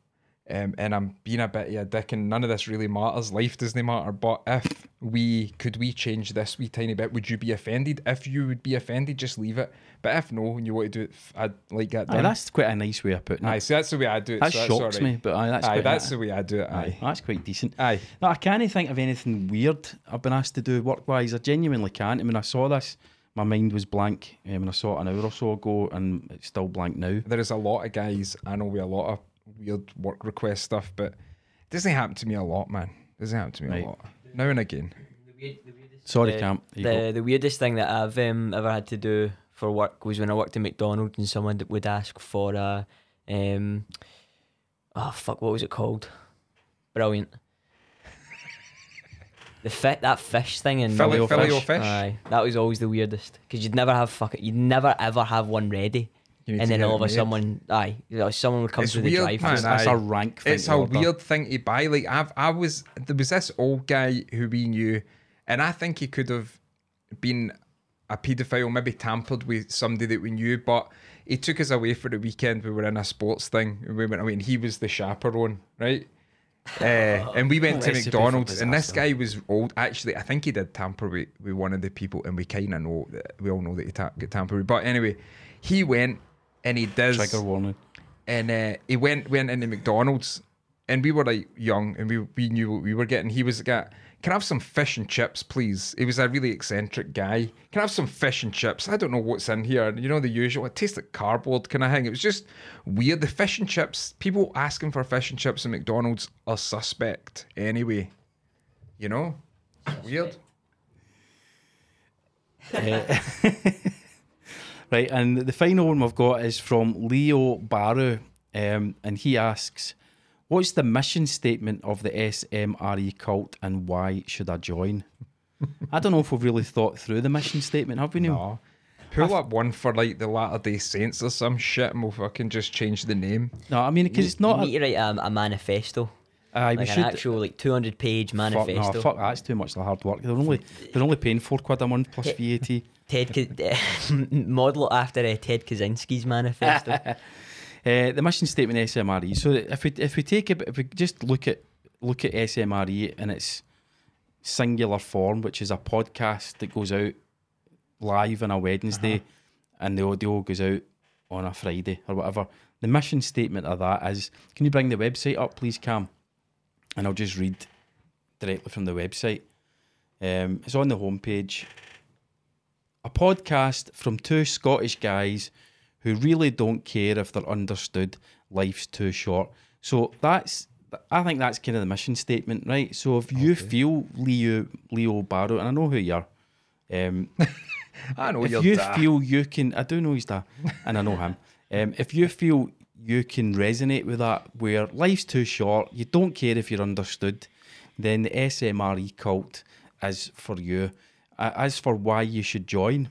[SPEAKER 2] Um, and I'm being a bit of a dick and none of this really matters. Life doesn't matter. But if we could we change this wee tiny bit, would you be offended? If you would be offended, just leave it. But if no, and you want to do it f- I'd like that
[SPEAKER 1] aye,
[SPEAKER 2] done.
[SPEAKER 1] that's quite a nice way of putting
[SPEAKER 2] aye,
[SPEAKER 1] it.
[SPEAKER 2] so that's the way I do it.
[SPEAKER 1] That
[SPEAKER 2] so
[SPEAKER 1] shocks
[SPEAKER 2] that's all right.
[SPEAKER 1] me, but aye, that's
[SPEAKER 2] Aye,
[SPEAKER 1] quite
[SPEAKER 2] that's the way I do it.
[SPEAKER 1] aye,
[SPEAKER 2] Aye.
[SPEAKER 1] that's quite decent.
[SPEAKER 2] Aye.
[SPEAKER 1] No, I can't think of anything weird I've been asked to do work wise. I genuinely can't. I mean, I saw this, my mind was blank, um, and I saw it an hour or so ago, and it's still blank now.
[SPEAKER 2] there is a lot of guys I know with a lot of weird work request stuff, but it doesn't happen to me a lot, man. It doesn't happen to me
[SPEAKER 1] Right.
[SPEAKER 2] a lot. Now and again.
[SPEAKER 1] Sorry,
[SPEAKER 3] Uh,
[SPEAKER 1] Camp. There you go.
[SPEAKER 3] The, the weirdest thing that I've um, ever had to do for work was when I worked at McDonald's and someone d- would ask for a, um, oh fuck, what was it called? Brilliant. the fit that fish thing in
[SPEAKER 2] Fillet-
[SPEAKER 3] Melville
[SPEAKER 2] fillet o' fish.
[SPEAKER 3] Aye, that was always the weirdest because you'd never have fuck it, you'd never ever have one ready,
[SPEAKER 2] You need
[SPEAKER 3] and
[SPEAKER 2] to
[SPEAKER 3] then
[SPEAKER 2] get
[SPEAKER 3] all
[SPEAKER 2] it
[SPEAKER 3] of a
[SPEAKER 2] made.
[SPEAKER 3] someone, aye, you know, someone would come
[SPEAKER 2] It's
[SPEAKER 3] through the
[SPEAKER 2] weird,
[SPEAKER 3] drive.
[SPEAKER 2] man.
[SPEAKER 1] That's- that's
[SPEAKER 2] aye.
[SPEAKER 1] a rank thing.
[SPEAKER 2] it's
[SPEAKER 1] to
[SPEAKER 2] a
[SPEAKER 1] order.
[SPEAKER 2] weird thing to buy. Like I've I was there was this old guy who we knew, and I think he could have been a paedophile, maybe tampered with somebody that we knew, but he took us away for the weekend. We were in a sports thing and we went away and he was the chaperone, right? Uh, and we went to
[SPEAKER 1] Recipe for
[SPEAKER 2] McDonald's and this
[SPEAKER 1] disaster.
[SPEAKER 2] guy was old. Actually, I think he did tamper with, with one of the people and we kind of know that we all know that he ta- got tampered with. But anyway, he went and he does
[SPEAKER 1] Trigger warning.
[SPEAKER 2] and uh, he went went into McDonald's, and we were like young, and we we knew what we were getting. He was like, "Can I have some fish and chips, please?" He was a really eccentric guy. Can I have some fish and chips? I don't know what's in here. You know the usual. It tastes like cardboard kind of thing. It was just weird. The fish and chips. People asking for fish and chips in McDonald's are suspect anyway. You know, It's weird.
[SPEAKER 1] Right, and the final one we've got is from Leo Baru, um, and he asks, "What's the mission statement of the SMRE E cult, and why should I join?" I don't know if we've really thought through the mission statement, have we? Neil?
[SPEAKER 2] Aw. Pull up one for like the Latter Day Saints or some shit, and we'll fucking just change the name.
[SPEAKER 1] No, I mean because it's
[SPEAKER 3] You
[SPEAKER 1] not.
[SPEAKER 3] need to write a, a manifesto,
[SPEAKER 1] Aye, we
[SPEAKER 3] like an
[SPEAKER 1] should.
[SPEAKER 3] actual like two hundred page
[SPEAKER 1] fuck,
[SPEAKER 3] manifesto.
[SPEAKER 1] no, fuck that's too much hard work. They're only they're only paying four quid a month plus VAT.
[SPEAKER 3] Ted, Kaz- model it after uh, Ted Kaczynski's manifesto.
[SPEAKER 1] Uh, the mission statement SMRE. E. So if we if we take a, bit- if we just look at look at SMRE E in its singular form, which is a podcast that goes out live on a Wednesday, and the audio goes out on a Friday or whatever. The mission statement of that is: Can you bring the website up, please, Cam? and I'll just read directly from the website. Um, it's on the homepage. A podcast from two Scottish guys who really don't care if they're understood. Life's too short. So that's, I think that's kind of the mission statement, right? So if you feel Leo Leo Barrow, and I know who you are, um,
[SPEAKER 2] I know
[SPEAKER 1] if
[SPEAKER 2] you're
[SPEAKER 1] you
[SPEAKER 2] daft.
[SPEAKER 1] feel you can, I do know he's that, and I know him. Um, if you feel you can resonate with that, where life's too short, you don't care if you're understood, then the SMRE cult is for you. A- As for why you should join,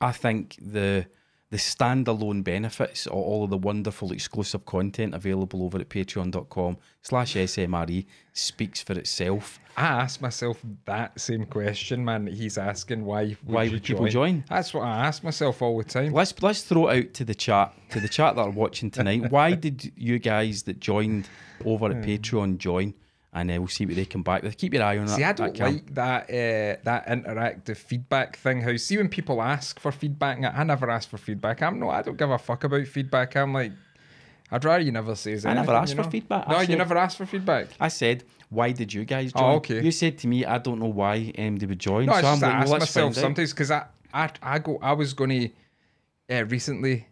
[SPEAKER 1] I think the the standalone benefits or all of the wonderful exclusive content available over at patreon.com slash SMRE E speaks for itself.
[SPEAKER 2] I asked myself that same question, man. He's asking why would
[SPEAKER 1] Why
[SPEAKER 2] you
[SPEAKER 1] would people join?
[SPEAKER 2] That's what I ask myself all the time.
[SPEAKER 1] Let's let's throw it out to the chat, to the chat that are watching tonight. Why did you guys that joined over
[SPEAKER 2] Hmm.
[SPEAKER 1] at Patreon join? And uh, we'll see what they come back with. Keep your eye on that.
[SPEAKER 2] See, I
[SPEAKER 1] that
[SPEAKER 2] don't
[SPEAKER 1] cam.
[SPEAKER 2] like that uh, that interactive feedback thing. How see when people ask for feedback, and I never ask for feedback. I'm no, I don't give a fuck about feedback. I'm like, I'd rather you never say.
[SPEAKER 1] I never
[SPEAKER 2] anything,
[SPEAKER 1] asked
[SPEAKER 2] you
[SPEAKER 1] for
[SPEAKER 2] know?
[SPEAKER 1] feedback.
[SPEAKER 2] No,
[SPEAKER 1] I
[SPEAKER 2] you
[SPEAKER 1] said-
[SPEAKER 2] never asked for feedback.
[SPEAKER 1] I said, why did you guys join?
[SPEAKER 2] Oh, okay.
[SPEAKER 1] You said to me, I don't know why um, they would join.
[SPEAKER 2] No,
[SPEAKER 1] so
[SPEAKER 2] it's
[SPEAKER 1] I'm
[SPEAKER 2] just I
[SPEAKER 1] like,
[SPEAKER 2] ask
[SPEAKER 1] well, let's
[SPEAKER 2] myself
[SPEAKER 1] find out.
[SPEAKER 2] sometimes because I, I I go I was gonna uh, recently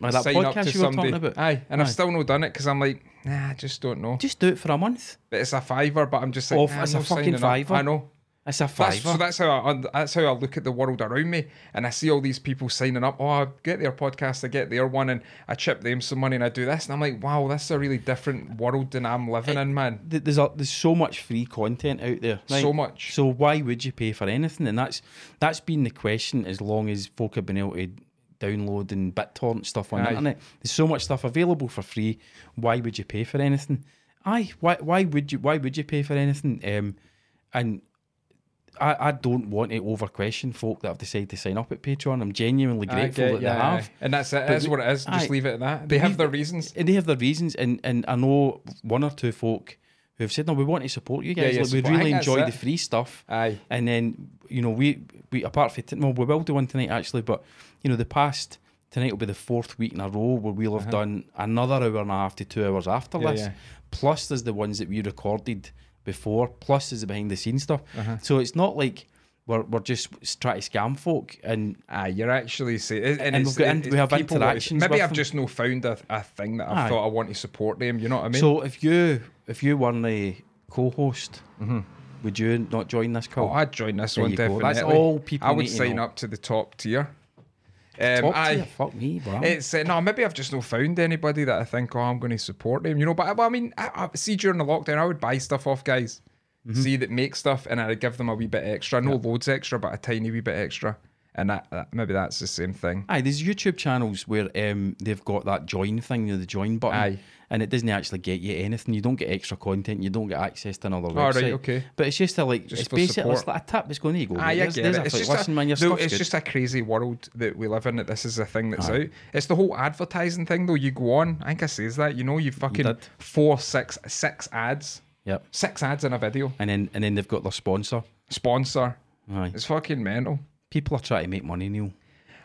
[SPEAKER 1] Like that
[SPEAKER 2] sign up to
[SPEAKER 1] podcast you were
[SPEAKER 2] somebody.
[SPEAKER 1] talking about.
[SPEAKER 2] Aye, and I've
[SPEAKER 1] Aye.
[SPEAKER 2] still not done it because I'm like, nah, I just don't know.
[SPEAKER 1] Just do it for a month.
[SPEAKER 2] But it's a fiver, but I'm just like,
[SPEAKER 1] Off-
[SPEAKER 2] nah,
[SPEAKER 1] Oh, it's
[SPEAKER 2] I'm
[SPEAKER 1] a
[SPEAKER 2] not
[SPEAKER 1] fucking
[SPEAKER 2] signing up.
[SPEAKER 1] fiver.
[SPEAKER 2] I know.
[SPEAKER 1] It's a fiver.
[SPEAKER 2] That's, so that's how I, und- that's how I look at the world around me, and I see all these people signing up. Oh, I get their podcast, I get their one, and I chip them some money, and I do this, and I'm like, wow, that's a really different world than I'm
[SPEAKER 1] Eh,
[SPEAKER 2] living in, man.
[SPEAKER 1] th- there's a, there's so much free content out there. right?
[SPEAKER 2] So much.
[SPEAKER 1] So why would you pay for anything? And that's that's been the question as long as folk have been able to download and BitTorrent stuff on the
[SPEAKER 2] Aye.
[SPEAKER 1] internet. There's so much stuff available for free. Why would you pay for anything? Aye, why why would you why would you pay for anything? Um, and I, I don't want to over question folk that have decided to sign up at Patreon. I'm genuinely
[SPEAKER 2] I
[SPEAKER 1] grateful
[SPEAKER 2] get-
[SPEAKER 1] that
[SPEAKER 2] yeah,
[SPEAKER 1] they have.
[SPEAKER 2] aye. and that's it. That's
[SPEAKER 1] we-
[SPEAKER 2] what it is. Just
[SPEAKER 1] aye.
[SPEAKER 2] leave it at that. They have
[SPEAKER 1] we've-
[SPEAKER 2] their reasons.
[SPEAKER 1] And they have their reasons, and, and I know one or two folk who have said, "No, we want to support you guys.
[SPEAKER 2] yeah,
[SPEAKER 1] like, we
[SPEAKER 2] support- I
[SPEAKER 1] really
[SPEAKER 2] think that's
[SPEAKER 1] enjoy
[SPEAKER 2] it.
[SPEAKER 1] the free stuff."
[SPEAKER 2] Aye.
[SPEAKER 1] And then you know we we apart from t- well, we will do one tonight actually, but you know the past tonight will be the fourth week in a row where we'll have done another hour and a half to two hours after
[SPEAKER 2] Uh-huh. Yeah,
[SPEAKER 1] this.
[SPEAKER 2] yeah.
[SPEAKER 1] Plus, there's the ones that we recorded before. Plus, there's the behind the scenes stuff.
[SPEAKER 2] Uh-huh.
[SPEAKER 1] So it's not like. We're, we're just s- trying to scam folk and
[SPEAKER 2] Aye, you're actually saying, and,
[SPEAKER 1] And
[SPEAKER 2] it's-
[SPEAKER 1] we've got in-
[SPEAKER 2] it's
[SPEAKER 1] we have
[SPEAKER 2] people that-
[SPEAKER 1] interactions
[SPEAKER 2] Maybe
[SPEAKER 1] with
[SPEAKER 2] I've
[SPEAKER 1] them.
[SPEAKER 2] just no found a, a thing that I
[SPEAKER 1] Aye.
[SPEAKER 2] thought I want to support them. You know what I mean?
[SPEAKER 1] so if you if you were a co-host, would you not join this call?
[SPEAKER 2] Mm-hmm. Oh, I'd join this
[SPEAKER 1] There
[SPEAKER 2] one
[SPEAKER 1] you go.
[SPEAKER 2] definitely.
[SPEAKER 1] That's all people
[SPEAKER 2] I would
[SPEAKER 1] need to
[SPEAKER 2] sign
[SPEAKER 1] know.
[SPEAKER 2] up to the top tier. Um,
[SPEAKER 1] Top
[SPEAKER 2] aye.
[SPEAKER 1] tier? Fuck me, bro.
[SPEAKER 2] It's uh, no, maybe I've just not found anybody that I think, oh, I'm going to support them, you know. But I, but I mean, I, I see during the lockdown, I would buy stuff off guys,
[SPEAKER 1] Mm-hmm.
[SPEAKER 2] see that make stuff, and I'd give them a wee bit extra, no loads extra, but a tiny wee bit extra, and that, that maybe that's the same thing.
[SPEAKER 1] Aye, there's YouTube channels where um, they've got that join thing, you know, the join button,
[SPEAKER 2] Aye.
[SPEAKER 1] and it doesn't actually get you anything. You don't get extra content. You don't get access to another
[SPEAKER 2] right,
[SPEAKER 1] website.
[SPEAKER 2] okay.
[SPEAKER 1] But it's just a like,
[SPEAKER 2] Just
[SPEAKER 1] it's
[SPEAKER 2] for
[SPEAKER 1] basically
[SPEAKER 2] support.
[SPEAKER 1] it's like a tap. It's going to go.
[SPEAKER 2] Aye, I
[SPEAKER 1] there's-
[SPEAKER 2] get
[SPEAKER 1] there's
[SPEAKER 2] it.
[SPEAKER 1] a
[SPEAKER 2] It's
[SPEAKER 1] flick.
[SPEAKER 2] just,
[SPEAKER 1] Listen,
[SPEAKER 2] a,
[SPEAKER 1] man, your
[SPEAKER 2] though,
[SPEAKER 1] stuff's
[SPEAKER 2] it's
[SPEAKER 1] good.
[SPEAKER 2] just a crazy world that we live in. That this is a thing that's out. It's the whole advertising thing, though. You go on, I think I says that. You know, you fucking
[SPEAKER 1] did.
[SPEAKER 2] four, six, six ads,
[SPEAKER 1] Yep.
[SPEAKER 2] six ads in a video.
[SPEAKER 1] And then and then they've got their sponsor.
[SPEAKER 2] Sponsor.
[SPEAKER 1] Aye.
[SPEAKER 2] It's fucking mental.
[SPEAKER 1] People are trying to make money, Neil.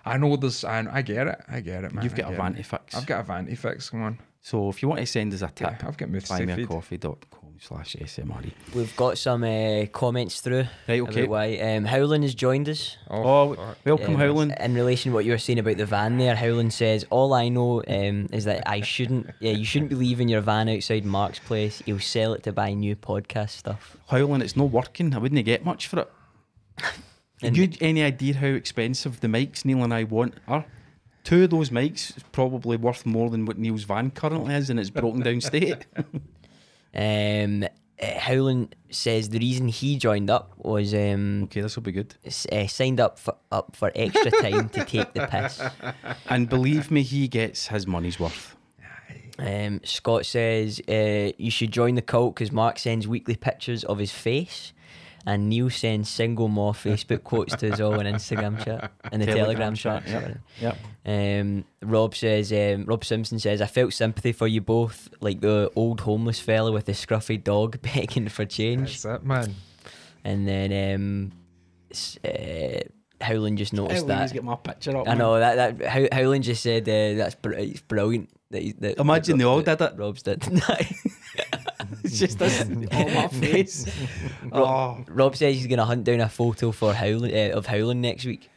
[SPEAKER 2] I know there's. I, I get it. I get it, man.
[SPEAKER 1] You've
[SPEAKER 2] I
[SPEAKER 1] got a
[SPEAKER 2] get it.
[SPEAKER 1] vanity fix.
[SPEAKER 2] I've got a vanity fix. Come on.
[SPEAKER 1] So if you want to send us a
[SPEAKER 2] Yeah,
[SPEAKER 1] tip,
[SPEAKER 2] I've got mouths to feed.
[SPEAKER 1] buymeacoffee.com slash SMRE.
[SPEAKER 3] We've got some uh, comments through.
[SPEAKER 1] Right, okay.
[SPEAKER 3] about Why um, Howlin has joined us.
[SPEAKER 1] Oh,
[SPEAKER 2] fuck.
[SPEAKER 1] welcome,
[SPEAKER 3] Um,
[SPEAKER 1] Howland.
[SPEAKER 3] In relation to what you were saying about the van there, Howland says, All I know um, is that I shouldn't, yeah, you shouldn't be leaving your van outside Mark's place. He'll sell it to buy new podcast stuff.
[SPEAKER 1] Howling, it's not working. I wouldn't get much for it. Have you any idea how expensive the mics Neil and I want are? Two of those mics is probably worth more than what Neil's van currently is in its broken down state.
[SPEAKER 3] Um, uh, Howland says the reason he joined up was um,
[SPEAKER 1] okay, this will be good.
[SPEAKER 3] s- uh, signed up for, up for extra time to take the piss.
[SPEAKER 1] And believe me, he gets his money's worth.
[SPEAKER 3] Um, Scott says uh, you should join the cult because Mark sends weekly pictures of his face, and Neil sends single more Facebook quotes to us all on Instagram chat and the
[SPEAKER 1] Telegram
[SPEAKER 3] Telegram, chat.
[SPEAKER 1] chat, Yep.
[SPEAKER 3] sorry. Um, Rob says um, Rob Simpson says I felt sympathy for you both, like the old homeless fella with the scruffy dog begging for change.
[SPEAKER 2] That's it, man.
[SPEAKER 3] And then um, s- uh, Howland just noticed that.
[SPEAKER 1] my picture up.
[SPEAKER 3] I know that that How, Howland just said uh, that's br- it's brilliant. That he, that,
[SPEAKER 1] Imagine
[SPEAKER 3] that-
[SPEAKER 1] they all
[SPEAKER 3] that
[SPEAKER 1] did it.
[SPEAKER 3] Rob's did.
[SPEAKER 1] It's just this on my face. Oh,
[SPEAKER 3] Rob says he's going to hunt down a photo for Howlin, uh, of Howlin next week.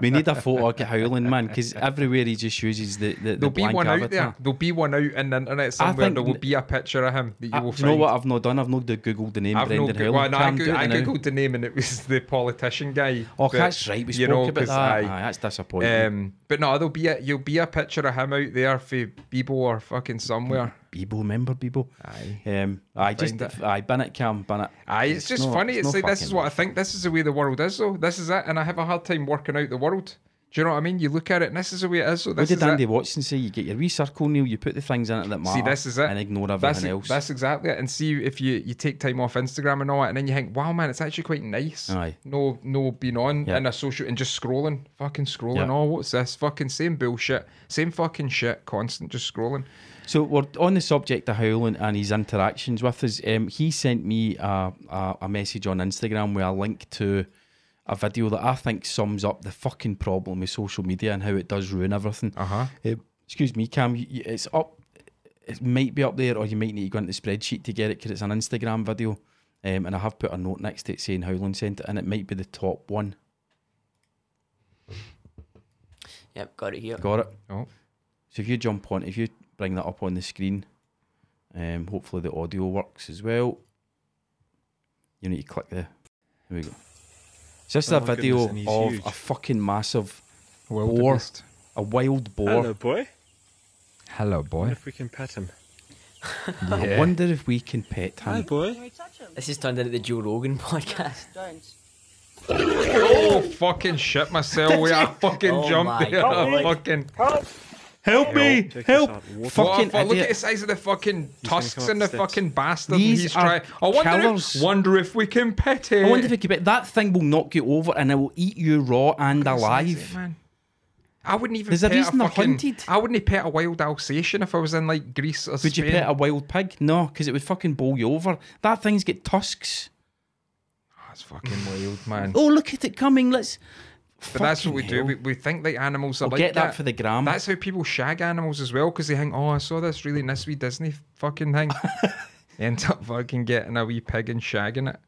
[SPEAKER 1] we need a photo of Howling Man because everywhere he just uses the the, the
[SPEAKER 2] There'll be
[SPEAKER 1] blank
[SPEAKER 2] one
[SPEAKER 1] avatar.
[SPEAKER 2] out there. There'll be one out in the internet somewhere.
[SPEAKER 1] think
[SPEAKER 2] There will
[SPEAKER 1] n-
[SPEAKER 2] be a picture of him that you
[SPEAKER 1] I-
[SPEAKER 2] will
[SPEAKER 1] do
[SPEAKER 2] find.
[SPEAKER 1] you know what I've not done? I've not do- googled the name
[SPEAKER 2] I've no
[SPEAKER 1] Brendan
[SPEAKER 2] go-
[SPEAKER 1] Howland.
[SPEAKER 2] well, no, I,
[SPEAKER 1] Cam, do
[SPEAKER 2] go-
[SPEAKER 1] it
[SPEAKER 2] I
[SPEAKER 1] now.
[SPEAKER 2] googled the name and it was the politician guy.
[SPEAKER 1] Oh,
[SPEAKER 2] that,
[SPEAKER 1] that's right. We spoke
[SPEAKER 2] you know,
[SPEAKER 1] about
[SPEAKER 2] 'cause
[SPEAKER 1] that.
[SPEAKER 2] I-
[SPEAKER 1] Aye, that's disappointing.
[SPEAKER 2] Um, but no, there'll be a, you'll be a picture of him out there for Bebo or fucking
[SPEAKER 1] Mm.
[SPEAKER 2] somewhere.
[SPEAKER 1] Bebo, remember Bebo?
[SPEAKER 2] Aye.
[SPEAKER 1] Um, I just,
[SPEAKER 2] Find it.
[SPEAKER 1] I ban it, Cam, ban it.
[SPEAKER 2] Aye, it's, just
[SPEAKER 1] no-
[SPEAKER 2] funny. It's,
[SPEAKER 1] no
[SPEAKER 2] like this is
[SPEAKER 1] fucking-
[SPEAKER 2] what I think. This is the way the world is, though. This is it, and I have a hard time working out the world. Do you know what I mean? You look at it, and this is the way it is. So
[SPEAKER 1] What
[SPEAKER 2] this
[SPEAKER 1] did
[SPEAKER 2] is
[SPEAKER 1] Andy
[SPEAKER 2] it.
[SPEAKER 1] Watson say? You get your wee circle, Neil. You put the things in it that matter.
[SPEAKER 2] See, this is it.
[SPEAKER 1] And ignore everything
[SPEAKER 2] that's, e-
[SPEAKER 1] else.
[SPEAKER 2] That's exactly it. And see if you you take time off Instagram and all that, and then you think, wow, man, it's actually quite nice.
[SPEAKER 1] Aye.
[SPEAKER 2] No, no, being on
[SPEAKER 1] Yeah.
[SPEAKER 2] and a social and just scrolling, fucking scrolling.
[SPEAKER 1] Yeah.
[SPEAKER 2] Oh, what's this? Fucking same bullshit, same fucking shit, constant, just scrolling.
[SPEAKER 1] So we're on the subject of Howland and his interactions with us. Um, he sent me a, a, a message on Instagram with a link to a video that I think sums up the fucking problem with social media and how it does ruin everything.
[SPEAKER 2] Uh-huh.
[SPEAKER 1] Uh, excuse me, Cam. You, you- it's up. It might be up there, or you might need to go into the spreadsheet to get it because it's an Instagram video. Um, and I have put a note next to it saying Howland sent it, and it might be the top one.
[SPEAKER 3] Yep, got it here.
[SPEAKER 1] Got it.
[SPEAKER 2] Oh.
[SPEAKER 1] So if you jump on, if you bring that up on the screen, um, hopefully the audio works as well. You need to click the. There we go. So this is
[SPEAKER 6] Oh
[SPEAKER 1] a
[SPEAKER 6] my
[SPEAKER 1] video
[SPEAKER 6] goodness, and he's
[SPEAKER 1] of
[SPEAKER 6] huge.
[SPEAKER 1] a fucking massive
[SPEAKER 2] Well,
[SPEAKER 1] boar, a wild boar.
[SPEAKER 6] Hello, boy.
[SPEAKER 2] Hello,
[SPEAKER 6] What
[SPEAKER 2] boy.
[SPEAKER 6] if we can pet him?
[SPEAKER 1] I wonder if we can pet
[SPEAKER 6] Hi,
[SPEAKER 1] him.
[SPEAKER 6] boy.
[SPEAKER 3] This has turned into the Joe Rogan podcast.
[SPEAKER 2] Oh, fucking shit myself. we I fucking
[SPEAKER 3] Oh
[SPEAKER 2] jumped
[SPEAKER 3] my
[SPEAKER 2] there. I
[SPEAKER 3] God.
[SPEAKER 2] fucking.
[SPEAKER 1] Help me!
[SPEAKER 6] Check this
[SPEAKER 1] Help!
[SPEAKER 6] out. What-
[SPEAKER 1] Fucking
[SPEAKER 2] oh, look at the
[SPEAKER 1] idiot.
[SPEAKER 2] size of the fucking
[SPEAKER 6] gonna
[SPEAKER 2] tusks
[SPEAKER 6] come
[SPEAKER 2] and the
[SPEAKER 6] up the steps.
[SPEAKER 2] fucking bastard. and
[SPEAKER 1] These
[SPEAKER 2] he's
[SPEAKER 1] are
[SPEAKER 2] trying. I wonder if,
[SPEAKER 1] killers.
[SPEAKER 2] wonder if we can pet it.
[SPEAKER 1] I wonder if it could be. That thing will knock you over and it will eat you raw and alive.
[SPEAKER 2] man. I wouldn't even.
[SPEAKER 1] There's a
[SPEAKER 2] pet
[SPEAKER 1] reason they're
[SPEAKER 2] fucking-
[SPEAKER 1] hunted.
[SPEAKER 2] I wouldn't pet a wild Alsatian if I was in like Greece or
[SPEAKER 1] Would you
[SPEAKER 2] Spain.
[SPEAKER 1] pet a wild pig? No, because it would fucking bowl you over. That thing's got tusks.
[SPEAKER 2] That's fucking wild, man.
[SPEAKER 1] Oh, look at it coming. Let's.
[SPEAKER 2] But that's what we
[SPEAKER 1] Fucking hell.
[SPEAKER 2] do. We, we think like animals are
[SPEAKER 1] We'll get
[SPEAKER 2] like
[SPEAKER 1] that for the gram.
[SPEAKER 2] That's how people shag animals as well because they think, oh, I saw this really nice wee Disney fucking thing. they end up fucking getting a wee pig and shagging it.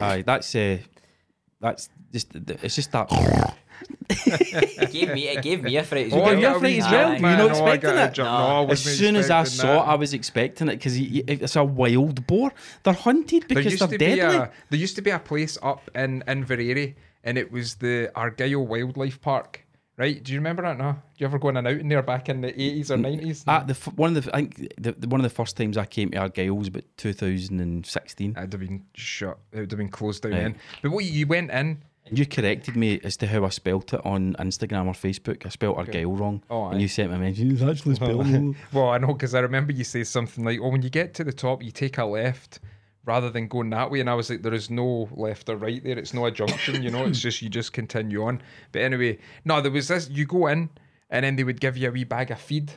[SPEAKER 1] Aye, that's uh, that's just it's just that.
[SPEAKER 3] It gave me, it gave me a fright as
[SPEAKER 2] Oh,
[SPEAKER 3] well.
[SPEAKER 2] I
[SPEAKER 1] you
[SPEAKER 2] got
[SPEAKER 1] have
[SPEAKER 2] a wee
[SPEAKER 1] it as well.
[SPEAKER 2] jump,
[SPEAKER 1] You not
[SPEAKER 2] man. Oh, I
[SPEAKER 1] expecting
[SPEAKER 2] got a
[SPEAKER 1] it?
[SPEAKER 2] jump. No, I
[SPEAKER 1] as
[SPEAKER 2] wasn't
[SPEAKER 1] soon as I
[SPEAKER 2] expecting
[SPEAKER 1] saw,
[SPEAKER 2] that.
[SPEAKER 1] it, I was expecting it because it's a wild boar. They're hunted
[SPEAKER 2] There
[SPEAKER 1] because
[SPEAKER 2] used
[SPEAKER 1] they're
[SPEAKER 2] to be
[SPEAKER 1] deadly.
[SPEAKER 2] a there used to be a place up in Inverary, and it was the Argyle Wildlife Park. Right? Do you remember that? No. Do you ever go in and out in there back in the eighties or nineties?
[SPEAKER 1] At Ah, the f- one of the I think the, the one of the first times I came to Argyle was about 2016.
[SPEAKER 2] I'd have been shut. It would have been closed down
[SPEAKER 1] Right.
[SPEAKER 2] then. But what you- you went in?
[SPEAKER 1] You corrected me as to how I spelt it on Instagram or Facebook. I spelt Argyle wrong,
[SPEAKER 2] Oh,
[SPEAKER 1] and
[SPEAKER 2] aye.
[SPEAKER 1] you sent me a message. It's actually spelled. wrong."
[SPEAKER 2] Well, I know because I remember you say something like, "Oh, when you get to the top, you take a left." Rather than going that way, and I was like, "There is no left or right there. It's no a junction, you know. It's just you just continue on." But anyway, no, there was this. You go in, and then they would give you a wee bag of feed,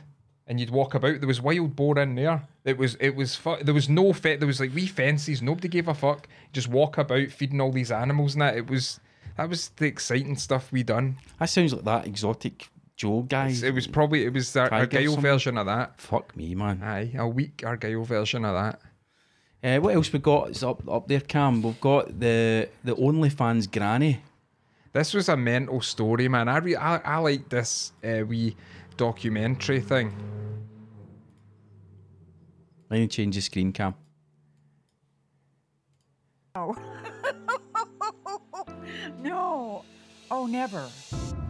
[SPEAKER 2] and you'd walk about. There was wild boar in there. It was it was fu- there was no fe- there was like wee fences. Nobody gave a fuck. Just walk about feeding all these animals and that. It was that was the exciting stuff we done.
[SPEAKER 1] That sounds like that exotic Joe guy.
[SPEAKER 2] It was probably it was our,
[SPEAKER 1] Tiger
[SPEAKER 2] our Gale
[SPEAKER 1] something?
[SPEAKER 2] version of that.
[SPEAKER 1] Fuck me, man.
[SPEAKER 2] Aye, a weak Argyle version of that.
[SPEAKER 1] Uh, what else we got? It's up up there, Cam. We've got the the OnlyFans granny.
[SPEAKER 2] This was a mental story, man. I re- I, I like this uh, wee documentary thing.
[SPEAKER 1] I need to change the screen, Cam.
[SPEAKER 7] no. Oh, never.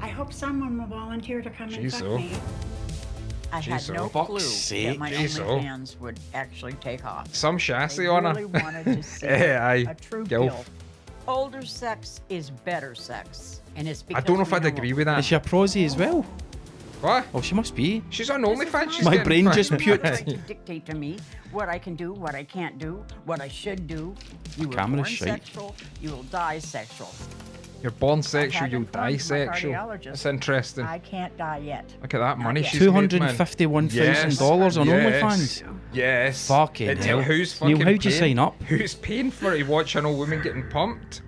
[SPEAKER 8] I hope someone will volunteer to come
[SPEAKER 2] Jeez,
[SPEAKER 8] and fuck
[SPEAKER 2] oh.
[SPEAKER 8] me.
[SPEAKER 7] I had
[SPEAKER 2] Jeez, oh.
[SPEAKER 7] no
[SPEAKER 2] Fuck's
[SPEAKER 7] clue
[SPEAKER 1] sake,
[SPEAKER 7] that my
[SPEAKER 2] jeez, oh.
[SPEAKER 7] OnlyFans would actually take off.
[SPEAKER 2] Some chassis
[SPEAKER 7] I
[SPEAKER 2] on her.
[SPEAKER 7] really wanted to see
[SPEAKER 2] Eh, aye.
[SPEAKER 7] a true
[SPEAKER 2] Gilf.
[SPEAKER 7] gilf. Older sex is better sex, and it's
[SPEAKER 2] I
[SPEAKER 7] because
[SPEAKER 2] don't know if
[SPEAKER 7] we
[SPEAKER 2] I'd agree
[SPEAKER 7] what-
[SPEAKER 2] with that.
[SPEAKER 1] Is she a prosy as well?
[SPEAKER 2] what?
[SPEAKER 1] Oh, she must be.
[SPEAKER 2] She's on OnlyFans. She's
[SPEAKER 1] My
[SPEAKER 2] getting
[SPEAKER 1] brain
[SPEAKER 2] fucked.
[SPEAKER 1] just puked.
[SPEAKER 7] Try to dictate to me what I can do, what I can't do, what I should do. You were
[SPEAKER 1] Camera's
[SPEAKER 7] born
[SPEAKER 1] shite.
[SPEAKER 7] sexual. You will die sexual.
[SPEAKER 2] You're born
[SPEAKER 7] I
[SPEAKER 2] sexual,
[SPEAKER 7] had
[SPEAKER 2] you
[SPEAKER 7] it from my
[SPEAKER 2] die sexual.
[SPEAKER 7] cardiologist.
[SPEAKER 2] That's interesting.
[SPEAKER 7] I can't die yet.
[SPEAKER 2] Look at that
[SPEAKER 7] Not
[SPEAKER 2] money
[SPEAKER 7] yet.
[SPEAKER 2] she's
[SPEAKER 1] Two
[SPEAKER 2] made,
[SPEAKER 1] hundred
[SPEAKER 2] man.
[SPEAKER 1] and fifty-one thousand dollars on
[SPEAKER 2] Yes.
[SPEAKER 1] OnlyFans.
[SPEAKER 2] Yes.
[SPEAKER 1] Fucking
[SPEAKER 2] It-
[SPEAKER 1] hell.
[SPEAKER 2] Who's
[SPEAKER 1] Neil,
[SPEAKER 2] fucking
[SPEAKER 1] how'd you
[SPEAKER 2] paying-
[SPEAKER 1] sign up?
[SPEAKER 2] Who's paying for it? Watching old women getting pumped.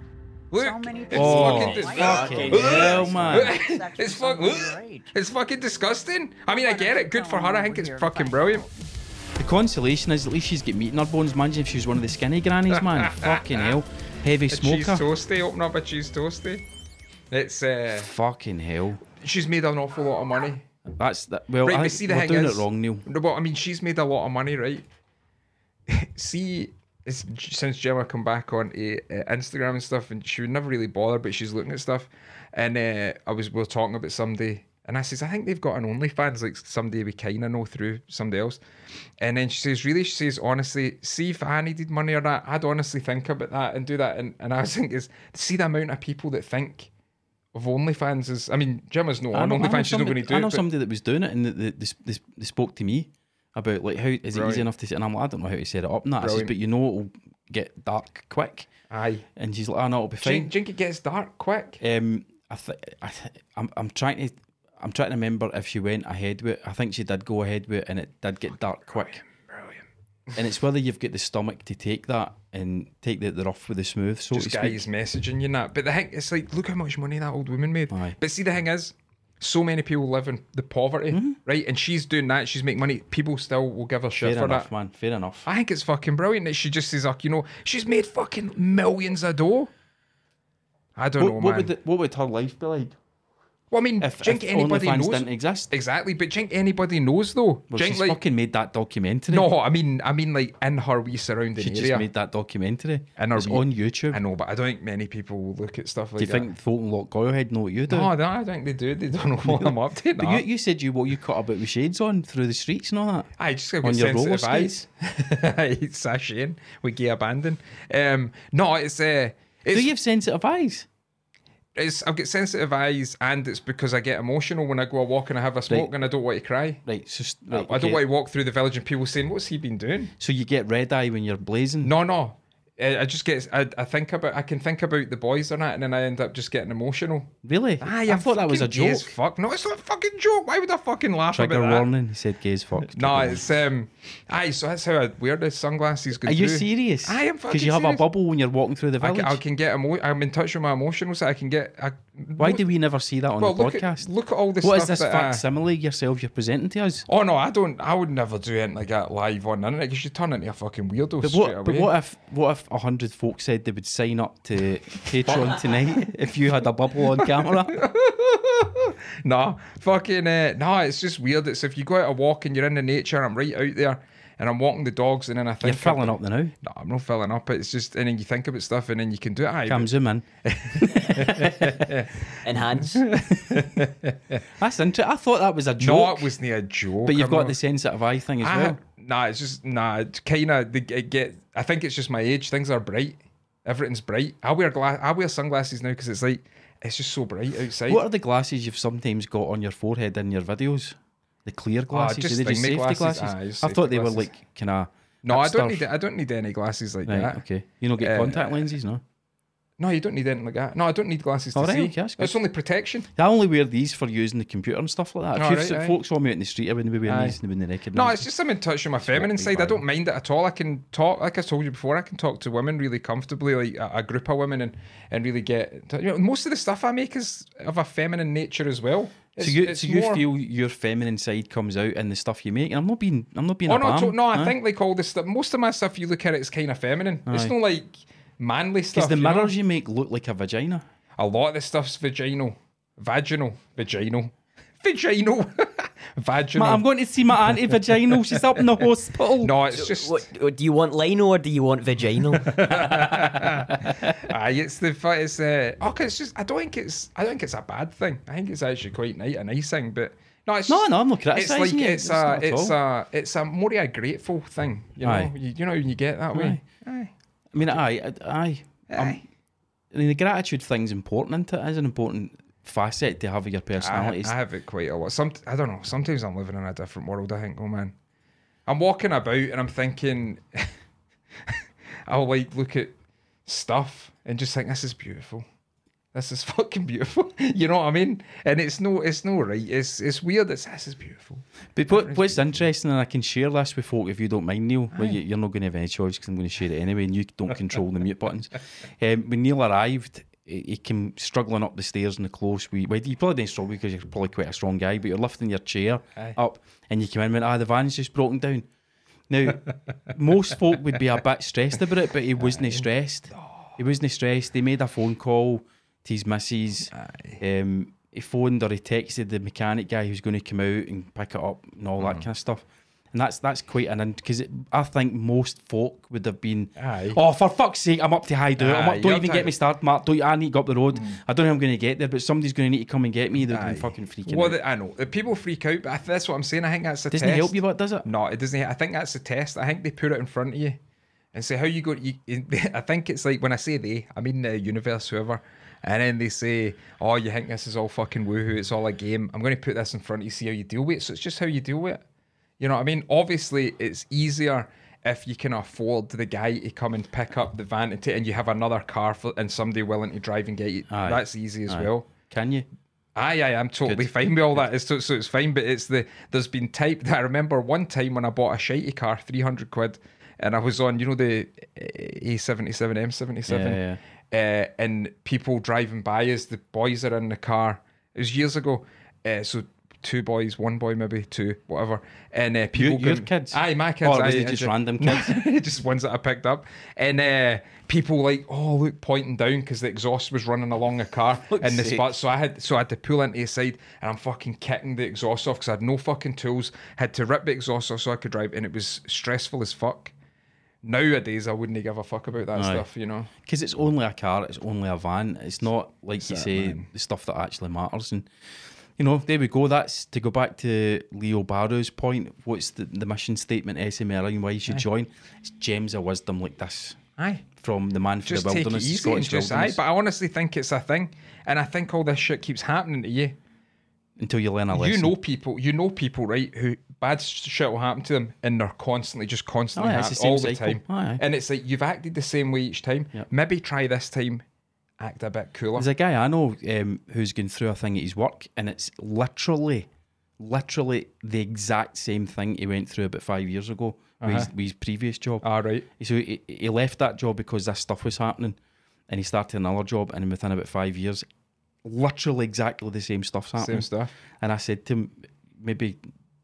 [SPEAKER 2] Look,
[SPEAKER 7] many
[SPEAKER 2] it's
[SPEAKER 7] people
[SPEAKER 1] Oh,
[SPEAKER 2] fucking
[SPEAKER 7] Fucking
[SPEAKER 1] fucking
[SPEAKER 2] disgusting.
[SPEAKER 1] hell, man!
[SPEAKER 2] it's
[SPEAKER 7] Sexual
[SPEAKER 2] fuck,
[SPEAKER 7] someone your age.
[SPEAKER 2] it's fucking disgusting. I mean, I
[SPEAKER 7] Why don't
[SPEAKER 2] get
[SPEAKER 7] you
[SPEAKER 2] it. Good for
[SPEAKER 7] come
[SPEAKER 2] her. I
[SPEAKER 7] over
[SPEAKER 2] think it's
[SPEAKER 7] here and
[SPEAKER 2] fucking
[SPEAKER 7] find
[SPEAKER 2] brilliant.
[SPEAKER 1] The consolation is at least she's got meat in her bones. Imagine if she was one of the skinny grannies, man. Fucking hell. Heavy
[SPEAKER 2] A cheese
[SPEAKER 1] smoker.
[SPEAKER 2] toasty. Open up a cheese toasty. It's uh,
[SPEAKER 1] Fucking hell.
[SPEAKER 2] she's made an awful lot of money.
[SPEAKER 1] That's that. Well, I
[SPEAKER 2] Right, but
[SPEAKER 1] think
[SPEAKER 2] see the
[SPEAKER 1] we're
[SPEAKER 2] thing
[SPEAKER 1] doing
[SPEAKER 2] is,
[SPEAKER 1] it wrong, Neil.
[SPEAKER 2] No, but I mean, she's made a lot of money, right? see, it's, since Gemma come back on uh, Instagram and stuff, and she would never really bother, but she's looking at stuff. And uh, I was we were talking about somebody, and I says, I think they've got an OnlyFans, like somebody we kind of know through somebody else. And then she says, really, she says, honestly, see if I needed money or not, I'd honestly think about that and do that. And and I was thinking, is see the amount of people that think. Of OnlyFans is, I mean, Gemma's not
[SPEAKER 1] I
[SPEAKER 2] on
[SPEAKER 1] know- I know
[SPEAKER 2] OnlyFans. She's not
[SPEAKER 1] somebody-
[SPEAKER 2] going to do
[SPEAKER 1] I
[SPEAKER 2] it.
[SPEAKER 1] know
[SPEAKER 2] but-
[SPEAKER 1] somebody that was doing it, and they, they, they, they, they spoke to me about like how is it
[SPEAKER 2] Right.
[SPEAKER 1] easy enough to set? And I'm like, I don't know how to set it up. And that I says,
[SPEAKER 2] Brilliant.
[SPEAKER 1] but you know it'll get dark quick.
[SPEAKER 2] Aye.
[SPEAKER 1] And she's like, oh no, it'll be
[SPEAKER 2] Do you
[SPEAKER 1] fine.
[SPEAKER 2] think- do you think it gets dark quick?
[SPEAKER 1] Um, I th- I th- I'm, I'm trying to. I'm trying to remember if she went ahead with it. I think she did go ahead with it, and it did get dark quick.
[SPEAKER 2] Brilliant.
[SPEAKER 1] And it's whether you've got the stomach to take that and take the, the rough with the smooth, so
[SPEAKER 2] Just
[SPEAKER 1] to speak.
[SPEAKER 2] guys messaging you and that. But the thing, it's like, look how much money that old woman made.
[SPEAKER 1] Aye.
[SPEAKER 2] But see, the thing is, so many people live in the poverty,
[SPEAKER 1] Mm-hmm.
[SPEAKER 2] right? And she's doing that. She's making money. People still will give her shit
[SPEAKER 1] Fair
[SPEAKER 2] for
[SPEAKER 1] enough,
[SPEAKER 2] that.
[SPEAKER 1] man. Fair enough.
[SPEAKER 2] I think it's fucking brilliant that she just says, like, you know, she's made fucking millions of dough. I don't
[SPEAKER 1] What,
[SPEAKER 2] know,
[SPEAKER 1] what
[SPEAKER 2] man.
[SPEAKER 1] would the, what would her life be like
[SPEAKER 2] well, I mean,
[SPEAKER 1] if,
[SPEAKER 2] do you think
[SPEAKER 1] if
[SPEAKER 2] anybody
[SPEAKER 1] OnlyFans
[SPEAKER 2] knows?
[SPEAKER 1] didn't exist?
[SPEAKER 2] Exactly, but do you think anybody knows though?
[SPEAKER 1] Well,
[SPEAKER 2] Do you
[SPEAKER 1] she's
[SPEAKER 2] think, like,
[SPEAKER 1] fucking made that documentary.
[SPEAKER 2] no, I mean, I mean, like in her wee surrounding
[SPEAKER 1] she
[SPEAKER 2] area.
[SPEAKER 1] just made that documentary.
[SPEAKER 2] And
[SPEAKER 1] And
[SPEAKER 2] are
[SPEAKER 1] it's
[SPEAKER 2] we-
[SPEAKER 1] on YouTube.
[SPEAKER 2] I know, but I don't think many people will look at stuff like
[SPEAKER 1] do you
[SPEAKER 2] that.
[SPEAKER 1] think Thornton Lock Goylehead know what you do?
[SPEAKER 2] Oh, No, no, I don't think they do. They don't know what I'm up to.
[SPEAKER 1] but
[SPEAKER 2] nah.
[SPEAKER 1] you, you said you what you cut about with shades on through the streets and all that.
[SPEAKER 2] I just got
[SPEAKER 1] on
[SPEAKER 2] good
[SPEAKER 1] your roller
[SPEAKER 2] sensitive eyes. it's sashaying with gay abandon. Um, no, it's uh, it's,
[SPEAKER 1] do you have sensitive eyes?
[SPEAKER 2] it's I've got sensitive eyes, and it's because I get emotional when I go a walk and I have a smoke and I don't want to cry.
[SPEAKER 1] Right, so s- right,
[SPEAKER 2] I don't
[SPEAKER 1] okay.
[SPEAKER 2] want to walk through the village and people saying, "What's he been doing?"
[SPEAKER 1] So you get red eye when you're blazing.
[SPEAKER 2] No, no. I I just get. I, I think about. I can think about the boys on it, and then I end up just getting emotional.
[SPEAKER 1] Really?
[SPEAKER 2] Aye,
[SPEAKER 1] I
[SPEAKER 2] I'm
[SPEAKER 1] thought that was a
[SPEAKER 2] fucking gay
[SPEAKER 1] joke.
[SPEAKER 2] as Fuck. No, it's not a fucking joke. Why would I fucking laugh
[SPEAKER 1] Trigger
[SPEAKER 2] about that?
[SPEAKER 1] warning. He said gay as fuck. Trigger
[SPEAKER 2] No,
[SPEAKER 1] warning.
[SPEAKER 2] it's um. Aye, so that's how I wear the sunglasses. Go
[SPEAKER 1] Are you
[SPEAKER 2] through.
[SPEAKER 1] serious?
[SPEAKER 2] I am fucking
[SPEAKER 1] Because you have
[SPEAKER 2] serious.
[SPEAKER 1] a bubble when you're walking through the
[SPEAKER 2] I
[SPEAKER 1] village.
[SPEAKER 2] can, I can get emo- I'm in touch with my emotional side. I can get. I,
[SPEAKER 1] Why do we never see that on
[SPEAKER 2] Well,
[SPEAKER 1] the
[SPEAKER 2] look at,
[SPEAKER 1] podcast?
[SPEAKER 2] look at all this.
[SPEAKER 1] what is
[SPEAKER 2] stuff
[SPEAKER 1] this
[SPEAKER 2] that uh, I-
[SPEAKER 1] facsimile yourself you're presenting to us?
[SPEAKER 2] oh no, I don't. I would never do anything like that live on the internet because you turn into a fucking weirdo
[SPEAKER 1] But
[SPEAKER 2] straight
[SPEAKER 1] what,
[SPEAKER 2] away.
[SPEAKER 1] but what if what if a hundred folks said they would sign up to Patreon tonight if you had a bubble on camera?
[SPEAKER 2] nah, fucking uh, nah. It's just weird. It's if you go out a walk and you're in the nature. I'm right out there and I'm walking the dogs and then I
[SPEAKER 1] You're
[SPEAKER 2] think
[SPEAKER 1] filling up the now.
[SPEAKER 2] No, I'm not filling up. It's just and then you think about stuff and then you can do it. Aye,
[SPEAKER 1] Come zoom in.
[SPEAKER 3] Enhance.
[SPEAKER 1] That's interesting. I thought that was a
[SPEAKER 2] but- no,
[SPEAKER 1] joke.
[SPEAKER 2] it Ah, wasn't a joke.
[SPEAKER 1] but you've
[SPEAKER 2] I'm
[SPEAKER 1] got
[SPEAKER 2] not-
[SPEAKER 1] the sensitive eye thing as
[SPEAKER 2] I-
[SPEAKER 1] well.
[SPEAKER 2] Nah, it's just nah. It's kind of get. I think it's just my age. Things are bright. Everything's bright. I wear gla- I wear sunglasses now because it's like it's just so bright outside.
[SPEAKER 1] What are the glasses you've sometimes got on your forehead in your videos? The clear glasses?
[SPEAKER 2] Ah, just
[SPEAKER 1] Are they just
[SPEAKER 2] like
[SPEAKER 1] safety
[SPEAKER 2] make
[SPEAKER 1] glasses?
[SPEAKER 2] glasses. Aye, just
[SPEAKER 1] I thought
[SPEAKER 2] safety
[SPEAKER 1] they were
[SPEAKER 2] glasses.
[SPEAKER 1] like kind of.
[SPEAKER 2] no, I don't need. I don't need any glasses like
[SPEAKER 1] Right,
[SPEAKER 2] that.
[SPEAKER 1] okay. You don't get
[SPEAKER 2] Uh,
[SPEAKER 1] contact lenses, no?
[SPEAKER 2] No, you don't need anything like that. No, I don't need glasses
[SPEAKER 1] All
[SPEAKER 2] to
[SPEAKER 1] right,
[SPEAKER 2] see.
[SPEAKER 1] okay, that's good.
[SPEAKER 2] it's only protection.
[SPEAKER 1] I only wear these for using the computer and stuff like that. If
[SPEAKER 2] All
[SPEAKER 1] you
[SPEAKER 2] right, aye.
[SPEAKER 1] folks saw me out in the street, I wouldn't be wearing
[SPEAKER 2] Aye.
[SPEAKER 1] these and they wouldn't recognise
[SPEAKER 2] No,
[SPEAKER 1] me.
[SPEAKER 2] it's just I'm in touch with my feminine side. I don't mind it at all. I can talk, like I told you before, I can talk to women really comfortably, like a, a group of women, and and really get. You know, most of the stuff I make is of a feminine nature as well.
[SPEAKER 1] So
[SPEAKER 2] It's-
[SPEAKER 1] you,
[SPEAKER 2] it's
[SPEAKER 1] so you
[SPEAKER 2] more-
[SPEAKER 1] feel your feminine side comes out in the stuff you make, and I'm not being, I'm not being
[SPEAKER 2] Oh
[SPEAKER 1] a
[SPEAKER 2] no,
[SPEAKER 1] bam,
[SPEAKER 2] to- no! I
[SPEAKER 1] huh?
[SPEAKER 2] think like all this stuff. Most of my stuff, you look at it, it's kind of feminine. It's
[SPEAKER 1] Aye.
[SPEAKER 2] not like manly
[SPEAKER 1] because
[SPEAKER 2] stuff.
[SPEAKER 1] the
[SPEAKER 2] you know?
[SPEAKER 1] mirrors you make look like a vagina.
[SPEAKER 2] A lot of this stuff's vaginal, vaginal, vaginal, vaginal, vaginal.
[SPEAKER 1] Ma, I'm going to see my auntie vaginal. She's up in the hospital.
[SPEAKER 2] no, it's just
[SPEAKER 3] what, what- do you want lino or do you want vaginal?
[SPEAKER 2] aye, it's the fu- it's uh, okay. It's just I don't think it's I don't think it's a bad thing. I think it's actually quite ni- a nice thing, but. No, it's
[SPEAKER 1] No,
[SPEAKER 2] just-
[SPEAKER 1] no, I'm not
[SPEAKER 2] It's
[SPEAKER 1] criticising
[SPEAKER 2] like
[SPEAKER 1] you.
[SPEAKER 2] it's
[SPEAKER 1] It's not
[SPEAKER 2] a,
[SPEAKER 1] at
[SPEAKER 2] it's
[SPEAKER 1] all.
[SPEAKER 2] a, it's a more a grateful thing, you know.
[SPEAKER 1] Aye.
[SPEAKER 2] You, you know, you get that way. Aye.
[SPEAKER 1] I mean, aye, aye. aye. Um, I mean, the gratitude thing's important, isn't it? It's an important facet to have of your
[SPEAKER 2] I,
[SPEAKER 1] personality.
[SPEAKER 2] I have it quite a lot. Some I don't know. Sometimes I'm living in a different world. I think, oh man, I'm walking about and I'm thinking, I'll like look at stuff and just think this is beautiful. This is fucking beautiful. you know what I mean? And it's no, it's no right. It's it's weird. It's this is beautiful.
[SPEAKER 1] But what, what's interesting, and I can share this with folk if you don't mind, Neil. Well, you, you're not going to have any choice because I'm going to share it anyway, and you don't control the mute buttons. Um, when Neil arrived, he he came struggling up the stairs in the close. We, well, you probably didn't struggle because you're probably quite a strong guy, but you're lifting your chair
[SPEAKER 2] Aye.
[SPEAKER 1] up, and you came in and went, "Ah, the van's just broken down." Now, most folk would be a bit stressed about it, but he wasn't stressed. He wasn't stressed. He made a phone call to his missus. Um, he phoned or he texted the mechanic guy who's going to come out and pick it up and all
[SPEAKER 2] Mm.
[SPEAKER 1] that kind of stuff. And that's that's quite an because I think most folk would have been
[SPEAKER 2] Aye.
[SPEAKER 1] oh for fuck's sake I'm up to high do I'm
[SPEAKER 2] Aye,
[SPEAKER 1] up, don't
[SPEAKER 2] you're
[SPEAKER 1] even
[SPEAKER 2] tight.
[SPEAKER 1] get me started Mark don't I need to go up the road I don't know how I'm going to get there but somebody's going to need to come and get me they're going
[SPEAKER 2] Aye.
[SPEAKER 1] to fucking freaking
[SPEAKER 2] Well,
[SPEAKER 1] out.
[SPEAKER 2] the- I know the people freak out, but I, that's what I'm saying. I think that's the
[SPEAKER 1] doesn't
[SPEAKER 2] test.
[SPEAKER 1] help you but does it
[SPEAKER 2] No, it doesn't. I think that's the test. I think they put it in front of you and say how you go. You, you- I think it's like when I say they, I mean the universe, whoever. And then they say, "Oh, you think this is all fucking woohoo? It's all a game. I'm going to put this in front of you, see how you deal with it." So it's just how you deal with it. You know what I mean? Obviously, it's easier if you can afford the guy to come and pick up the van and, ta- and you have another car for, and somebody willing to drive and get you.
[SPEAKER 1] Aye.
[SPEAKER 2] That's easy as well.
[SPEAKER 1] can you
[SPEAKER 2] Aye, aye, I'm totally
[SPEAKER 1] Good.
[SPEAKER 2] fine with all that. It's so, so it's fine, but it's the there's been type. I remember one time when I bought a shitey car, three hundred quid, and I was on you know the eh, A seventy seven M seventy
[SPEAKER 1] Yeah,
[SPEAKER 2] seven, and people driving by as the boys are in the car. It was years ago, uh, so two boys, one boy maybe two, whatever, and uh, people.
[SPEAKER 1] your
[SPEAKER 2] going-
[SPEAKER 1] kids?
[SPEAKER 2] Aye, my kids.
[SPEAKER 1] Or Oh, was
[SPEAKER 2] aye,
[SPEAKER 1] it
[SPEAKER 2] aye,
[SPEAKER 1] just
[SPEAKER 2] aye.
[SPEAKER 1] random
[SPEAKER 2] No,
[SPEAKER 1] kids?
[SPEAKER 2] just ones that I picked up. And uh, people like, oh look, pointing down because the exhaust was running along a car
[SPEAKER 1] Fuck's
[SPEAKER 2] in the
[SPEAKER 1] sake.
[SPEAKER 2] spot. So I had so I had to pull into the side, and I'm fucking kicking the exhaust off because I had no fucking tools. Had to rip the exhaust off so I could drive, and it was stressful as fuck. Nowadays, I wouldn't give a fuck about that stuff, you know.
[SPEAKER 1] because it's only a car, it's only a van. It's not like you say the stuff that actually matters. And you know, there we go. That's to go back to Leo Barrow's point. What's the, the mission statement SML and why you should join? It's gems of wisdom like this
[SPEAKER 2] Aye.
[SPEAKER 1] from the man for
[SPEAKER 2] Just
[SPEAKER 1] the
[SPEAKER 2] take it
[SPEAKER 1] wilderness,
[SPEAKER 2] easy and
[SPEAKER 1] Scottish
[SPEAKER 2] just aye.
[SPEAKER 1] wilderness,
[SPEAKER 2] But I honestly think it's a thing, and I think all this shit keeps happening to you.
[SPEAKER 1] until you learn a lesson.
[SPEAKER 2] You know people. You know people, right? Who bad sh- shit will happen to them, and they're constantly, just constantly,
[SPEAKER 1] Aye, it's
[SPEAKER 2] hap-
[SPEAKER 1] the same
[SPEAKER 2] all the
[SPEAKER 1] cycle.
[SPEAKER 2] time.
[SPEAKER 1] Aye.
[SPEAKER 2] And it's like you've acted the same way each time.
[SPEAKER 1] Yep.
[SPEAKER 2] Maybe try this time, act a bit cooler.
[SPEAKER 1] There's a guy I know um, who's going through a thing at his work, and it's literally, literally the exact same thing he went through about five years ago with,
[SPEAKER 2] Uh-huh.
[SPEAKER 1] his, with his previous job.
[SPEAKER 2] Ah, right.
[SPEAKER 1] So he, he left that job because this stuff was happening, and he started another job, and within about five years, literally exactly the same stuff's happening.
[SPEAKER 2] Same stuff.
[SPEAKER 1] And I said to him, maybe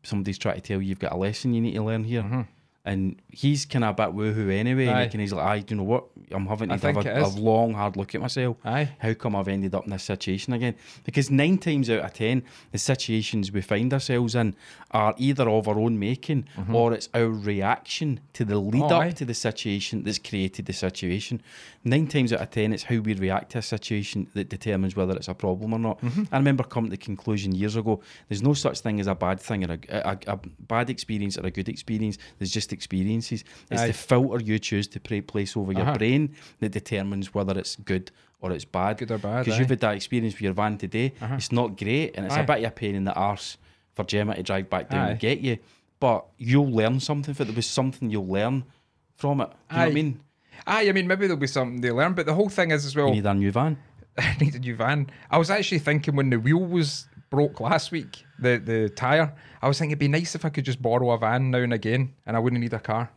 [SPEAKER 1] somebody's trying to tell you you've got a lesson you need to learn here. And he's kind of a bit woohoo anyway. And
[SPEAKER 2] Mm-hmm. Aye.
[SPEAKER 1] he can, he's like, I, you know what? I'm having to
[SPEAKER 2] I
[SPEAKER 1] have
[SPEAKER 2] think it
[SPEAKER 1] a, a
[SPEAKER 2] is.
[SPEAKER 1] long, hard look at myself.
[SPEAKER 2] Aye.
[SPEAKER 1] How come I've ended up in this situation again? Because nine times out of ten, the situations we find ourselves in are either of our own making or it's our reaction to the lead
[SPEAKER 2] Oh,
[SPEAKER 1] up
[SPEAKER 2] Mm-hmm. aye.
[SPEAKER 1] to the situation that's created the situation. Nine times out of ten, it's how we react to a situation that determines whether it's a problem or not.
[SPEAKER 2] Mm-hmm.
[SPEAKER 1] I remember coming to the conclusion years ago: there's no such thing as a bad thing or a, a, a bad experience or a good experience. There's just experiences. It's
[SPEAKER 2] Aye. Uh-huh.
[SPEAKER 1] the filter you choose to play, place over your brain that determines whether it's good or it's bad.
[SPEAKER 2] Good or bad,
[SPEAKER 1] Because
[SPEAKER 2] aye. Uh-huh.
[SPEAKER 1] you've had that experience with your van today. It's not great, and it's
[SPEAKER 2] Aye.
[SPEAKER 1] a bit of a pain in the arse for Gemma to drive back down
[SPEAKER 2] Aye.
[SPEAKER 1] and get you. But you'll learn something. If there was something you'll learn from it, do you know what
[SPEAKER 2] Aye.
[SPEAKER 1] I mean?
[SPEAKER 2] Aye, I mean, maybe there'll be something they learn, but the whole thing is as well.
[SPEAKER 1] You need a new van.
[SPEAKER 2] I need a new van. I was actually thinking when the wheel was broke last week, the the tire. I was thinking it'd be nice if I could just borrow a van now and again, and I wouldn't need a car.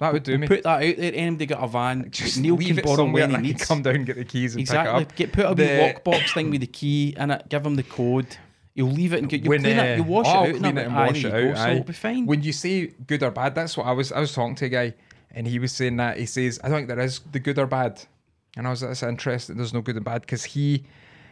[SPEAKER 2] That would do me.
[SPEAKER 1] Put that out there. Anybody got a van?
[SPEAKER 2] just
[SPEAKER 1] Neil
[SPEAKER 2] leave
[SPEAKER 1] can
[SPEAKER 2] it
[SPEAKER 1] borrow
[SPEAKER 2] somewhere
[SPEAKER 1] when
[SPEAKER 2] and
[SPEAKER 1] he
[SPEAKER 2] I can
[SPEAKER 1] needs.
[SPEAKER 2] come down, get the keys, and
[SPEAKER 1] exactly.
[SPEAKER 2] pick it up.
[SPEAKER 1] Get put a wee
[SPEAKER 2] The-
[SPEAKER 1] lockbox thing with the key in it. Give him the code. You'll leave it and get you
[SPEAKER 2] when,
[SPEAKER 1] clean
[SPEAKER 2] uh,
[SPEAKER 1] it. You wash
[SPEAKER 2] I'll
[SPEAKER 1] it out
[SPEAKER 2] clean
[SPEAKER 1] and,
[SPEAKER 2] it and
[SPEAKER 1] aye,
[SPEAKER 2] wash it
[SPEAKER 1] there you
[SPEAKER 2] out.
[SPEAKER 1] go,
[SPEAKER 2] aye.
[SPEAKER 1] So it'll be fine.
[SPEAKER 2] When you say good or bad, that's what I was. I was talking to a guy, and he was saying that he says, "I don't think there is the good or bad," and I was that's interesting. There's no good and bad because he,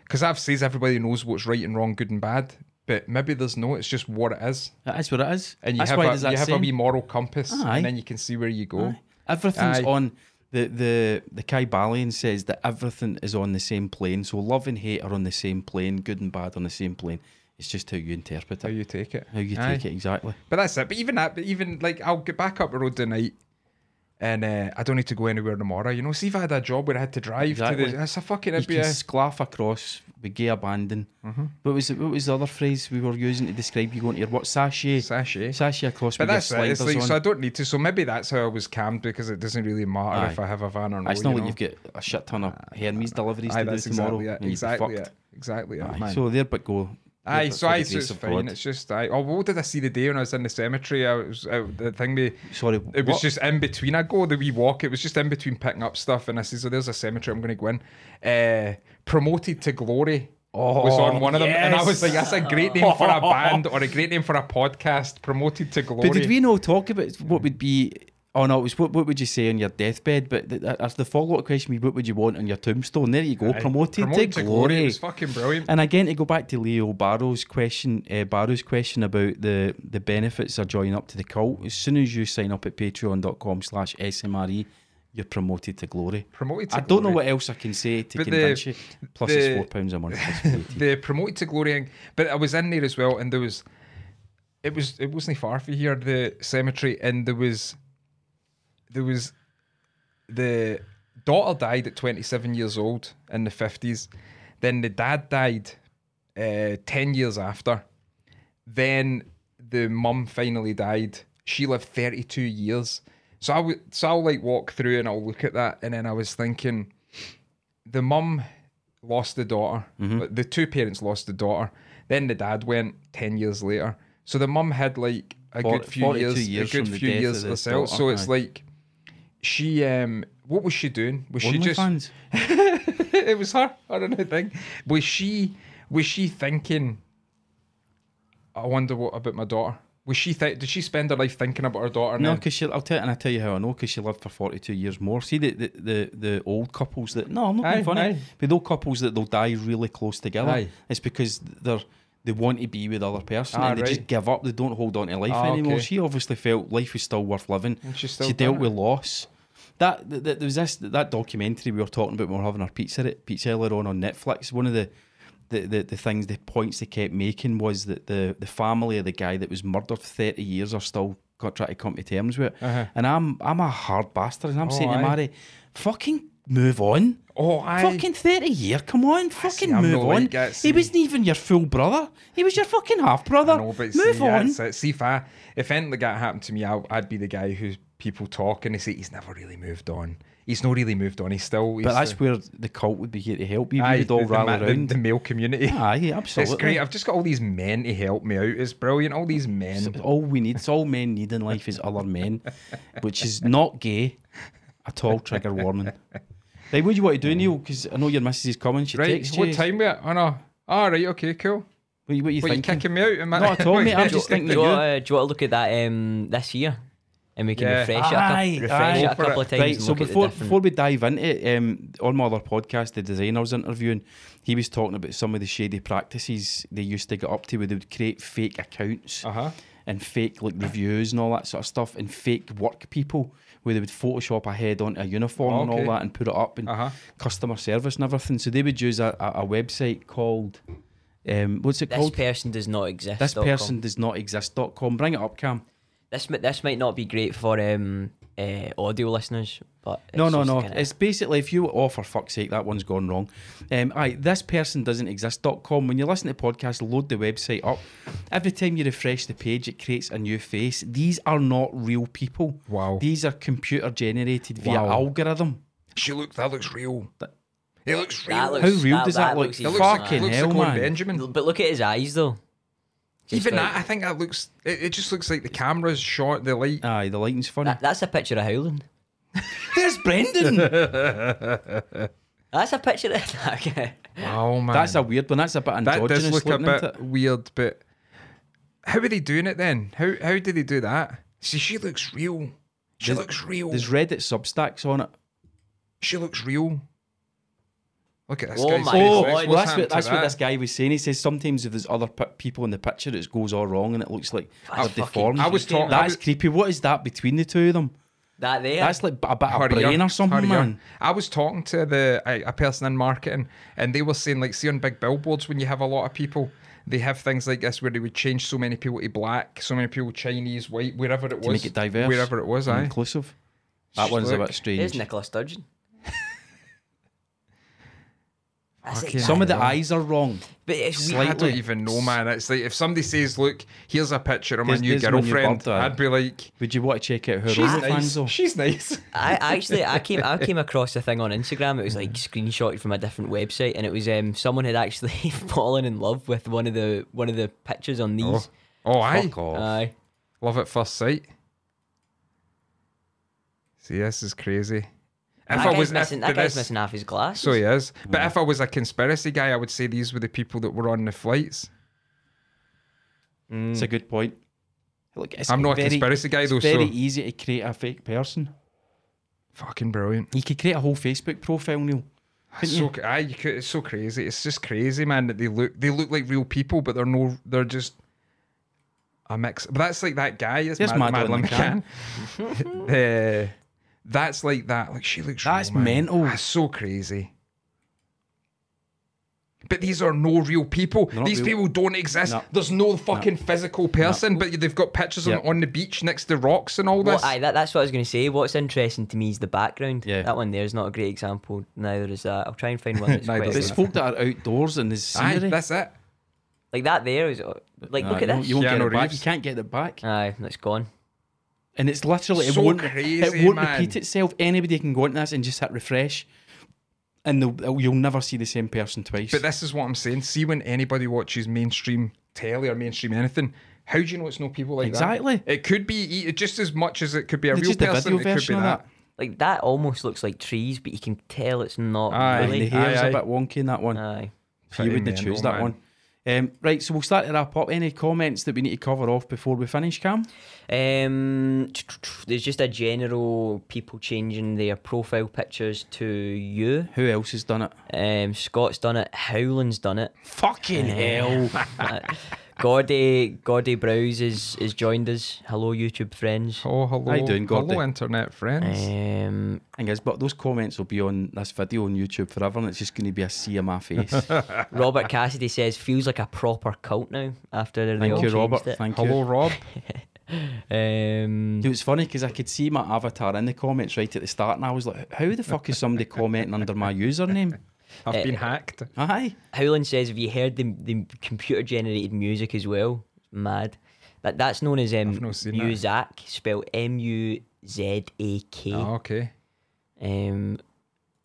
[SPEAKER 2] because I've says everybody knows what's right and wrong, good and bad, but maybe there's no. It's just what it is,
[SPEAKER 1] That's what it is.
[SPEAKER 2] and you
[SPEAKER 1] That's
[SPEAKER 2] have
[SPEAKER 1] why
[SPEAKER 2] a,
[SPEAKER 1] there's that
[SPEAKER 2] you have a
[SPEAKER 1] saying.
[SPEAKER 2] wee moral compass,
[SPEAKER 1] Aye.
[SPEAKER 2] and then you can see where you go.
[SPEAKER 1] Aye. Everything's
[SPEAKER 2] Aye.
[SPEAKER 1] on the the the Kai Balian says that everything is on the same plane. So love and hate are on the same plane. Good and bad on the same plane. It's just how you interpret
[SPEAKER 2] How
[SPEAKER 1] it.
[SPEAKER 2] you take it?
[SPEAKER 1] How you take
[SPEAKER 2] Aye.
[SPEAKER 1] it exactly.
[SPEAKER 2] But that's it. But even that, but even like I'll get back up the road tonight. And uh, I don't need to go anywhere tomorrow. You know, see if I had a job where I had to drive to
[SPEAKER 1] Exactly.
[SPEAKER 2] the. That's a fucking.
[SPEAKER 1] You
[SPEAKER 2] it'd be
[SPEAKER 1] can
[SPEAKER 2] a- Mm-hmm.
[SPEAKER 1] sclaff across with gay abandon. What was it, what was the other phrase we were using to describe you going to your what sachet?
[SPEAKER 2] Sachet.
[SPEAKER 1] Sachet across with
[SPEAKER 2] But
[SPEAKER 1] your
[SPEAKER 2] that's it.
[SPEAKER 1] sliders
[SPEAKER 2] It's like,
[SPEAKER 1] on.
[SPEAKER 2] so I don't need to. So maybe that's how I was cammed because it doesn't really matter if
[SPEAKER 1] Aye.
[SPEAKER 2] I have a van or not.
[SPEAKER 1] it's not
[SPEAKER 2] you
[SPEAKER 1] like
[SPEAKER 2] know?
[SPEAKER 1] you've got a shit ton of Hermes deliveries to
[SPEAKER 2] Aye,
[SPEAKER 1] do
[SPEAKER 2] that's
[SPEAKER 1] tomorrow.
[SPEAKER 2] exactly it.
[SPEAKER 1] and you'd be
[SPEAKER 2] Exactly
[SPEAKER 1] fucked.
[SPEAKER 2] it. Exactly it,
[SPEAKER 1] Aye,
[SPEAKER 2] man.
[SPEAKER 1] So there, but go.
[SPEAKER 2] Aye,
[SPEAKER 1] There, but
[SPEAKER 2] so
[SPEAKER 1] for the
[SPEAKER 2] I so
[SPEAKER 1] grace
[SPEAKER 2] it's
[SPEAKER 1] of
[SPEAKER 2] fine.
[SPEAKER 1] God.
[SPEAKER 2] It's just I. Oh, what did I see the day when I was in the cemetery? I was I, the thing. Me,
[SPEAKER 1] Sorry,
[SPEAKER 2] it was
[SPEAKER 1] what?
[SPEAKER 2] just in between. I go the wee walk. It was just in between picking up stuff, and I says, "Oh, there's a cemetery. I'm going to go in." Uh, Eh, promoted to glory.
[SPEAKER 1] Oh,
[SPEAKER 2] was on one of them, and I was
[SPEAKER 1] yes.
[SPEAKER 2] like, "That's a great name for a band or a great name for a podcast." Promoted to glory.
[SPEAKER 1] But did we no talk about what would be? Oh no, it was what, what would you say on your deathbed? But th- that- that's the follow up question. would be, What would you want on your tombstone? There you go, promoted,
[SPEAKER 2] Promoted
[SPEAKER 1] to,
[SPEAKER 2] to
[SPEAKER 1] glory.
[SPEAKER 2] It was fucking brilliant.
[SPEAKER 1] And again, to go back to Leo Barrow's question, uh, Barrow's question about the the benefits of joining up to the cult. As soon as you sign up at Patreon.com/slash SMRE, E, you're promoted to glory.
[SPEAKER 2] Promoted to
[SPEAKER 1] I don't know
[SPEAKER 2] glory.
[SPEAKER 1] what else I can say to
[SPEAKER 2] But the-
[SPEAKER 1] convince you. Plus,
[SPEAKER 2] the-
[SPEAKER 1] it's four pounds a month.
[SPEAKER 2] the promoted to glory, thing, but I was in there as well, and there was, it was it wasn't far from here the cemetery, and there was, there was, the daughter died at twenty seven years old in the fifties, then the dad died, uh, ten years after, then the mum finally died. She lived thirty two years. So I would so I'll like walk through and I'll look at that, and then I was thinking, the mum lost the daughter. Like,
[SPEAKER 1] Mm-hmm.
[SPEAKER 2] The two parents lost the daughter. Then the dad went ten years later. So the mum had like a
[SPEAKER 1] Fort-
[SPEAKER 2] good few
[SPEAKER 1] 42
[SPEAKER 2] years,
[SPEAKER 1] years
[SPEAKER 2] a
[SPEAKER 1] from
[SPEAKER 2] good
[SPEAKER 1] the
[SPEAKER 2] few
[SPEAKER 1] death
[SPEAKER 2] years
[SPEAKER 1] of the
[SPEAKER 2] herself.
[SPEAKER 1] daughter,
[SPEAKER 2] So it's
[SPEAKER 1] aye.
[SPEAKER 2] like she um what was she doing? Was she just
[SPEAKER 1] OnlyFans?
[SPEAKER 2] it was her or anything? Was she was she thinking I wonder what about my daughter? Was she th- did she spend her life thinking about her daughter?
[SPEAKER 1] No,
[SPEAKER 2] then?
[SPEAKER 1] because she. I'll tell and I tell you how I know because she lived for forty two years more. See the, the the the old couples that no, I'm not
[SPEAKER 2] Aye,
[SPEAKER 1] being funny.
[SPEAKER 2] aye.
[SPEAKER 1] But the old couples that they'll die really close together.
[SPEAKER 2] Aye.
[SPEAKER 1] It's because they're they want to be with the other person
[SPEAKER 2] Ah,
[SPEAKER 1] and they
[SPEAKER 2] right.
[SPEAKER 1] just give up. They don't hold on to life
[SPEAKER 2] Ah,
[SPEAKER 1] anymore.
[SPEAKER 2] okay.
[SPEAKER 1] She obviously felt life was still worth living.
[SPEAKER 2] And she's still
[SPEAKER 1] she dealt
[SPEAKER 2] done
[SPEAKER 1] with loss. That, that, that there was this that documentary we were talking about when we were having our pizza at pizza earlier on on Netflix. One of the the, the, the things the points they kept making was that the, the family of the guy that was murdered for thirty years are still co- trying to come to terms with it. And I'm I'm a hard bastard, and I'm saying to
[SPEAKER 2] Uh-huh. Oh, aye.
[SPEAKER 1] Mary, fucking move on.
[SPEAKER 2] Oh, aye.
[SPEAKER 1] fucking thirty year, come on, fucking
[SPEAKER 2] I'm
[SPEAKER 1] move
[SPEAKER 2] not
[SPEAKER 1] on.
[SPEAKER 2] like that, see.
[SPEAKER 1] he wasn't even your full brother. He was your fucking half brother.
[SPEAKER 2] I know, but
[SPEAKER 1] Move
[SPEAKER 2] see,
[SPEAKER 1] on.
[SPEAKER 2] that's it. see if I, if anything like that happened to me, I, I'd be the guy who people talk and they say he's never really moved on. He's not really moved on. He's still. He's
[SPEAKER 1] But that's
[SPEAKER 2] the,
[SPEAKER 1] where the cult would be here to help you.
[SPEAKER 2] Aye,
[SPEAKER 1] we would all
[SPEAKER 2] the, the,
[SPEAKER 1] rally
[SPEAKER 2] ma- the-
[SPEAKER 1] around.
[SPEAKER 2] the male community.
[SPEAKER 1] Aye, absolutely.
[SPEAKER 2] It's great. I've just got all these men to help me out. It's brilliant. All these men.
[SPEAKER 1] all we need, it's all men need in life is other men, which is not gay at all. Trigger warning. Right, what do you want to do, Neil? Because I know your missus is coming. She
[SPEAKER 2] Right.
[SPEAKER 1] texts you.
[SPEAKER 2] What time we at? Oh no. All right. Okay. Cool.
[SPEAKER 1] What, you- what you
[SPEAKER 2] What you
[SPEAKER 1] thinking?
[SPEAKER 2] kicking me out? Am I-
[SPEAKER 1] Not at all, mate. I'm just
[SPEAKER 3] Do
[SPEAKER 1] thinking
[SPEAKER 3] you,
[SPEAKER 1] of you.
[SPEAKER 3] want, uh, do you want to look at that um, this year? And we can
[SPEAKER 2] Yeah.
[SPEAKER 3] refresh, it, a,
[SPEAKER 1] Aye,
[SPEAKER 3] cou- refresh
[SPEAKER 1] aye.
[SPEAKER 3] it
[SPEAKER 2] Go
[SPEAKER 3] a
[SPEAKER 2] for
[SPEAKER 3] couple
[SPEAKER 2] it.
[SPEAKER 3] of times.
[SPEAKER 1] Right,
[SPEAKER 3] and
[SPEAKER 1] so
[SPEAKER 3] look at the
[SPEAKER 1] before,
[SPEAKER 3] different-
[SPEAKER 1] before we dive into it, um, on my other podcast, the designer was interviewing, he was talking about some of the shady practices they used to get up to where they would create fake accounts
[SPEAKER 2] Uh-huh.
[SPEAKER 1] and fake like reviews and all that sort of stuff and fake work people where they would Photoshop a head onto a uniform and
[SPEAKER 2] Okay.
[SPEAKER 1] all that and put it up and
[SPEAKER 2] Uh-huh.
[SPEAKER 1] customer service and everything. So they would use a, a, a website called, um, what's it
[SPEAKER 3] this
[SPEAKER 1] called?
[SPEAKER 3] person does not exist.
[SPEAKER 1] This
[SPEAKER 3] dot com.
[SPEAKER 1] person does not exist.com. Bring it up, Cam.
[SPEAKER 3] This mi- this might not be great for um uh, audio listeners, but it's
[SPEAKER 1] No, no,
[SPEAKER 3] just
[SPEAKER 1] no.
[SPEAKER 3] kinda-
[SPEAKER 1] It's basically if you oh for fuck's sake, that one's gone wrong. Um aye, this person doesn't exist.com. When you listen to podcasts, load the website up. Every time you refresh the page, it creates a new face. These are not real people.
[SPEAKER 2] Wow.
[SPEAKER 1] These are computer generated via
[SPEAKER 2] Wow.
[SPEAKER 1] algorithm.
[SPEAKER 2] She look. That looks real. It looks real.
[SPEAKER 3] That looks-
[SPEAKER 1] How real
[SPEAKER 3] that-
[SPEAKER 1] does
[SPEAKER 3] that
[SPEAKER 1] that, look?
[SPEAKER 3] looks even-
[SPEAKER 2] It looks like-
[SPEAKER 1] Fucking
[SPEAKER 2] looks
[SPEAKER 1] hell,
[SPEAKER 2] like Owen
[SPEAKER 1] man.
[SPEAKER 2] Benjamin.
[SPEAKER 3] L- but look at his eyes though. Just
[SPEAKER 2] Even
[SPEAKER 3] like-
[SPEAKER 2] that, I think that looks. It, it just looks like the camera's shot, the light.
[SPEAKER 1] Aye, the lighting's funny.
[SPEAKER 3] that- that's a picture of Howland.
[SPEAKER 1] There's Brendan.
[SPEAKER 3] That's a picture of okay.
[SPEAKER 2] oh man,
[SPEAKER 1] That's a weird one. That's a bit
[SPEAKER 2] that
[SPEAKER 1] androgynous
[SPEAKER 2] does look a
[SPEAKER 1] looking, isn't
[SPEAKER 2] bit weird. But how are they doing it then? How how do they do that? See, she looks real. She
[SPEAKER 1] There's-
[SPEAKER 2] looks
[SPEAKER 1] it?
[SPEAKER 2] real.
[SPEAKER 1] There's Reddit substacks on it.
[SPEAKER 2] She looks real. Look at this
[SPEAKER 3] Oh
[SPEAKER 2] guy's
[SPEAKER 3] my
[SPEAKER 2] face.
[SPEAKER 1] Oh,
[SPEAKER 3] God.
[SPEAKER 2] What's
[SPEAKER 1] well, that's
[SPEAKER 2] happened
[SPEAKER 1] what
[SPEAKER 2] to
[SPEAKER 1] that's what
[SPEAKER 2] that?
[SPEAKER 1] this guy was saying. He says sometimes if there's other p- people in the picture, it goes all wrong and it looks like
[SPEAKER 3] That's
[SPEAKER 1] they're
[SPEAKER 3] fucking
[SPEAKER 1] deformed.
[SPEAKER 2] I was
[SPEAKER 3] creepy,
[SPEAKER 2] talking-
[SPEAKER 3] man.
[SPEAKER 2] I
[SPEAKER 1] That's creepy. What is that between the two of them?
[SPEAKER 3] That there.
[SPEAKER 1] That's like a bit of
[SPEAKER 2] Hurry
[SPEAKER 1] brain
[SPEAKER 2] up,
[SPEAKER 1] or something,
[SPEAKER 2] hurry up.
[SPEAKER 1] man.
[SPEAKER 2] I was talking to the a, a person in marketing, and they were saying like, see on big billboards when you have a lot of people, they have things like this where they would change so many people to black, so many people Chinese, white, wherever it was,
[SPEAKER 1] To make it diverse,
[SPEAKER 2] wherever it was.
[SPEAKER 1] and
[SPEAKER 2] I
[SPEAKER 1] inclusive. That
[SPEAKER 2] Just
[SPEAKER 1] one's a
[SPEAKER 2] look.
[SPEAKER 1] bit
[SPEAKER 3] There's
[SPEAKER 1] strange.
[SPEAKER 3] Nicola Sturgeon. That's
[SPEAKER 2] Fucking
[SPEAKER 1] Some of the
[SPEAKER 2] hell.
[SPEAKER 1] eyes are wrong.
[SPEAKER 3] But it's
[SPEAKER 1] Slight-
[SPEAKER 3] weird.
[SPEAKER 2] I don't
[SPEAKER 1] Lightly.
[SPEAKER 2] even know, man. It's like if somebody says, "Look, here's a picture of my
[SPEAKER 1] Here's-
[SPEAKER 2] new
[SPEAKER 1] here's my new
[SPEAKER 2] girlfriend,"
[SPEAKER 1] birthday.
[SPEAKER 2] I'd be like,
[SPEAKER 1] Would you want to check out her
[SPEAKER 2] "She's
[SPEAKER 1] OnlyFans?
[SPEAKER 2] nice.
[SPEAKER 1] though?
[SPEAKER 2] She's nice."
[SPEAKER 3] I actually I came I came across a thing on Instagram. It was like screenshotted from a different website, and it was um someone had actually fallen in love with one of the one of the pictures on
[SPEAKER 2] Oh,
[SPEAKER 3] these.
[SPEAKER 2] oh I
[SPEAKER 1] Fuck off.
[SPEAKER 3] Aye.
[SPEAKER 2] love at first sight. See, this is crazy. If
[SPEAKER 3] that
[SPEAKER 2] I was
[SPEAKER 3] guy's
[SPEAKER 2] if
[SPEAKER 3] missing, that
[SPEAKER 2] the
[SPEAKER 3] guy's
[SPEAKER 2] rest-
[SPEAKER 3] missing half his glass.
[SPEAKER 2] So he is. But if I was a conspiracy guy, I would say these were the people that were on the flights.
[SPEAKER 1] It's a good point. Look, it's
[SPEAKER 2] I'm not a
[SPEAKER 1] very-
[SPEAKER 2] conspiracy guy though,
[SPEAKER 1] It's very e-
[SPEAKER 2] so-
[SPEAKER 1] easy to create a fake person.
[SPEAKER 2] Fucking brilliant.
[SPEAKER 1] You could create a whole Facebook profile, Neil.
[SPEAKER 2] It's so c- aye, you could, it's so crazy. It's just crazy, man. That they look they look like real people, but they're no. They're just a mix. But that's like that guy. That's
[SPEAKER 1] There's
[SPEAKER 2] Mad-
[SPEAKER 1] Madeleine
[SPEAKER 2] Madeleine McCann. The- that's like that. Like she looks.
[SPEAKER 1] That's
[SPEAKER 2] real, man.
[SPEAKER 1] mental.
[SPEAKER 2] That's so crazy. But these are no real people.
[SPEAKER 1] not
[SPEAKER 2] These
[SPEAKER 1] real.
[SPEAKER 2] people don't exist.
[SPEAKER 1] No.
[SPEAKER 2] There's no fucking physical person, but they've got pictures
[SPEAKER 1] Yeah.
[SPEAKER 2] on, on the beach next to rocks and all
[SPEAKER 3] Well,
[SPEAKER 2] this.
[SPEAKER 3] aye, that, that's what I was going to say. What's interesting to me is the background.
[SPEAKER 1] Yeah.
[SPEAKER 3] That one there is not a great example. Neither is that. I'll try and find one that's
[SPEAKER 2] Neither
[SPEAKER 3] quite.
[SPEAKER 2] is
[SPEAKER 1] There's folk that are outdoors and there's
[SPEAKER 2] Aye,
[SPEAKER 1] scenery.
[SPEAKER 2] that's it.
[SPEAKER 3] Like that there is. uh, Like,
[SPEAKER 1] Nah,
[SPEAKER 3] look
[SPEAKER 1] you
[SPEAKER 3] at
[SPEAKER 1] won't-
[SPEAKER 3] this.
[SPEAKER 1] You, won't
[SPEAKER 2] Keanu
[SPEAKER 1] get it back.
[SPEAKER 2] Reeves.
[SPEAKER 1] you can't get it back.
[SPEAKER 3] Aye, that's gone.
[SPEAKER 1] And it's literally, it
[SPEAKER 2] So
[SPEAKER 1] won't,
[SPEAKER 2] crazy,
[SPEAKER 1] it won't
[SPEAKER 2] man.
[SPEAKER 1] repeat itself. Anybody can go into this and just hit refresh, and they'll- you'll never see the same person twice.
[SPEAKER 2] But this is what I'm saying. See, when anybody watches mainstream telly or mainstream anything, how do you know it's no people like that?
[SPEAKER 1] Exactly.
[SPEAKER 2] It could be e- just as much as it could be a
[SPEAKER 1] It's
[SPEAKER 2] real
[SPEAKER 1] just a
[SPEAKER 2] person.
[SPEAKER 1] video
[SPEAKER 2] It could be
[SPEAKER 1] version of
[SPEAKER 2] that.
[SPEAKER 1] that.
[SPEAKER 3] Like that almost looks like trees, but you can tell it's not
[SPEAKER 2] Aye.
[SPEAKER 1] And the
[SPEAKER 3] really.
[SPEAKER 2] Aye,
[SPEAKER 1] hair's
[SPEAKER 2] aye.
[SPEAKER 1] a bit wonky in that one.
[SPEAKER 3] Aye.
[SPEAKER 1] so you
[SPEAKER 2] Pretty
[SPEAKER 1] wouldn't choose
[SPEAKER 2] mental,
[SPEAKER 1] that
[SPEAKER 2] man.
[SPEAKER 1] one. Um, right, so we'll start to wrap up. Any comments that we need to cover off before we finish, Cam?
[SPEAKER 3] Um, there's just a general people changing their profile pictures to you.
[SPEAKER 1] Who else has done it?
[SPEAKER 3] Um, Scott's done it. Howland's done it.
[SPEAKER 2] Uh,
[SPEAKER 3] Uh,
[SPEAKER 1] Fucking hell.
[SPEAKER 3] Gordy, Gordy Browse is is joined us. Hello, YouTube friends.
[SPEAKER 2] Oh, hello.
[SPEAKER 1] How you doing,
[SPEAKER 2] Hello,
[SPEAKER 1] Gordy? Uh,
[SPEAKER 2] internet friends.
[SPEAKER 3] Um,
[SPEAKER 1] thing is, but those comments will be on this video on YouTube forever, and it's just going to be a sea of my face.
[SPEAKER 3] Robert Cassidy says feels like a proper cult now after they all
[SPEAKER 1] Thank you,
[SPEAKER 3] changed
[SPEAKER 1] Robert.
[SPEAKER 3] it.
[SPEAKER 1] Thank
[SPEAKER 2] hello,
[SPEAKER 1] you.
[SPEAKER 2] Rob.
[SPEAKER 3] Um,
[SPEAKER 1] It was funny because I could see my avatar in the comments right at the start, and I was like, "How the fuck is somebody commenting under my username?" Uh,
[SPEAKER 2] I've been hacked.
[SPEAKER 1] Aye,
[SPEAKER 3] Howland says, "Have you heard the, the computer generated music as well? Mad. That that's known as um,
[SPEAKER 2] not seen that.
[SPEAKER 3] Muzak, spelled M U Z A K.
[SPEAKER 2] Ah, okay.
[SPEAKER 3] Um,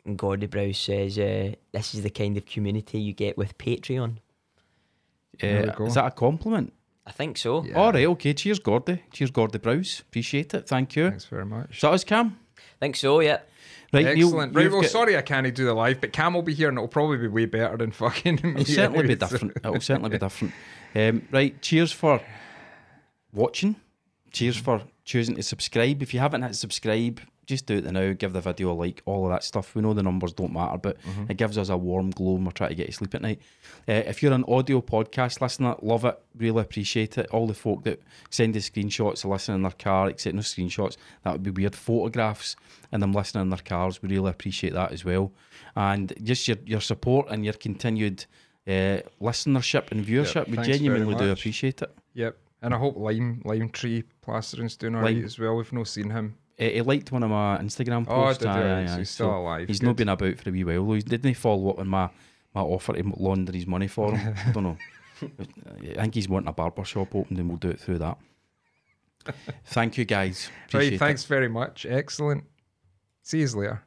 [SPEAKER 3] and Gordy Browse says, uh, "This is the kind of community you get with Patreon."
[SPEAKER 2] There we
[SPEAKER 1] Uh,
[SPEAKER 2] go.
[SPEAKER 1] is that a compliment?
[SPEAKER 3] I think so.
[SPEAKER 2] Yeah.
[SPEAKER 1] All right, okay. Cheers, Gordy. Cheers, Gordy Browse. Appreciate it. Thank you.
[SPEAKER 2] Thanks very much.
[SPEAKER 1] So that us, Cam.
[SPEAKER 3] think so. Yeah.
[SPEAKER 1] Right, Neil,
[SPEAKER 2] Excellent. right,
[SPEAKER 1] you've
[SPEAKER 2] well,
[SPEAKER 1] got-
[SPEAKER 2] sorry I can't do the live, but Cam will be here and it'll probably be way better than fucking me.
[SPEAKER 1] It'll certainly be
[SPEAKER 2] anyways.
[SPEAKER 1] different. It'll certainly be different. Um, right, cheers for watching. Cheers for choosing to subscribe. If you haven't hit subscribe, just do it now. Give the video a like, all of that stuff. We know the numbers don't matter, but
[SPEAKER 2] Mm-hmm.
[SPEAKER 1] it gives us a warm glow and we're trying to get you sleep at night. Uh, if you're an audio podcast listener, love it. Really appreciate it. All the folk that send us screenshots of listening in their car, except no screenshots, that would be weird. Photographs and them listening in their cars, we really appreciate that as well. And just your, your support and your continued uh, listenership and viewership, we
[SPEAKER 2] thanks very
[SPEAKER 1] genuinely do
[SPEAKER 2] much.
[SPEAKER 1] appreciate it.
[SPEAKER 2] Yep. And I hope Lime Lime Tree Plastering's doing alright
[SPEAKER 1] Lime.
[SPEAKER 2] as well. We've not seen him.
[SPEAKER 1] Uh, he liked one of my Instagram
[SPEAKER 2] Oh,
[SPEAKER 1] posts.
[SPEAKER 2] did he?
[SPEAKER 1] aye, aye,
[SPEAKER 2] So
[SPEAKER 1] aye.
[SPEAKER 2] he's still alive,
[SPEAKER 1] He's
[SPEAKER 2] good.
[SPEAKER 1] not been about for a wee while. Though he didn't follow up on my, my offer to launder his money for him. I don't know. I think he's wanting a barber shop opened, and we'll do it through that. Thank you, guys. Appreciate
[SPEAKER 2] right,
[SPEAKER 1] it.
[SPEAKER 2] thanks very much. Excellent. See you later.